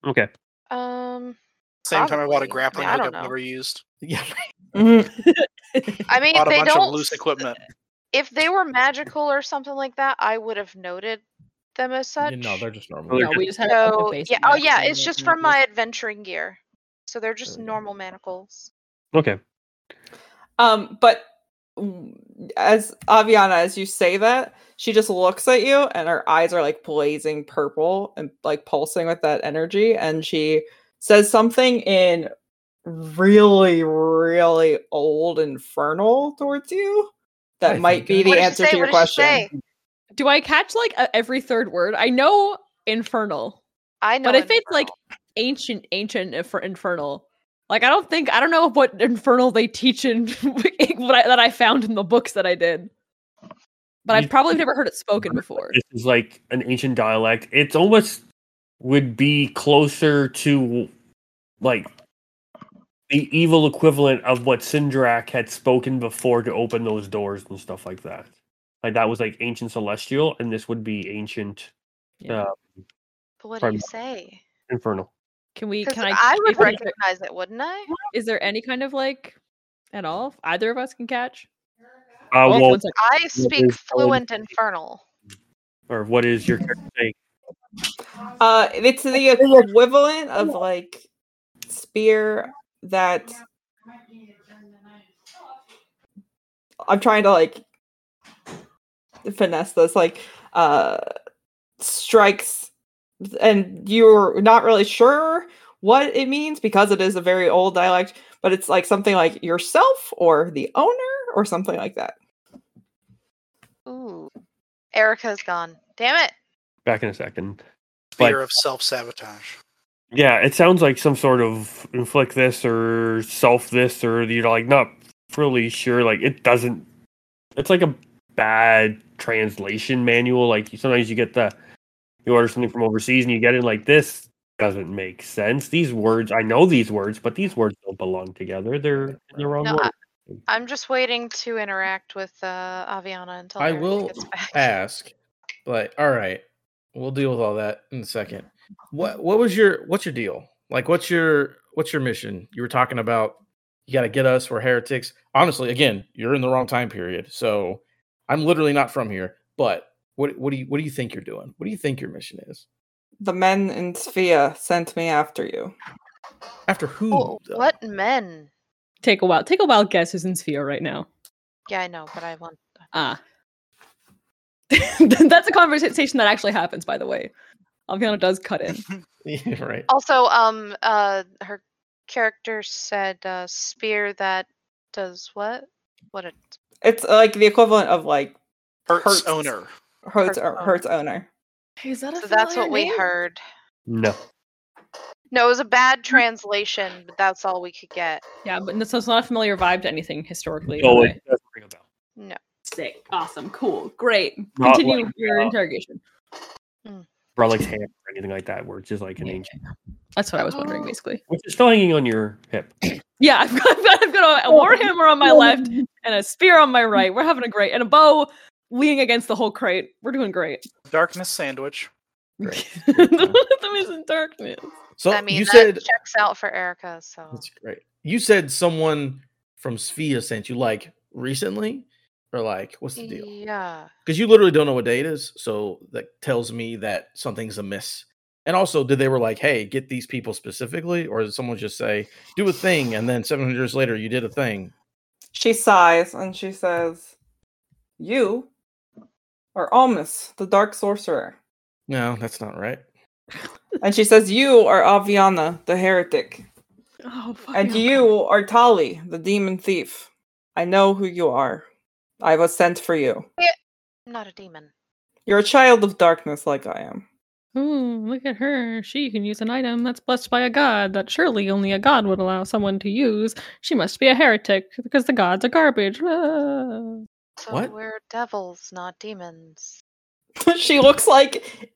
Speaker 1: Okay,
Speaker 4: Um,
Speaker 2: Same time I bought
Speaker 4: Probably. I
Speaker 2: a
Speaker 4: mean,
Speaker 2: grappling
Speaker 4: I
Speaker 2: hook
Speaker 4: don't
Speaker 2: I've
Speaker 4: know.
Speaker 2: never used.
Speaker 3: Yeah.
Speaker 4: I mean,
Speaker 2: Bought a
Speaker 4: they
Speaker 2: bunch
Speaker 4: don't.
Speaker 2: of loose equipment.
Speaker 4: If they were magical or something like that, I would have noted them as such.
Speaker 3: No, they're just normal.
Speaker 1: Well,
Speaker 5: no, we just had a
Speaker 4: so
Speaker 5: basic
Speaker 4: yeah. Oh
Speaker 5: manacles
Speaker 4: yeah,
Speaker 5: and
Speaker 4: it's
Speaker 5: then
Speaker 4: just
Speaker 5: we had
Speaker 4: from my adventuring gear. So they're just
Speaker 3: we go.
Speaker 4: normal manacles.
Speaker 1: okay.
Speaker 6: um, but as Aviana, as you say that, she just looks at you and her eyes are like blazing purple and like pulsing with that energy. And she says something in really, really old infernal towards you that
Speaker 1: I think
Speaker 6: might be
Speaker 1: I-
Speaker 6: the
Speaker 4: What did she
Speaker 6: answer
Speaker 4: say?
Speaker 6: to your
Speaker 4: What did she
Speaker 6: question.
Speaker 4: say?
Speaker 5: Do I catch like a, every third word? I know infernal,
Speaker 4: I know.
Speaker 5: but if it's like
Speaker 4: infernal.
Speaker 5: ancient, ancient infer- infernal, like I don't think I don't know what infernal they teach in what I, that I found in the books that I did. But
Speaker 1: You-
Speaker 5: I've probably never heard it spoken before.
Speaker 1: This is like an ancient dialect. It's almost would be closer to like the evil equivalent of what Sindrak had spoken before to open those doors and stuff like that. Like that was like ancient celestial, and this would be ancient
Speaker 5: Yeah.
Speaker 4: But what do
Speaker 1: pardon
Speaker 4: you
Speaker 1: me.
Speaker 4: say?
Speaker 1: infernal.
Speaker 5: Can we?
Speaker 4: Because
Speaker 5: Can
Speaker 4: I,
Speaker 5: I?
Speaker 4: would
Speaker 5: if we-
Speaker 4: recognize it, wouldn't I?
Speaker 5: Is there any kind of like at all either of us can catch?
Speaker 1: Uh,
Speaker 5: Oh,
Speaker 1: well,
Speaker 5: one sec.
Speaker 4: I speak
Speaker 1: is- I wouldn't
Speaker 4: fluent infernal.
Speaker 1: or what is your character saying?
Speaker 6: Uh, it's the equivalent of like spear that I'm trying to like finesse this like uh strikes and you're not really sure what it means because it is a very old dialect but it's like something like yourself or the owner or something like that
Speaker 4: Ooh, Erica's gone. Damn it!
Speaker 1: Back in a second.
Speaker 2: Fear
Speaker 1: But-
Speaker 2: of self sabotage.
Speaker 1: Yeah, it sounds like some sort of inflict this or self this or you're like not really sure. Like it doesn't. It's like a bad translation manual. Like you- sometimes you get the you order something from overseas and you get it like this doesn't make sense. These words, I know these words, but these words don't belong together. They're in the
Speaker 6: Oh,
Speaker 1: wrong
Speaker 4: No,
Speaker 1: order.
Speaker 4: I'm just waiting to interact with uh, Aviana until
Speaker 3: I
Speaker 4: Erica
Speaker 3: will
Speaker 4: gets back.
Speaker 3: ask, but all right, we'll deal with all that in a second. What what was your what's your deal? Like what's your what's your mission? You were talking about you got to get us. We're heretics. Honestly, again, you're in the wrong time period. So I'm literally not from here. But what what do you what do you think you're doing? What do you think your mission is?
Speaker 6: the men in Sphia sent me after you
Speaker 3: After who?
Speaker 4: Oh,
Speaker 3: though?
Speaker 4: what
Speaker 6: uh,
Speaker 4: men?
Speaker 5: Take a while. Take a wild guess who's in Sphere right now.
Speaker 4: Yeah, I know, but I want.
Speaker 5: Ah. That's a conversation that actually happens, by the way. Alviano does cut in.
Speaker 3: Yeah, right.
Speaker 4: Also, um, uh, her character said uh, spear that does what? What? It
Speaker 6: it's uh, like the equivalent of like
Speaker 2: Hurts,
Speaker 6: Hurts.
Speaker 2: owner.
Speaker 4: Hertz
Speaker 6: Hertz,
Speaker 4: owner.
Speaker 6: Hertz owner
Speaker 5: Is that
Speaker 4: so that's what we heard.
Speaker 1: No,
Speaker 4: No, it was a bad translation, but that's all we could get.
Speaker 5: Yeah, but n- so it's not a familiar vibe to anything historically.
Speaker 1: no,
Speaker 5: No,
Speaker 1: it doesn't ring a bell.
Speaker 4: No.
Speaker 5: Sick. Awesome. Cool. Great.
Speaker 1: Not
Speaker 5: Continue
Speaker 1: like,
Speaker 5: your
Speaker 1: uh,
Speaker 5: interrogation.
Speaker 1: Brolic hand or anything like that, where it's just like an
Speaker 5: Yeah.
Speaker 1: ancient,
Speaker 5: That's what I was wondering,
Speaker 4: Oh.
Speaker 5: basically.
Speaker 1: which is still hanging on your hip.
Speaker 5: Yeah, I've got, I've got, I've got a, a warhammer on my left and a spear on my right. We're having a great and a bow leaning against the whole crate. We're doing great.
Speaker 2: Darkness sandwich.
Speaker 5: Great.
Speaker 3: Great.
Speaker 5: that means in darkness.
Speaker 3: So
Speaker 4: I mean,
Speaker 3: you
Speaker 4: that
Speaker 3: said
Speaker 4: checks out for Erica. So
Speaker 3: That's great. You said someone from Sphia sent you like recently, or like what's the deal?
Speaker 4: yeah,
Speaker 3: Because you literally don't know what day it is, so that tells me that something's amiss. And also, did they were like, "Hey, get these people specifically," or did someone just say, "Do a thing," and then seven hundred years later, you did a thing?
Speaker 6: She sighs and she says, You are Almus, the dark sorcerer.
Speaker 3: No, that's not right.
Speaker 6: And she says, You are Aviana, the heretic.
Speaker 5: Oh, fuck.
Speaker 6: And you are Tali, the demon thief. I know who you are. I was sent for you.
Speaker 4: I'm not a demon.
Speaker 6: You're a child of darkness like I am.
Speaker 5: Ooh, look at her. She can use an item that's blessed by a god that surely only a god would allow someone to use. She must be a heretic because the gods are garbage. Ah.
Speaker 4: So
Speaker 3: What?
Speaker 4: we're devils, not demons.
Speaker 6: she looks like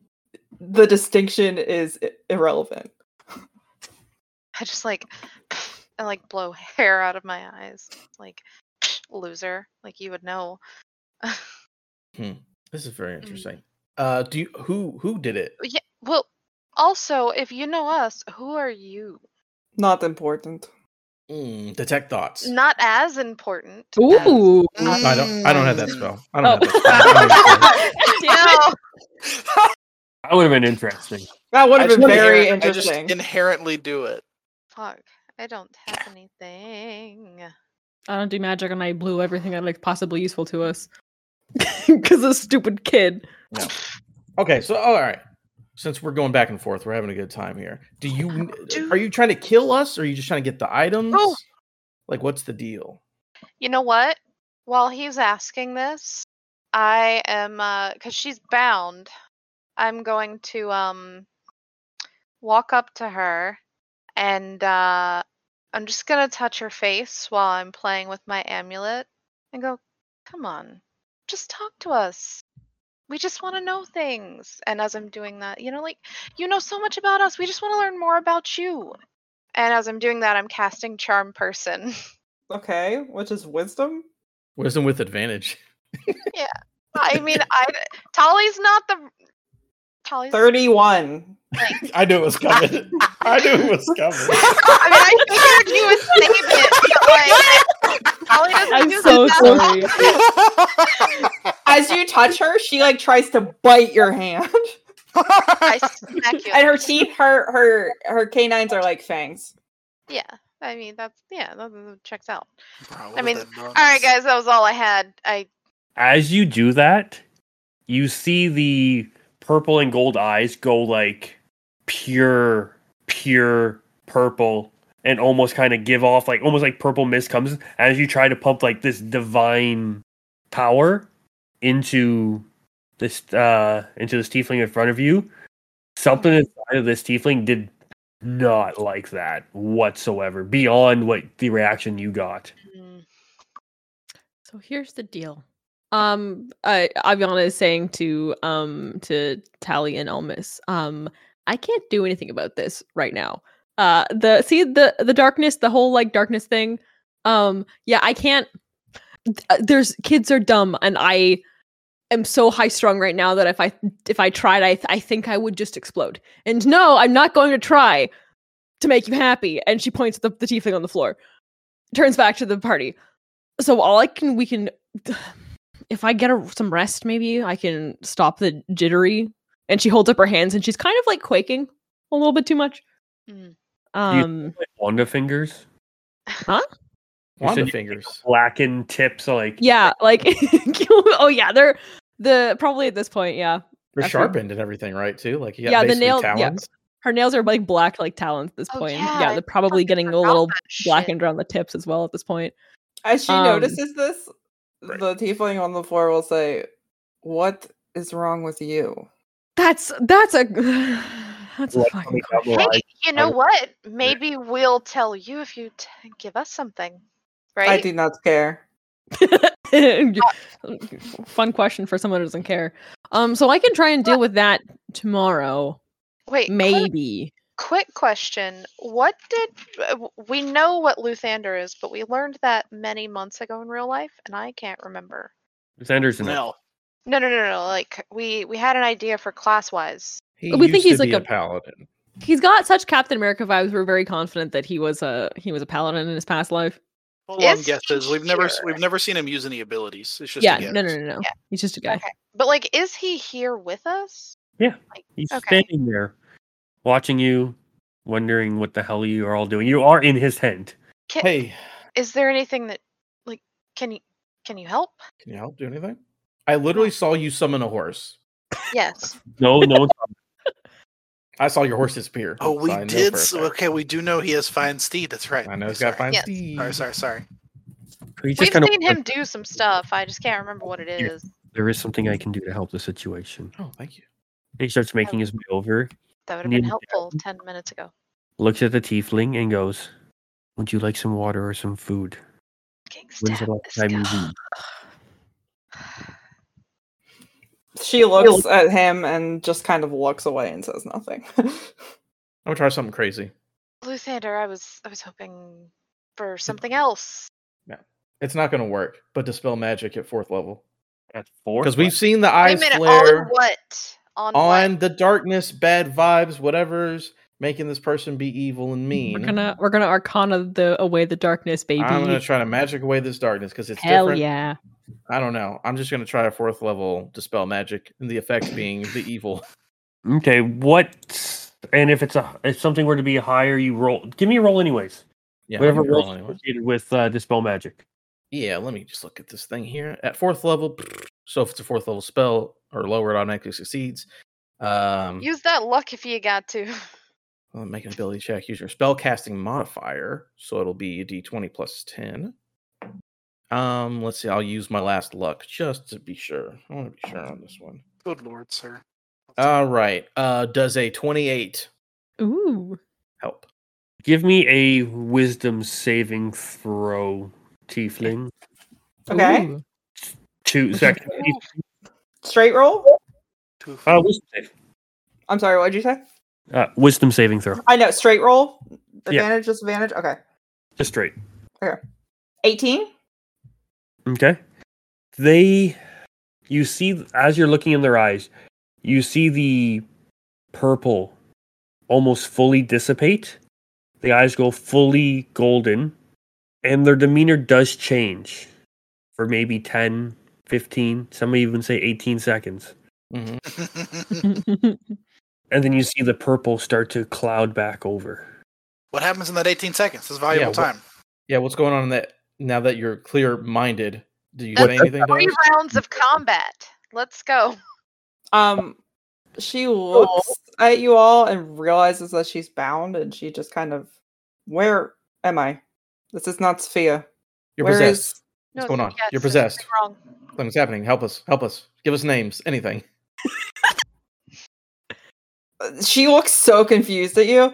Speaker 6: the distinction is i- irrelevant.
Speaker 4: I just like I like blow hair out of my eyes. Like loser. Like you would know.
Speaker 3: This is very interesting. Uh, do you, who who did it?
Speaker 4: yeah, well also if you know us, who are you?
Speaker 6: Not important.
Speaker 3: Mm, detect thoughts.
Speaker 4: Not as important. as-
Speaker 5: Ooh.
Speaker 3: I don't. I don't have that
Speaker 2: Mm.
Speaker 3: spell. I don't
Speaker 5: Oh.
Speaker 3: have that spell. I don't know.
Speaker 4: No.
Speaker 1: That would have been interesting.
Speaker 6: That would have
Speaker 2: I just
Speaker 6: been very
Speaker 2: inherent- I just
Speaker 6: interesting.
Speaker 2: inherently do it.
Speaker 4: Fuck. I don't have anything.
Speaker 5: I don't do magic, and I blew everything that like possibly useful to us because this stupid kid.
Speaker 3: Okay, so all right. Since we're going back and forth, we're having a good time here. Do you are you trying to kill us or are you just trying to get the items?
Speaker 4: No.
Speaker 3: Like what's the deal?
Speaker 4: You know what? While he's asking this, I am uh cuz she's bound. I'm going to um walk up to her and uh I'm just going to touch her face while I'm playing with my amulet and go, "Come on. Just talk to us. We just want to know things." And as I'm doing that, you know like you know so much about us. We just want to learn more about you. And as I'm doing that, I'm casting charm person.
Speaker 6: Okay, which is wisdom.
Speaker 3: Wisdom with advantage.
Speaker 4: I mean, I Tolly's not the Tolly's.
Speaker 6: Thirty-one.
Speaker 3: I knew it was coming. I knew it was coming.
Speaker 4: I mean, I figured you would save it, but like Tolly doesn't
Speaker 5: I'm
Speaker 4: do
Speaker 5: so
Speaker 4: that.
Speaker 5: sorry.
Speaker 6: As you touch her, she like tries to bite your hand,
Speaker 4: I smack you.
Speaker 6: and her teeth, her her her canines are like fangs.
Speaker 4: yeah, I mean that's yeah, that, that checks out.
Speaker 2: Bro,
Speaker 4: I mean, All right, guys, that was all I had. I
Speaker 1: As you do that, you see the purple and gold eyes go like pure, pure purple and almost kind of give off like almost like purple mist comes as you try to pump like this divine power into this uh into this tiefling in front of you. Something inside of this tiefling did not like that whatsoever, beyond what the reaction you got.
Speaker 4: mm,
Speaker 5: So here's the deal. Um, I, Aviana is saying to um to Tally and Elmas, um, I can't do anything about this right now. Uh, the see the the darkness, the whole like darkness thing. Um, yeah, I can't. th- uh, There's kids are dumb, and I am so high strung right now that if I if I tried, I I think I would just explode. And no, I'm not going to try to make you happy. And she points at the, the tiefling on the floor. Turns back to the party so all I can we can if I get a, some rest maybe I can stop the jittery and she holds up her hands and she's kind of like quaking a little bit too much.
Speaker 4: mm.
Speaker 5: Um
Speaker 1: Wanda fingers. You said
Speaker 3: Wanda
Speaker 1: you-
Speaker 3: fingers.
Speaker 1: blackened tips like
Speaker 5: yeah, like oh yeah, they're the probably at this point, yeah.
Speaker 3: They're
Speaker 5: That's what-
Speaker 3: sharpened and everything, right? Too. Like you got
Speaker 5: Yeah, the
Speaker 3: basically
Speaker 5: nail- yeah.
Speaker 3: talons.
Speaker 5: Her nails are like black like talons at this
Speaker 4: Oh,
Speaker 5: point.
Speaker 4: yeah,
Speaker 5: Yeah,
Speaker 4: I
Speaker 5: they're probably
Speaker 4: fucking
Speaker 5: getting a
Speaker 4: forgot
Speaker 5: little
Speaker 4: that shit.
Speaker 5: blackened around the tips as well at this point.
Speaker 6: As she
Speaker 5: Um,
Speaker 6: notices this,
Speaker 3: right.
Speaker 6: the tiefling on the floor will say, "What is wrong with you?"
Speaker 5: That's that's a that's a
Speaker 1: Like, coming
Speaker 5: fucking
Speaker 1: down the line.
Speaker 4: Hey, you know
Speaker 1: I-
Speaker 4: what? Maybe we'll tell you if you t- give us something, right?
Speaker 6: I do not care.
Speaker 5: fun question for someone who doesn't care. Um, so I can try and deal with that tomorrow,
Speaker 4: Wait, quick,
Speaker 5: maybe.
Speaker 4: quick question. What did uh, w- we know what Luthander is, but we learned that many months ago in real life, and I can't remember.
Speaker 1: It's Anderson.
Speaker 2: No.
Speaker 4: No, no, no, no. Like we we had an idea for class wise.
Speaker 3: He
Speaker 5: We think
Speaker 3: used to
Speaker 5: he's like
Speaker 3: be a,
Speaker 5: a-
Speaker 3: paladin.
Speaker 5: He's got such Captain America vibes. We're very confident that he was a he was a paladin in his past life.
Speaker 2: Full on
Speaker 4: Is
Speaker 2: guesses.
Speaker 4: he
Speaker 2: We've never
Speaker 4: here?
Speaker 2: we've never seen him use any abilities. It's just
Speaker 5: yeah,
Speaker 2: a guess.
Speaker 5: no, no, no, no.
Speaker 4: Yeah.
Speaker 5: He's just a guy.
Speaker 4: Okay. But like, is he here with us?
Speaker 1: He's
Speaker 4: Okay.
Speaker 1: standing there watching you, wondering what the hell you are all doing. You are in his tent.
Speaker 4: Can,
Speaker 3: Hey,
Speaker 4: Is there anything that like can you can you help?
Speaker 3: can you help do anything? I literally saw you summon a horse.
Speaker 4: Yes.
Speaker 1: No, no one's
Speaker 3: I saw your horse disappear.
Speaker 2: Oh, we
Speaker 3: so I know
Speaker 2: did.
Speaker 3: for a
Speaker 2: s-
Speaker 3: fact.
Speaker 2: okay, we do know he has fine steed. That's right.
Speaker 3: I know he's
Speaker 2: sorry.
Speaker 3: got fine
Speaker 4: Yes.
Speaker 3: steed.
Speaker 2: Sorry, sorry, sorry.
Speaker 1: he's
Speaker 4: We've
Speaker 1: just kinda
Speaker 4: seen him do some stuff. I just can't remember what it
Speaker 1: Yeah.
Speaker 4: is.
Speaker 1: there is something I can do to help the situation.
Speaker 3: Oh, thank you.
Speaker 1: He starts making his way over,
Speaker 4: That would have been
Speaker 1: Yeah.
Speaker 4: helpful ten minutes ago.
Speaker 1: looks at the tiefling and goes, Would you like some water or some food?
Speaker 4: King
Speaker 1: When's the
Speaker 4: stab
Speaker 1: last
Speaker 4: this
Speaker 1: time you
Speaker 4: guy.
Speaker 1: eat?
Speaker 6: She looks at him and just kind of walks away and says nothing.
Speaker 3: I'm gonna try something crazy.
Speaker 4: Luthander, I was I was hoping for something else.
Speaker 3: It's not gonna work, but dispel magic at fourth level
Speaker 1: At four?
Speaker 3: because we've seen the
Speaker 4: Wait a
Speaker 3: eyes
Speaker 4: minute, all in
Speaker 3: flare
Speaker 4: what? On,
Speaker 3: on
Speaker 4: what?
Speaker 3: the darkness, bad vibes, whatever's making this person be evil and mean.
Speaker 5: We're gonna we're gonna arcana the away the darkness, baby.
Speaker 3: I'm gonna try to magic away this darkness because it's
Speaker 5: Hell
Speaker 3: different.
Speaker 5: yeah!
Speaker 3: I don't know. I'm just gonna try a fourth level dispel magic, and the effect being the evil.
Speaker 1: Okay, what and if it's a if something were to be higher, you roll give me a roll anyways.
Speaker 3: Yeah,
Speaker 1: Whatever
Speaker 3: roll
Speaker 1: roll
Speaker 3: anyway.
Speaker 1: associated with uh, dispel magic.
Speaker 3: Yeah, let me just look at this thing here. At fourth level, so if it's a fourth level spell or lower, it automatically succeeds. Um,
Speaker 4: Use that luck if you got to.
Speaker 3: well, make an ability check. Use your spell casting modifier, so it'll be a d20 plus 10. Um, let's see. I'll use my last luck just to be sure. I want to be sure on this one.
Speaker 2: Good lord, sir.
Speaker 3: All right. Uh, does a 28
Speaker 5: Ooh.
Speaker 3: help?
Speaker 1: Give me a wisdom saving throw, tiefling.
Speaker 6: Okay.
Speaker 5: Ooh.
Speaker 1: Two second.
Speaker 6: Straight roll?
Speaker 2: Two
Speaker 3: Oh.
Speaker 1: Uh, wisdom, save.
Speaker 6: I'm sorry, what did you say?
Speaker 1: Uh, wisdom saving throw.
Speaker 6: I know, straight roll.
Speaker 1: Yeah.
Speaker 6: Advantage, disadvantage. Okay.
Speaker 1: Just straight.
Speaker 6: 18?
Speaker 1: Okay. They, you see, as you're looking in their eyes, you see the purple almost fully dissipate. The eyes go fully golden, and their demeanor does change for maybe 10, 15, some may even say 18 seconds.
Speaker 3: Mhm.
Speaker 1: And then you see the purple start to cloud back over.
Speaker 2: what happens in that 18 seconds? This valuable
Speaker 3: Yeah, wh-
Speaker 2: time.
Speaker 3: Yeah, what's going on in that now that you're clear minded? Do you
Speaker 4: What
Speaker 3: say anything to
Speaker 4: Three
Speaker 3: us?
Speaker 4: rounds of combat. Let's go.
Speaker 6: Um, she looks at you all and realizes that she's bound, and she just kind of, where am I? This is not Sophia.
Speaker 3: You're
Speaker 6: Where
Speaker 3: possessed.
Speaker 6: is-
Speaker 3: What's
Speaker 4: No,
Speaker 3: going on?
Speaker 4: yes,
Speaker 3: You're
Speaker 4: there's something
Speaker 3: possessed.
Speaker 4: Wrong.
Speaker 3: Something's happening. Help us. Help us. Give us names. Anything.
Speaker 6: She looks so confused at you.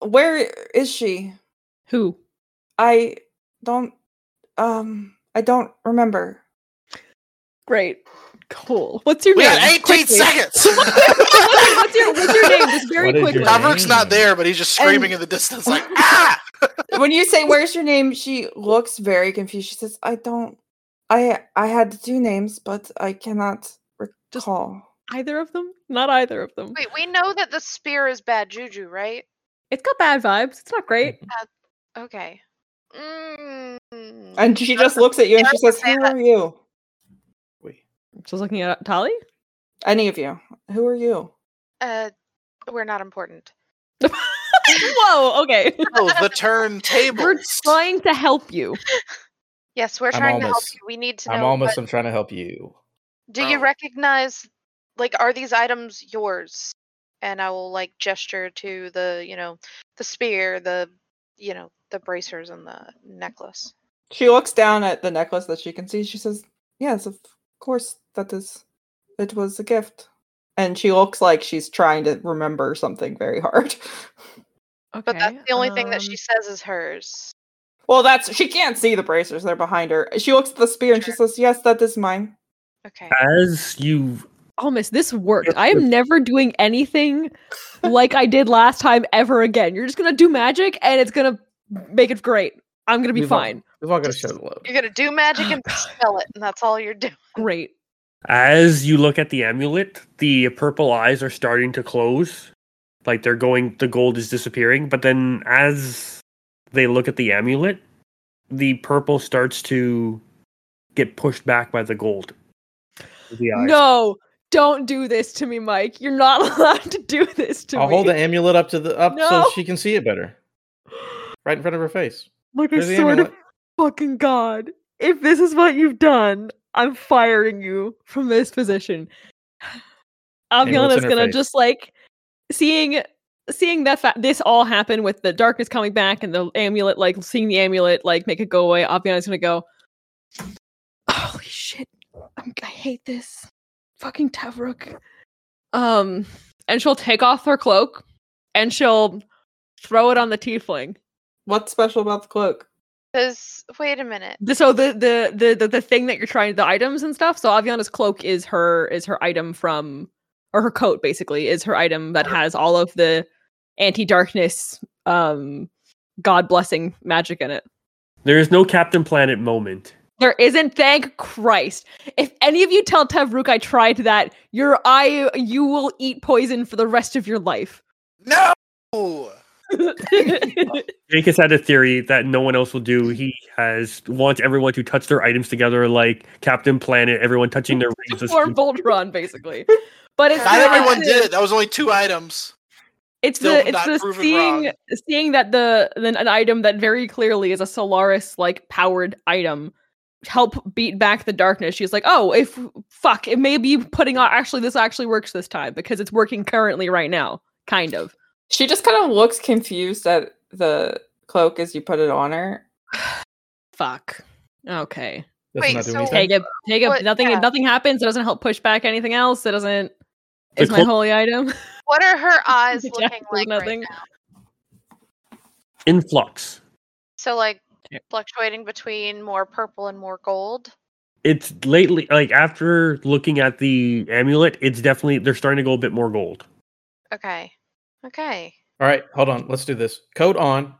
Speaker 6: Where is she?
Speaker 5: Who?
Speaker 6: I don't. Um, I don't remember.
Speaker 5: Great. Cool. What's your
Speaker 2: We
Speaker 5: name?
Speaker 2: got 18
Speaker 5: Quickly.
Speaker 2: seconds!
Speaker 5: what's your what's your name? Just very
Speaker 3: What is
Speaker 5: quickly.
Speaker 3: your name?
Speaker 2: Avruk's not there, but he's just screaming in the distance, like, ah!
Speaker 6: when you say "Where's your name," she looks very confused. She says, "I don't. I I had two names, but I cannot
Speaker 5: Just-
Speaker 6: recall."
Speaker 5: Either of them? Not either of them.
Speaker 4: Wait, we know that the spear is bad juju, right?
Speaker 5: It's got bad vibes. It's not great.
Speaker 4: Mm-hmm. Okay. Mm.
Speaker 6: And she just looks at you and she says, Who are you?
Speaker 3: Wait.
Speaker 5: Just looking at uh, Tali.
Speaker 6: Any of you. Who are you?
Speaker 4: Uh, we're not important.
Speaker 5: Whoa. Okay.
Speaker 2: Oh, the turntables.
Speaker 5: We're trying to help you.
Speaker 4: Yes, we're
Speaker 3: I'm
Speaker 4: trying to help
Speaker 3: almost-
Speaker 4: you. We need to know.
Speaker 3: I'm
Speaker 4: what-
Speaker 3: almost. I'm trying to help you.
Speaker 4: do you
Speaker 2: Oh.
Speaker 4: recognize? Like, are these items yours? And I will like gesture to the, you know, the spear, the, you know, the bracers and the necklace.
Speaker 6: She looks down at the necklace that she can see. She says, Yes, of course, that is. It was a gift. And she looks like she's trying to remember something very hard.
Speaker 5: Okay.
Speaker 4: But that's the only thing that
Speaker 5: um,
Speaker 4: she says is hers.
Speaker 6: Well, that's. She can't see the bracers. They're behind her. She looks at the spear and she says, Yes, that is mine.
Speaker 4: Okay.
Speaker 1: As you
Speaker 5: Oh, miss, this worked.
Speaker 1: Yes,
Speaker 5: I am never doing anything like I did last time ever again. You're just gonna do magic and it's gonna make it great. I'm gonna be
Speaker 3: We've all-
Speaker 5: fine.
Speaker 3: We've all got to share the load.
Speaker 4: You're gonna do magic and spell it, and that's all you're doing.
Speaker 5: Great.
Speaker 1: As you look at the amulet, the purple eyes are starting to close. Like they're going, the gold is disappearing. But then as they look at the amulet, the purple starts to get pushed back by the gold. with The eyes.
Speaker 5: No, don't do this to me, Mike. You're not allowed to do this to
Speaker 3: I'll
Speaker 5: me.
Speaker 3: hold the amulet up to the up
Speaker 5: No.
Speaker 3: so she can see it better. Right in front of her face.
Speaker 5: Like I
Speaker 3: There's the
Speaker 5: swear
Speaker 3: amulet.
Speaker 5: to fucking god, if this is what you've done, I'm firing you from this position.
Speaker 3: what's
Speaker 5: Aviana's
Speaker 3: in her
Speaker 5: gonna
Speaker 3: face?
Speaker 5: just like seeing seeing that fa- this all happen with the darkness coming back and the amulet like seeing the amulet like make it go away. Aviana's gonna go. Holy shit! I'm, I hate this fucking Tavrook. Um, and she'll take off her cloak and she'll throw it on the tiefling.
Speaker 6: What's special about the cloak?
Speaker 4: Because wait a minute.
Speaker 5: The- so the, the the the the thing that you're trying the items and stuff so aviana's cloak is her is her item from or her coat basically is her item that has all of the anti-darkness um god blessing magic in it
Speaker 1: There is no Captain Planet moment.
Speaker 5: there isn't thank christ if any of you tell tevruk i tried that your eye you will eat poison for the rest of your life
Speaker 2: No!
Speaker 1: Jake has had a theory that no one else will do. He has wants everyone to touch their items together, like Captain Planet. Everyone touching their rings. is-
Speaker 5: or Voltron, basically but it's
Speaker 2: Not
Speaker 5: not
Speaker 2: everyone
Speaker 5: the-
Speaker 2: did it. That was only two items.
Speaker 5: it's
Speaker 2: still
Speaker 5: the it's
Speaker 2: not
Speaker 5: the
Speaker 2: proven
Speaker 5: seeing
Speaker 2: wrong.
Speaker 5: seeing that the then an item that very clearly is a Solaris like powered item help beat back the darkness. She's like, "Oh, if fuck, it may be putting on. Actually, this actually works this time because it's working currently right now, kind of."
Speaker 6: She just kind of looks confused at the cloak as you put it on her.
Speaker 5: Fuck. Okay.
Speaker 3: Doesn't
Speaker 4: Wait,
Speaker 3: that do
Speaker 4: so-
Speaker 3: anything?
Speaker 5: Take it. Take it.
Speaker 4: What-
Speaker 5: Nothing.
Speaker 4: yeah.
Speaker 5: Nothing happens. It doesn't help push back anything else. It doesn't.
Speaker 1: The
Speaker 5: It's my
Speaker 1: cloak-
Speaker 5: holy item.
Speaker 4: What are her eyes
Speaker 5: Jack
Speaker 4: looking
Speaker 5: does
Speaker 4: like right
Speaker 5: nothing.
Speaker 4: now?
Speaker 1: Influx.
Speaker 4: So like
Speaker 5: Yeah.
Speaker 4: fluctuating between more purple and more gold.
Speaker 1: It's lately like after looking at the amulet, it's definitely they're starting to go a bit more gold.
Speaker 4: Okay. Okay.
Speaker 3: All right, hold on. Let's do this. Coat on,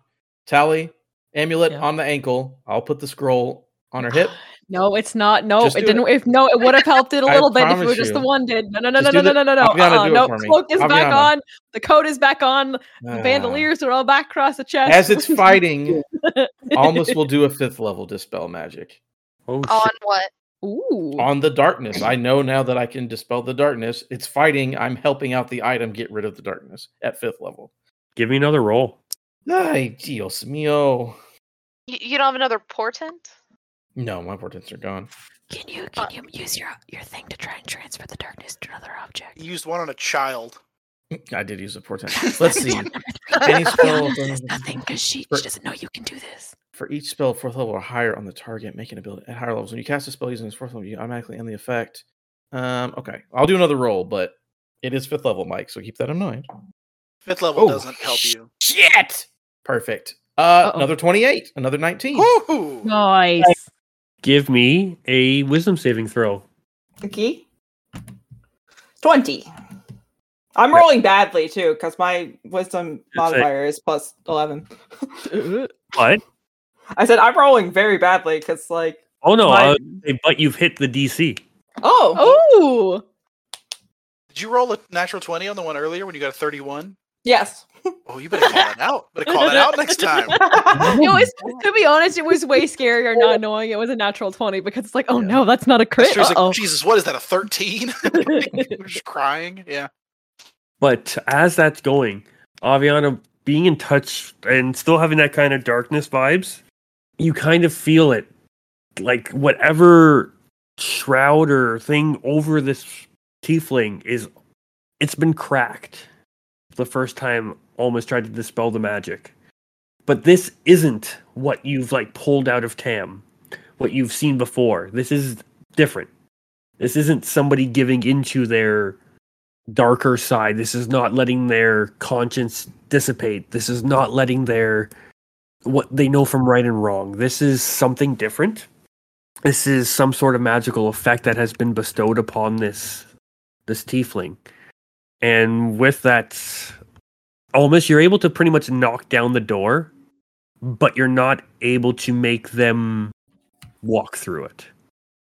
Speaker 3: tally, amulet
Speaker 5: Yeah.
Speaker 3: on the ankle. I'll put the scroll on her hip.
Speaker 5: No, it's not. No,
Speaker 3: Just
Speaker 5: it
Speaker 3: do it.
Speaker 5: didn't. If no, it would have helped it a
Speaker 3: I
Speaker 5: little bit if it
Speaker 3: promise
Speaker 5: was just the
Speaker 3: you.
Speaker 5: one did. No, no, no,
Speaker 3: Just
Speaker 5: no,
Speaker 3: do
Speaker 5: no, no,
Speaker 3: the-
Speaker 5: no, no.
Speaker 3: Aviana,
Speaker 5: Uh-uh,
Speaker 3: do it
Speaker 5: no,
Speaker 3: for me.
Speaker 5: cloak is back
Speaker 3: Aviana.
Speaker 5: on. The coat is back on. The
Speaker 3: Ah.
Speaker 5: bandoliers are all back across the chest.
Speaker 3: As it's fighting, Almas will do a fifth level dispel magic
Speaker 1: Oh,
Speaker 4: On
Speaker 1: shit.
Speaker 4: what?
Speaker 5: Ooh.
Speaker 3: on the darkness. I know now that I can dispel the darkness. It's fighting. I'm helping out the item get rid of the darkness at fifth level.
Speaker 1: give me another roll.
Speaker 3: Ay, Dios mío.
Speaker 4: You, you don't have another portent?
Speaker 3: No, my portents are gone.
Speaker 5: Can you
Speaker 4: can
Speaker 5: you use your your thing to try and transfer the darkness to another object?
Speaker 2: Used one on a child.
Speaker 3: I did use a portent. Let's see. Any spell nothing because she, she doesn't know you can do this. For each spell, fourth level or higher on the target, make an ability at higher levels. When you cast a spell using this fourth level, you automatically end the effect. Um, okay, I'll do another roll, but it is fifth level, Mike. So keep that in mind.
Speaker 2: Fifth level
Speaker 3: Oh,
Speaker 2: doesn't help you.
Speaker 3: Shit! Perfect. Uh,
Speaker 5: Uh-oh.
Speaker 3: another twenty-eight. Another nineteen.
Speaker 2: Woohoo!
Speaker 5: Nice.
Speaker 1: Give me a wisdom saving throw.
Speaker 6: Okay. 20. I'm
Speaker 1: Right.
Speaker 6: rolling badly too because my wisdom
Speaker 1: a-
Speaker 6: modifier is plus 11.
Speaker 1: But
Speaker 6: I said I'm rolling very badly because, like,
Speaker 1: oh no,
Speaker 6: My-
Speaker 1: I
Speaker 3: uh,
Speaker 1: would say, but you've hit the DC.
Speaker 6: oh,
Speaker 5: Ooh.
Speaker 2: Did you roll a natural 20 on the one earlier when you got a 31?
Speaker 6: yes.
Speaker 2: Oh, you better call that out. Better call that out next time.
Speaker 6: Uh,
Speaker 3: Oh
Speaker 5: It was, to be honest, it was way scarier not knowing it was a natural 20 because it's like, oh no, that's not a crit.
Speaker 2: Esther's like,
Speaker 5: Uh-oh.
Speaker 2: Jesus, what is that? A 13? We're just crying. Yeah.
Speaker 1: But as that's going, Aviana being in touch and still having that kind of darkness vibes, you kind of feel it. Like whatever shroud or thing over this tiefling is it's been cracked the first time almost tried to dispel the magic. But this isn't what you've like pulled out of Tam, what you've seen before. This is different. This isn't somebody giving into their darker side. This is not letting their conscience dissipate. This is not letting their what they know from right and wrong. This is something different. This is some sort of magical effect that has been bestowed upon this this tiefling. And with that almost you're able to pretty much knock down the door, but you're not able to make them walk through it.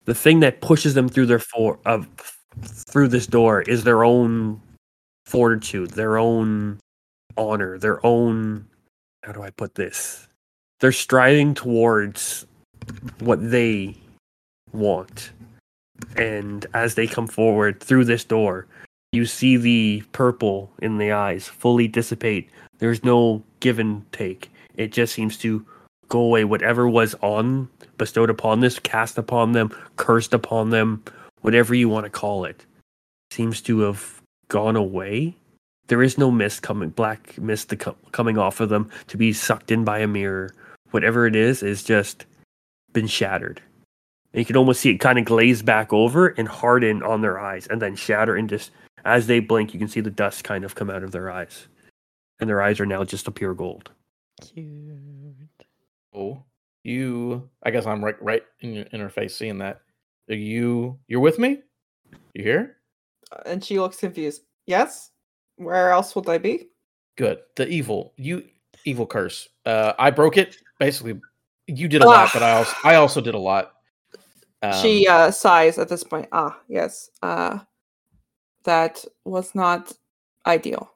Speaker 1: The thing that pushes them through their for of through this door is their own fortitude, their own honor, their own how do I put this? They're striving towards what they want. And as they come forward through this door, you see the purple in the eyes fully dissipate. There's no give and take. It just seems to go away. Whatever was on, bestowed upon this, cast upon them, cursed upon them, whatever you want to call it, seems to have gone away. There is no mist coming, black mist to co- coming off of them to be sucked in by a mirror. Whatever it is, is just been shattered. And you can almost see it kind of glaze back over and harden on their eyes and then shatter and just as they blink, you can see the dust kind of come out of their eyes. And their eyes are now just a pure gold.
Speaker 5: Cute.
Speaker 3: Oh, you. I guess I'm right, right in your interface seeing that. Are you, you're with me. You here?
Speaker 6: And she looks confused. Yes. Where else would I be?
Speaker 3: Good. The evil, you evil curse. Uh, I broke it. Basically, you did a lot, but I also I also did a lot.
Speaker 6: she
Speaker 3: Um,
Speaker 6: uh, sighs at this point. Ah, yes. Uh, that was not ideal.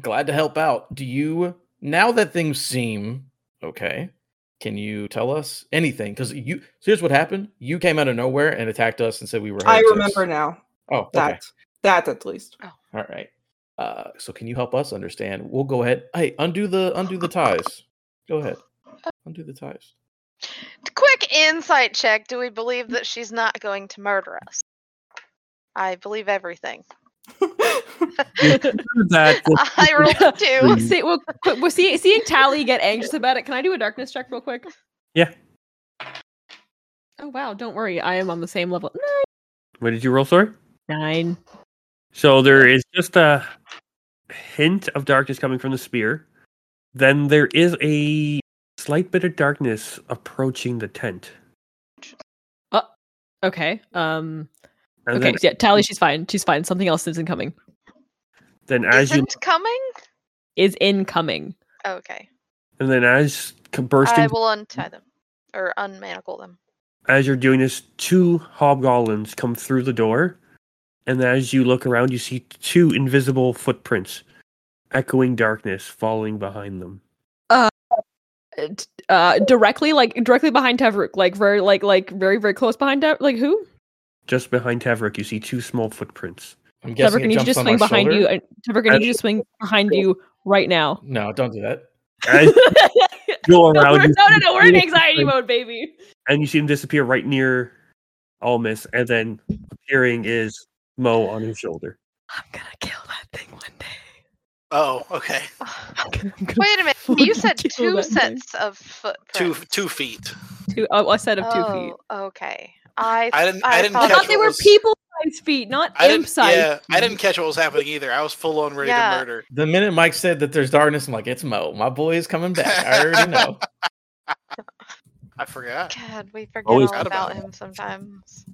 Speaker 3: glad to help out. Do you now that things seem okay? Can you tell us anything? Because you so here's what happened. You came out of nowhere and attacked us and said we were.
Speaker 6: I
Speaker 3: heretics.
Speaker 6: remember now.
Speaker 3: Oh,
Speaker 6: That.
Speaker 3: okay.
Speaker 6: That at least.
Speaker 3: All right. Uh, so can you help us understand? We'll go ahead. Hey, undo the undo the ties. Go ahead. Undo the ties.
Speaker 4: Quick insight check. Do we believe that she's not going to murder us? I believe everything.
Speaker 1: that
Speaker 4: I rolled a two.
Speaker 1: Mm.
Speaker 5: See, well, qu- well, see, seeing Tally get anxious about it, can I do a darkness check real quick?
Speaker 1: Yeah.
Speaker 5: Oh wow! Don't worry, I am on the same level.
Speaker 1: what did you roll, sorry?
Speaker 5: Nine.
Speaker 1: So there is just a hint of darkness coming from the spear. Then there is a slight bit of darkness approaching the tent.
Speaker 5: Okay. Um.
Speaker 1: And
Speaker 5: Okay.
Speaker 1: then,
Speaker 5: Yeah, Tally, she's fine. She's fine. Something else is incoming.
Speaker 1: then as
Speaker 4: Isn't
Speaker 1: you
Speaker 4: coming?
Speaker 5: Is incoming.
Speaker 4: Okay.
Speaker 1: and then as c- bursting
Speaker 4: I will untie them or unmanacle them.
Speaker 1: as you're doing this, two hobgoblins come through the door, and as you look around, you see two invisible footprints, echoing darkness falling behind them.
Speaker 5: Uh, d- Uh, directly, like directly behind Tavruk, like very, like, like very, very close behind. Tav- like who?
Speaker 1: Just behind Tavrook, you see two small footprints.
Speaker 3: I'm guessing
Speaker 5: Tavruk,
Speaker 3: it
Speaker 5: I need you
Speaker 3: jumps
Speaker 5: to
Speaker 3: on
Speaker 5: swing
Speaker 3: my
Speaker 5: behind
Speaker 3: shoulder.
Speaker 5: you. I- Tavruk, I need you to swing behind you right now.
Speaker 3: No, don't do that.
Speaker 1: As you go
Speaker 5: no,
Speaker 1: around,
Speaker 5: we're,
Speaker 1: you
Speaker 5: no, no,
Speaker 1: see
Speaker 5: no, we're in
Speaker 1: two-
Speaker 5: anxiety mode, baby.
Speaker 1: and you see him disappear right near Almas, and then appearing is Mo on his shoulder.
Speaker 5: I'm gonna kill that thing one day.
Speaker 2: Oh, okay.
Speaker 5: I'm gonna- I'm gonna
Speaker 4: Wait a minute. You
Speaker 5: fucking
Speaker 4: said
Speaker 5: kill
Speaker 4: two
Speaker 5: that thing.
Speaker 4: sets of footprints.
Speaker 2: Two two feet.
Speaker 5: Two, oh, a set of two
Speaker 4: oh,
Speaker 5: feet.
Speaker 4: Okay. I
Speaker 2: I didn't- I didn't
Speaker 5: I
Speaker 4: thought-
Speaker 2: catch
Speaker 5: thought they
Speaker 2: what
Speaker 5: were
Speaker 2: was-
Speaker 5: people-sized feet, not
Speaker 2: I didn't.
Speaker 5: imp-sized.
Speaker 2: Yeah, I didn't catch what was happening either. I was full on ready
Speaker 4: Yeah.
Speaker 2: to murder.
Speaker 3: The minute Mike said that there's darkness, I'm like, it's Mo. My boy is coming back. I already know.
Speaker 2: I forgot.
Speaker 4: God, we forget
Speaker 1: Always
Speaker 4: all
Speaker 2: forgot about
Speaker 4: about him sometimes.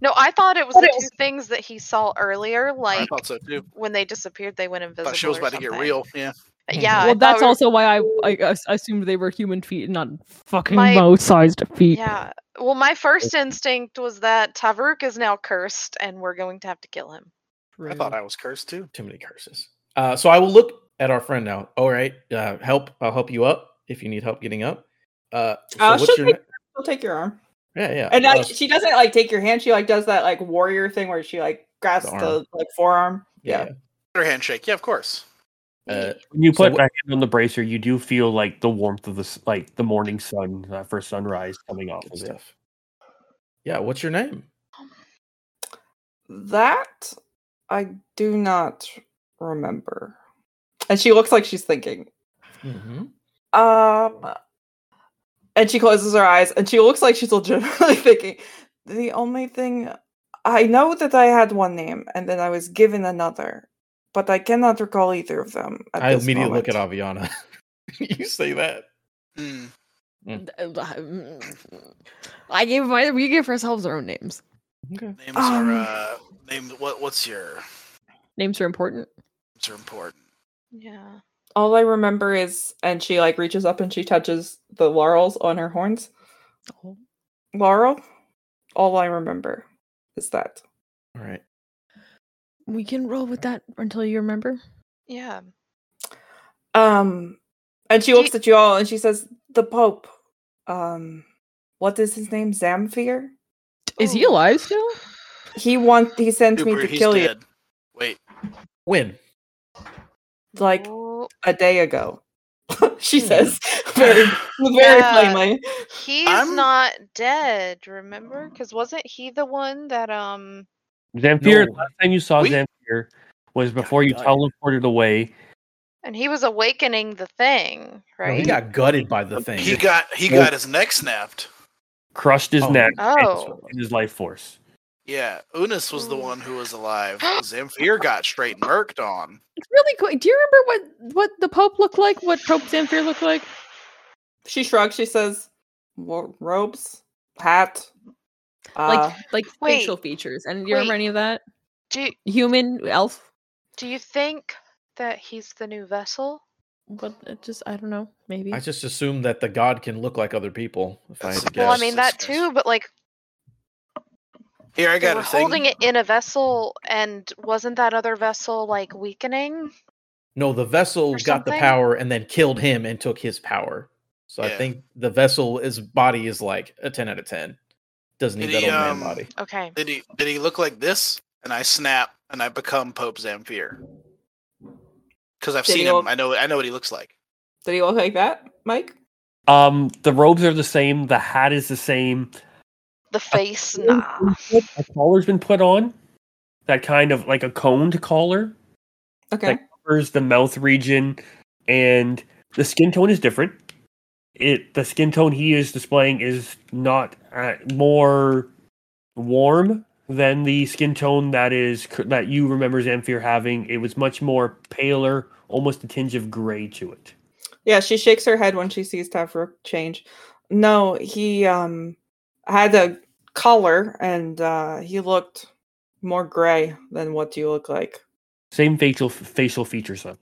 Speaker 4: No, I thought it was the two things that he saw earlier,
Speaker 2: I
Speaker 4: like
Speaker 2: thought so too.
Speaker 4: when they disappeared, they went invisible.
Speaker 2: Thought she was
Speaker 4: or
Speaker 2: about to get
Speaker 4: something.
Speaker 2: real. Yeah.
Speaker 4: Yeah. I
Speaker 5: well,
Speaker 4: thought
Speaker 5: that's
Speaker 4: we were-
Speaker 5: also why I, I as- assumed they were human feet and not fucking
Speaker 4: My-
Speaker 5: mo-sized feet.
Speaker 4: Yeah. Well, my first instinct was that Tavruk is now cursed and we're going to have to kill him.
Speaker 2: I thought I was cursed too.
Speaker 3: Too many curses. Uh, so I will look at our friend now. All right, uh, help. I'll help you up if you need help getting up. Uh, so
Speaker 6: Uh,
Speaker 3: what's
Speaker 6: should
Speaker 3: your?
Speaker 6: I-
Speaker 3: na-
Speaker 6: She'll take your arm.
Speaker 3: Yeah, yeah.
Speaker 6: And
Speaker 3: uh,
Speaker 6: like, she doesn't like take your hand. She like does that like warrior thing where she like grasps
Speaker 3: The
Speaker 6: the,
Speaker 3: arm.
Speaker 6: like forearm. Yeah.
Speaker 2: Her handshake. Yeah, of course.
Speaker 3: yeah. Uh,
Speaker 1: When you
Speaker 3: So
Speaker 1: put
Speaker 3: what-
Speaker 1: back in on the bracer, you do feel like the warmth of the s- like the morning sun, uh, first sunrise coming off
Speaker 3: good
Speaker 1: of it.
Speaker 3: stuff. Yeah. What's your name?
Speaker 6: That I do not remember. And she looks like she's thinking.
Speaker 3: Mm-hmm.
Speaker 6: Um and she closes her eyes and she looks like she's legitimately thinking. The only thing I know that I had one name and then I was given another, but I cannot recall either of them. At
Speaker 3: I
Speaker 6: this
Speaker 3: immediately
Speaker 6: moment.
Speaker 3: look at Aviana. you say that.
Speaker 2: Mm.
Speaker 5: I gave my we give ourselves our own names.
Speaker 3: Okay.
Speaker 2: Names
Speaker 6: Um,
Speaker 2: are uh, name. What what's your
Speaker 5: Names are important.
Speaker 2: names are important.
Speaker 4: Yeah.
Speaker 6: All I remember is, and she like reaches up and she touches the laurels on her horns.
Speaker 5: Oh.
Speaker 6: Laurel. All I remember is that.
Speaker 3: All right.
Speaker 5: We can roll with that until you remember.
Speaker 4: Yeah.
Speaker 6: Um, and she
Speaker 4: Do
Speaker 6: looks at you all and she says, "The Pope. Um, what is his name? Zamfir.
Speaker 5: Is he
Speaker 4: Ooh.
Speaker 5: alive still?
Speaker 6: He want he sent me
Speaker 2: Cooper,
Speaker 6: to
Speaker 2: he's
Speaker 6: kill
Speaker 2: dead. Wait,
Speaker 3: When?
Speaker 6: you like
Speaker 4: Ooh,
Speaker 6: a day ago." she
Speaker 3: Hmm.
Speaker 6: says, very, very
Speaker 4: Yeah.
Speaker 6: plainly.
Speaker 4: he's
Speaker 2: I'm-
Speaker 4: not dead, remember? Because wasn't he the one that um
Speaker 1: Zamfir,
Speaker 3: No.
Speaker 1: last time you saw
Speaker 2: We-
Speaker 1: Zamfir was before you
Speaker 3: God.
Speaker 1: teleported away.
Speaker 4: and he was awakening the thing,
Speaker 3: No, he
Speaker 4: right?
Speaker 3: got gutted by the thing.
Speaker 2: Um, he got he
Speaker 1: Well-
Speaker 2: got his neck snapped.
Speaker 1: crushed his
Speaker 3: Oh.
Speaker 1: neck
Speaker 4: Oh.
Speaker 1: and his life force.
Speaker 2: Yeah, Unis was the
Speaker 4: Ooh.
Speaker 2: one who was alive. Zamfir got straight murked on.
Speaker 5: Really quick. Do you remember what what the Pope looked like? What Pope Zamfir looked like?
Speaker 6: She shrugs. She says, "Wo- "Robes, hat." uh,
Speaker 5: Like like
Speaker 4: wait,
Speaker 5: facial features. And do you remember
Speaker 4: wait.
Speaker 5: any of that?
Speaker 4: Do
Speaker 5: Human, elf,
Speaker 4: do you think that he's the new vessel?
Speaker 5: but it just I don't know. Maybe
Speaker 3: I just assumed that the god can look like other people. If I had to
Speaker 2: That's-
Speaker 3: guess.
Speaker 4: Well, I
Speaker 2: Yes,
Speaker 4: mean
Speaker 2: yes,
Speaker 4: that
Speaker 2: yes.
Speaker 4: too, but like
Speaker 2: Here, I
Speaker 4: they
Speaker 2: got
Speaker 4: were
Speaker 2: a thing.
Speaker 4: holding it in a vessel, and wasn't that other vessel like weakening?
Speaker 3: no, the vessel
Speaker 4: or
Speaker 3: got the
Speaker 4: something?
Speaker 3: power and then killed him and took his power. So I
Speaker 2: Yeah.
Speaker 3: think the vessel, his body is like a ten out of ten. Doesn't need
Speaker 2: Did
Speaker 3: that
Speaker 2: he,
Speaker 3: old man
Speaker 2: um,
Speaker 3: body.
Speaker 4: Okay.
Speaker 2: Did he did he look like this? And I snap and I become Pope Zamfir because I've
Speaker 6: Did he
Speaker 2: seen him.
Speaker 6: look-
Speaker 2: I know I know what he looks like.
Speaker 6: did he look like that, Mike?
Speaker 1: Um, the robes are the same. The hat is the same.
Speaker 4: The face, nah.
Speaker 1: A collar's been put on. That kind of like a coned collar
Speaker 6: Okay.
Speaker 1: Like- covers the mouth region, and the skin tone is different. It the skin tone he is displaying is not uh, more warm than the skin tone that is cur- that you remember Zamfir having. It was much more paler, almost a tinge of gray to it.
Speaker 6: yeah, she shakes her head when she sees Tavrook change. No, he um had a collar and uh he looked more gray than what you look like.
Speaker 1: Same facial facial features though.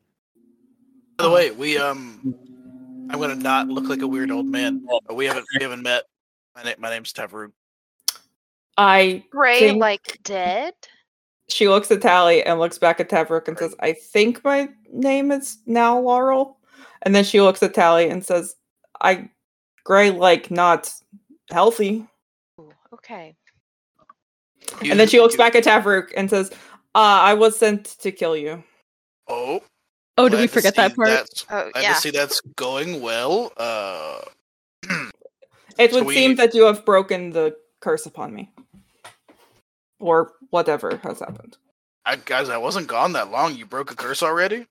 Speaker 2: By the way, we um, I'm gonna not look like a weird old man. We haven't we haven't met. My name my name's Tavroon.
Speaker 6: I
Speaker 4: Gray,
Speaker 6: Think-
Speaker 4: like dead?
Speaker 6: she looks at Tally and looks back at Tavrook and says, I think my name is now Laurel. And then she looks at Tally and says, I gray like not healthy.
Speaker 4: Ooh, okay.
Speaker 6: And then she looks back at Tavrook and says, uh, I was sent to kill you.
Speaker 2: Oh,
Speaker 5: Oh, did
Speaker 2: glad
Speaker 5: we
Speaker 2: to
Speaker 5: forget
Speaker 2: see
Speaker 5: that part?
Speaker 2: that's-
Speaker 4: Oh,
Speaker 2: Glad
Speaker 4: yeah.
Speaker 2: to see that's going well. Uh,
Speaker 6: It
Speaker 2: So
Speaker 6: would
Speaker 2: we-
Speaker 6: seem that you have broken the curse upon me. Or whatever has happened.
Speaker 2: I, guys, I wasn't gone that long. You broke a curse already.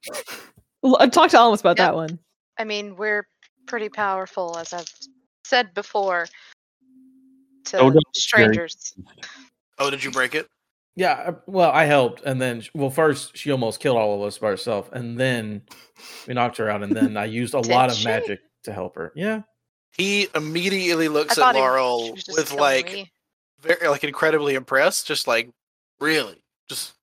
Speaker 5: L- uh, Talk to Almas
Speaker 4: Yep.
Speaker 5: about that one.
Speaker 4: I mean, we're pretty powerful, as I've said before, to
Speaker 1: Oh, no, it's very-
Speaker 4: strangers.
Speaker 2: Oh, did you break it?
Speaker 3: Yeah, I- well, I helped, and then sh- well, first she almost killed all of us by herself, and then we knocked her out, and then I used a
Speaker 4: Did
Speaker 3: lot of
Speaker 4: she?
Speaker 3: magic to help her. Yeah,
Speaker 2: He immediately looks
Speaker 4: I
Speaker 2: at
Speaker 4: thought he-
Speaker 2: Laurel
Speaker 4: she was just
Speaker 2: with
Speaker 4: killing
Speaker 2: like
Speaker 4: me.
Speaker 2: very like incredibly impressed, just like really, just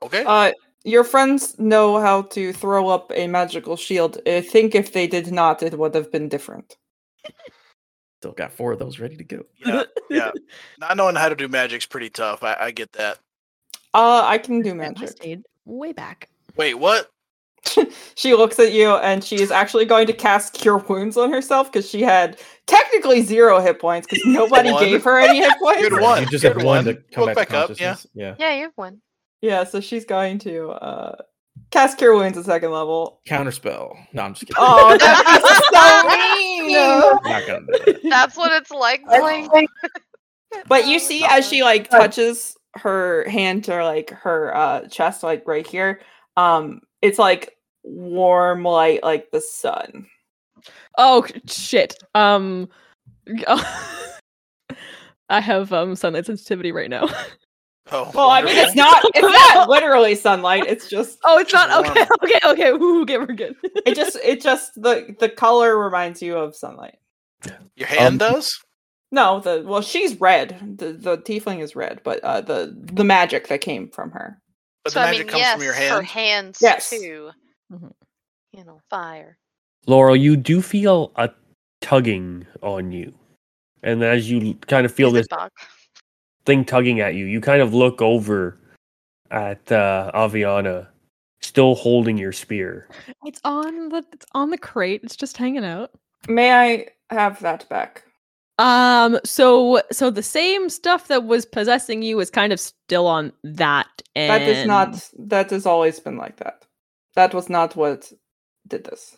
Speaker 2: okay.
Speaker 6: Uh, your friends know how to throw up a magical shield. I think if they did not, it would have been different.
Speaker 3: still got four of those ready to go.
Speaker 2: yeah, yeah. Not knowing how to do magic's pretty tough. I, I get that.
Speaker 6: Uh, I can do
Speaker 5: That I
Speaker 6: magic.
Speaker 5: stayed way back.
Speaker 2: Wait, what?
Speaker 6: She looks at you and she is actually going to cast Cure Wounds on herself because she had technically zero hit points because nobody
Speaker 2: One.
Speaker 6: gave her any hit points.
Speaker 2: Good
Speaker 3: Yeah,
Speaker 2: one.
Speaker 3: You just
Speaker 2: good
Speaker 3: have one to
Speaker 2: one.
Speaker 3: come
Speaker 2: Look
Speaker 3: back, to
Speaker 2: back up, yeah.
Speaker 3: consciousness. Yeah.
Speaker 4: Yeah, you have one.
Speaker 6: Yeah, so she's going to uh, cast Cure Wounds at second level.
Speaker 3: Counterspell. No, I'm just kidding.
Speaker 6: Oh, that is so mean!
Speaker 3: I'm not gonna do that.
Speaker 4: That's what it's like playing.
Speaker 6: But you
Speaker 4: Oh,
Speaker 6: see,
Speaker 4: God.
Speaker 6: as she like touches her hand to like her uh, chest, like right here, um, it's like warm light, like the sun.
Speaker 5: Oh c- shit. Um, I have um sunlight sensitivity right now.
Speaker 2: Oh,
Speaker 6: Well, I mean, it's
Speaker 2: wonderful.
Speaker 6: not, it's not literally sunlight. It's just,
Speaker 5: Oh, it's
Speaker 2: Just
Speaker 5: not okay.
Speaker 2: warm.
Speaker 5: Okay, okay. Woo, okay, we're good.
Speaker 6: it just, it just the the color reminds you of sunlight.
Speaker 2: your hand
Speaker 1: Um,
Speaker 2: does.
Speaker 6: No, the well, she's red. The the tiefling is red, but uh, the the magic that came from her.
Speaker 2: But
Speaker 4: so
Speaker 2: the
Speaker 4: I
Speaker 2: magic
Speaker 4: mean,
Speaker 2: comes
Speaker 4: yes,
Speaker 2: from your
Speaker 4: her
Speaker 2: hand.
Speaker 4: hands
Speaker 6: Yes.
Speaker 4: too.
Speaker 5: Mhm.
Speaker 4: You know, fire.
Speaker 1: Laurel, you do feel a tugging on you, and as you kind of feel
Speaker 4: Is
Speaker 1: this
Speaker 4: it Bach?
Speaker 1: thing tugging at you. You kind of look over at uh, Aviana, still holding your spear.
Speaker 5: It's on the it's on the crate. It's just hanging out.
Speaker 6: May I have that back?
Speaker 5: Um. So so the same stuff that was possessing you is kind of still on that. And
Speaker 6: That is not. That has always been like that. That was not what did this.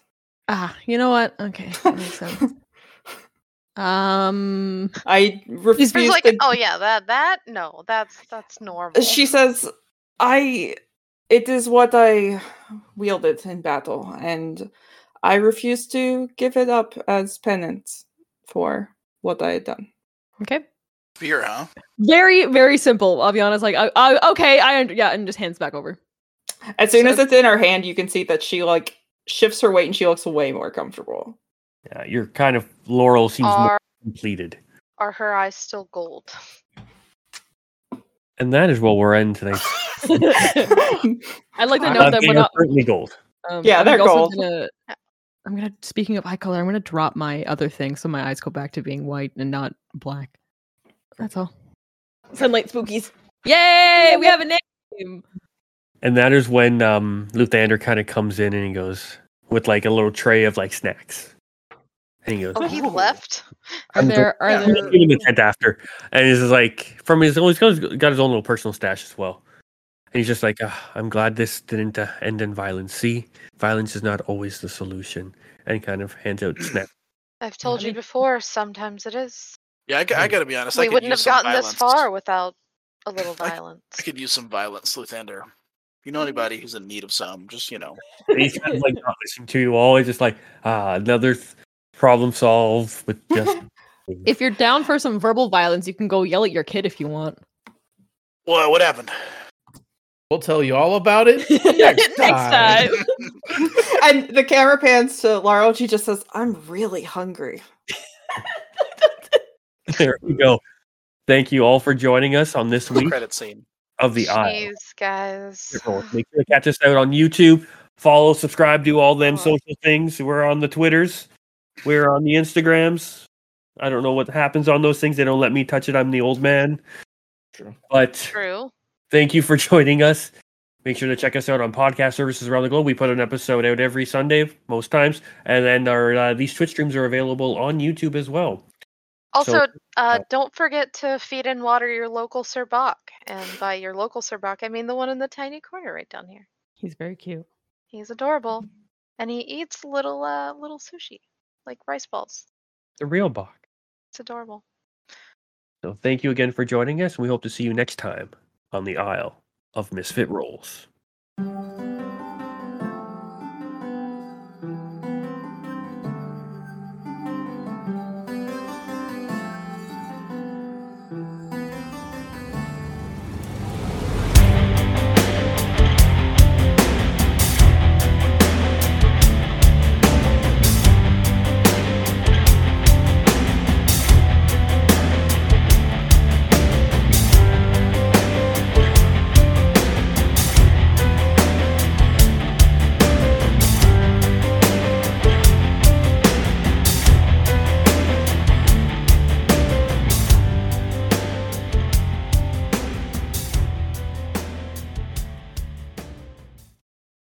Speaker 5: Ah, you know what? Okay, that makes sense. Um.
Speaker 6: I refuse.
Speaker 5: He's
Speaker 4: She's like,
Speaker 6: to-
Speaker 4: oh yeah, that that no, that's that's normal.
Speaker 6: She says, "I. It is what I wielded in battle, and I refuse to give it up as penance for what I had done."
Speaker 5: Okay.
Speaker 2: Fear, huh?
Speaker 5: Very very simple. Aviana's like, I, I, okay, I under- yeah, and just hands back over.
Speaker 6: As soon as
Speaker 5: So-
Speaker 6: it's in her hand, you can see that she like shifts her weight, and she looks way more comfortable.
Speaker 1: Uh, your kind of Laurel seems more
Speaker 4: are
Speaker 1: completed.
Speaker 4: are her eyes still gold?
Speaker 1: And that is what we're in today.
Speaker 5: I'd like to
Speaker 6: I
Speaker 5: note that we're not.
Speaker 1: certainly gold.
Speaker 5: Um,
Speaker 6: Yeah,
Speaker 5: I
Speaker 6: they're
Speaker 5: think also
Speaker 6: gold.
Speaker 5: Gonna, Uh, I'm gonna. Speaking of eye color, I'm gonna drop my other thing so my eyes go back to being white and not black. That's all. Sunlight spookies. Yay! We have a name.
Speaker 1: And that is when um, Luthander kind of comes in and he goes with like a little tray of like snacks. And he goes,
Speaker 4: Oh, he
Speaker 2: Ooh.
Speaker 4: left.
Speaker 5: Are
Speaker 1: I'm
Speaker 5: there? Are
Speaker 2: yeah,
Speaker 1: I'm just
Speaker 5: there?
Speaker 1: giving him a tent after. And he's just like, from his own, he's got his own little personal stash as well. he's just like, "Ah, I'm glad this didn't uh, end in violence. See, violence is not always the solution. And kind of hands out snap.
Speaker 4: I've told you
Speaker 5: Really?
Speaker 4: before, sometimes it is.
Speaker 2: Yeah, I, g-
Speaker 6: Hmm.
Speaker 2: I gotta be honest. I
Speaker 4: we
Speaker 2: could
Speaker 4: wouldn't
Speaker 2: use
Speaker 4: have
Speaker 2: some
Speaker 4: gotten
Speaker 2: violence.
Speaker 4: this far without a little
Speaker 2: I- I
Speaker 4: violence.
Speaker 2: I could use some violence, Luthander. If you
Speaker 4: Mm-hmm.
Speaker 2: know anybody who's in need of some, just you know.
Speaker 1: And he's kind of like not listening to you all. He's just like, ah, another th- problem solved with just.
Speaker 5: If you're down for some verbal violence, you can go yell at your kid if you want.
Speaker 2: Well, what happened?
Speaker 3: We'll tell you all about it next time.
Speaker 6: and the camera pans to Laurel. She just says, "I'm really hungry."
Speaker 1: there we go. Thank you all for joining us on this week
Speaker 2: Credit scene.
Speaker 1: of the Eye.
Speaker 4: Jeez, guys.
Speaker 1: Make sure to catch us out on YouTube. Follow, subscribe, do all them
Speaker 4: Oh.
Speaker 1: social things. We're on the Twitters. We're on the Instagrams. I don't know what happens on those things. They don't let me touch it. I'm the old man.
Speaker 3: True.
Speaker 1: But
Speaker 4: True.
Speaker 1: thank you for joining us. Make sure to check us out on podcast services around the globe. We put an episode out every Sunday, most times, and then our uh, these Twitch streams are available on YouTube as well.
Speaker 4: Also, uh,
Speaker 1: uh,
Speaker 4: don't forget to feed and water your local Sirbok. And by your local Sirbok, I mean the one in the tiny corner right down here.
Speaker 5: He's very cute.
Speaker 4: He's adorable. And he eats little uh, little sushi, like rice balls.
Speaker 1: The real Bach.
Speaker 4: It's adorable.
Speaker 1: So thank you again for joining us, and we hope to see you next time on the Isle of Misfit Rolls.
Speaker 5: Bye.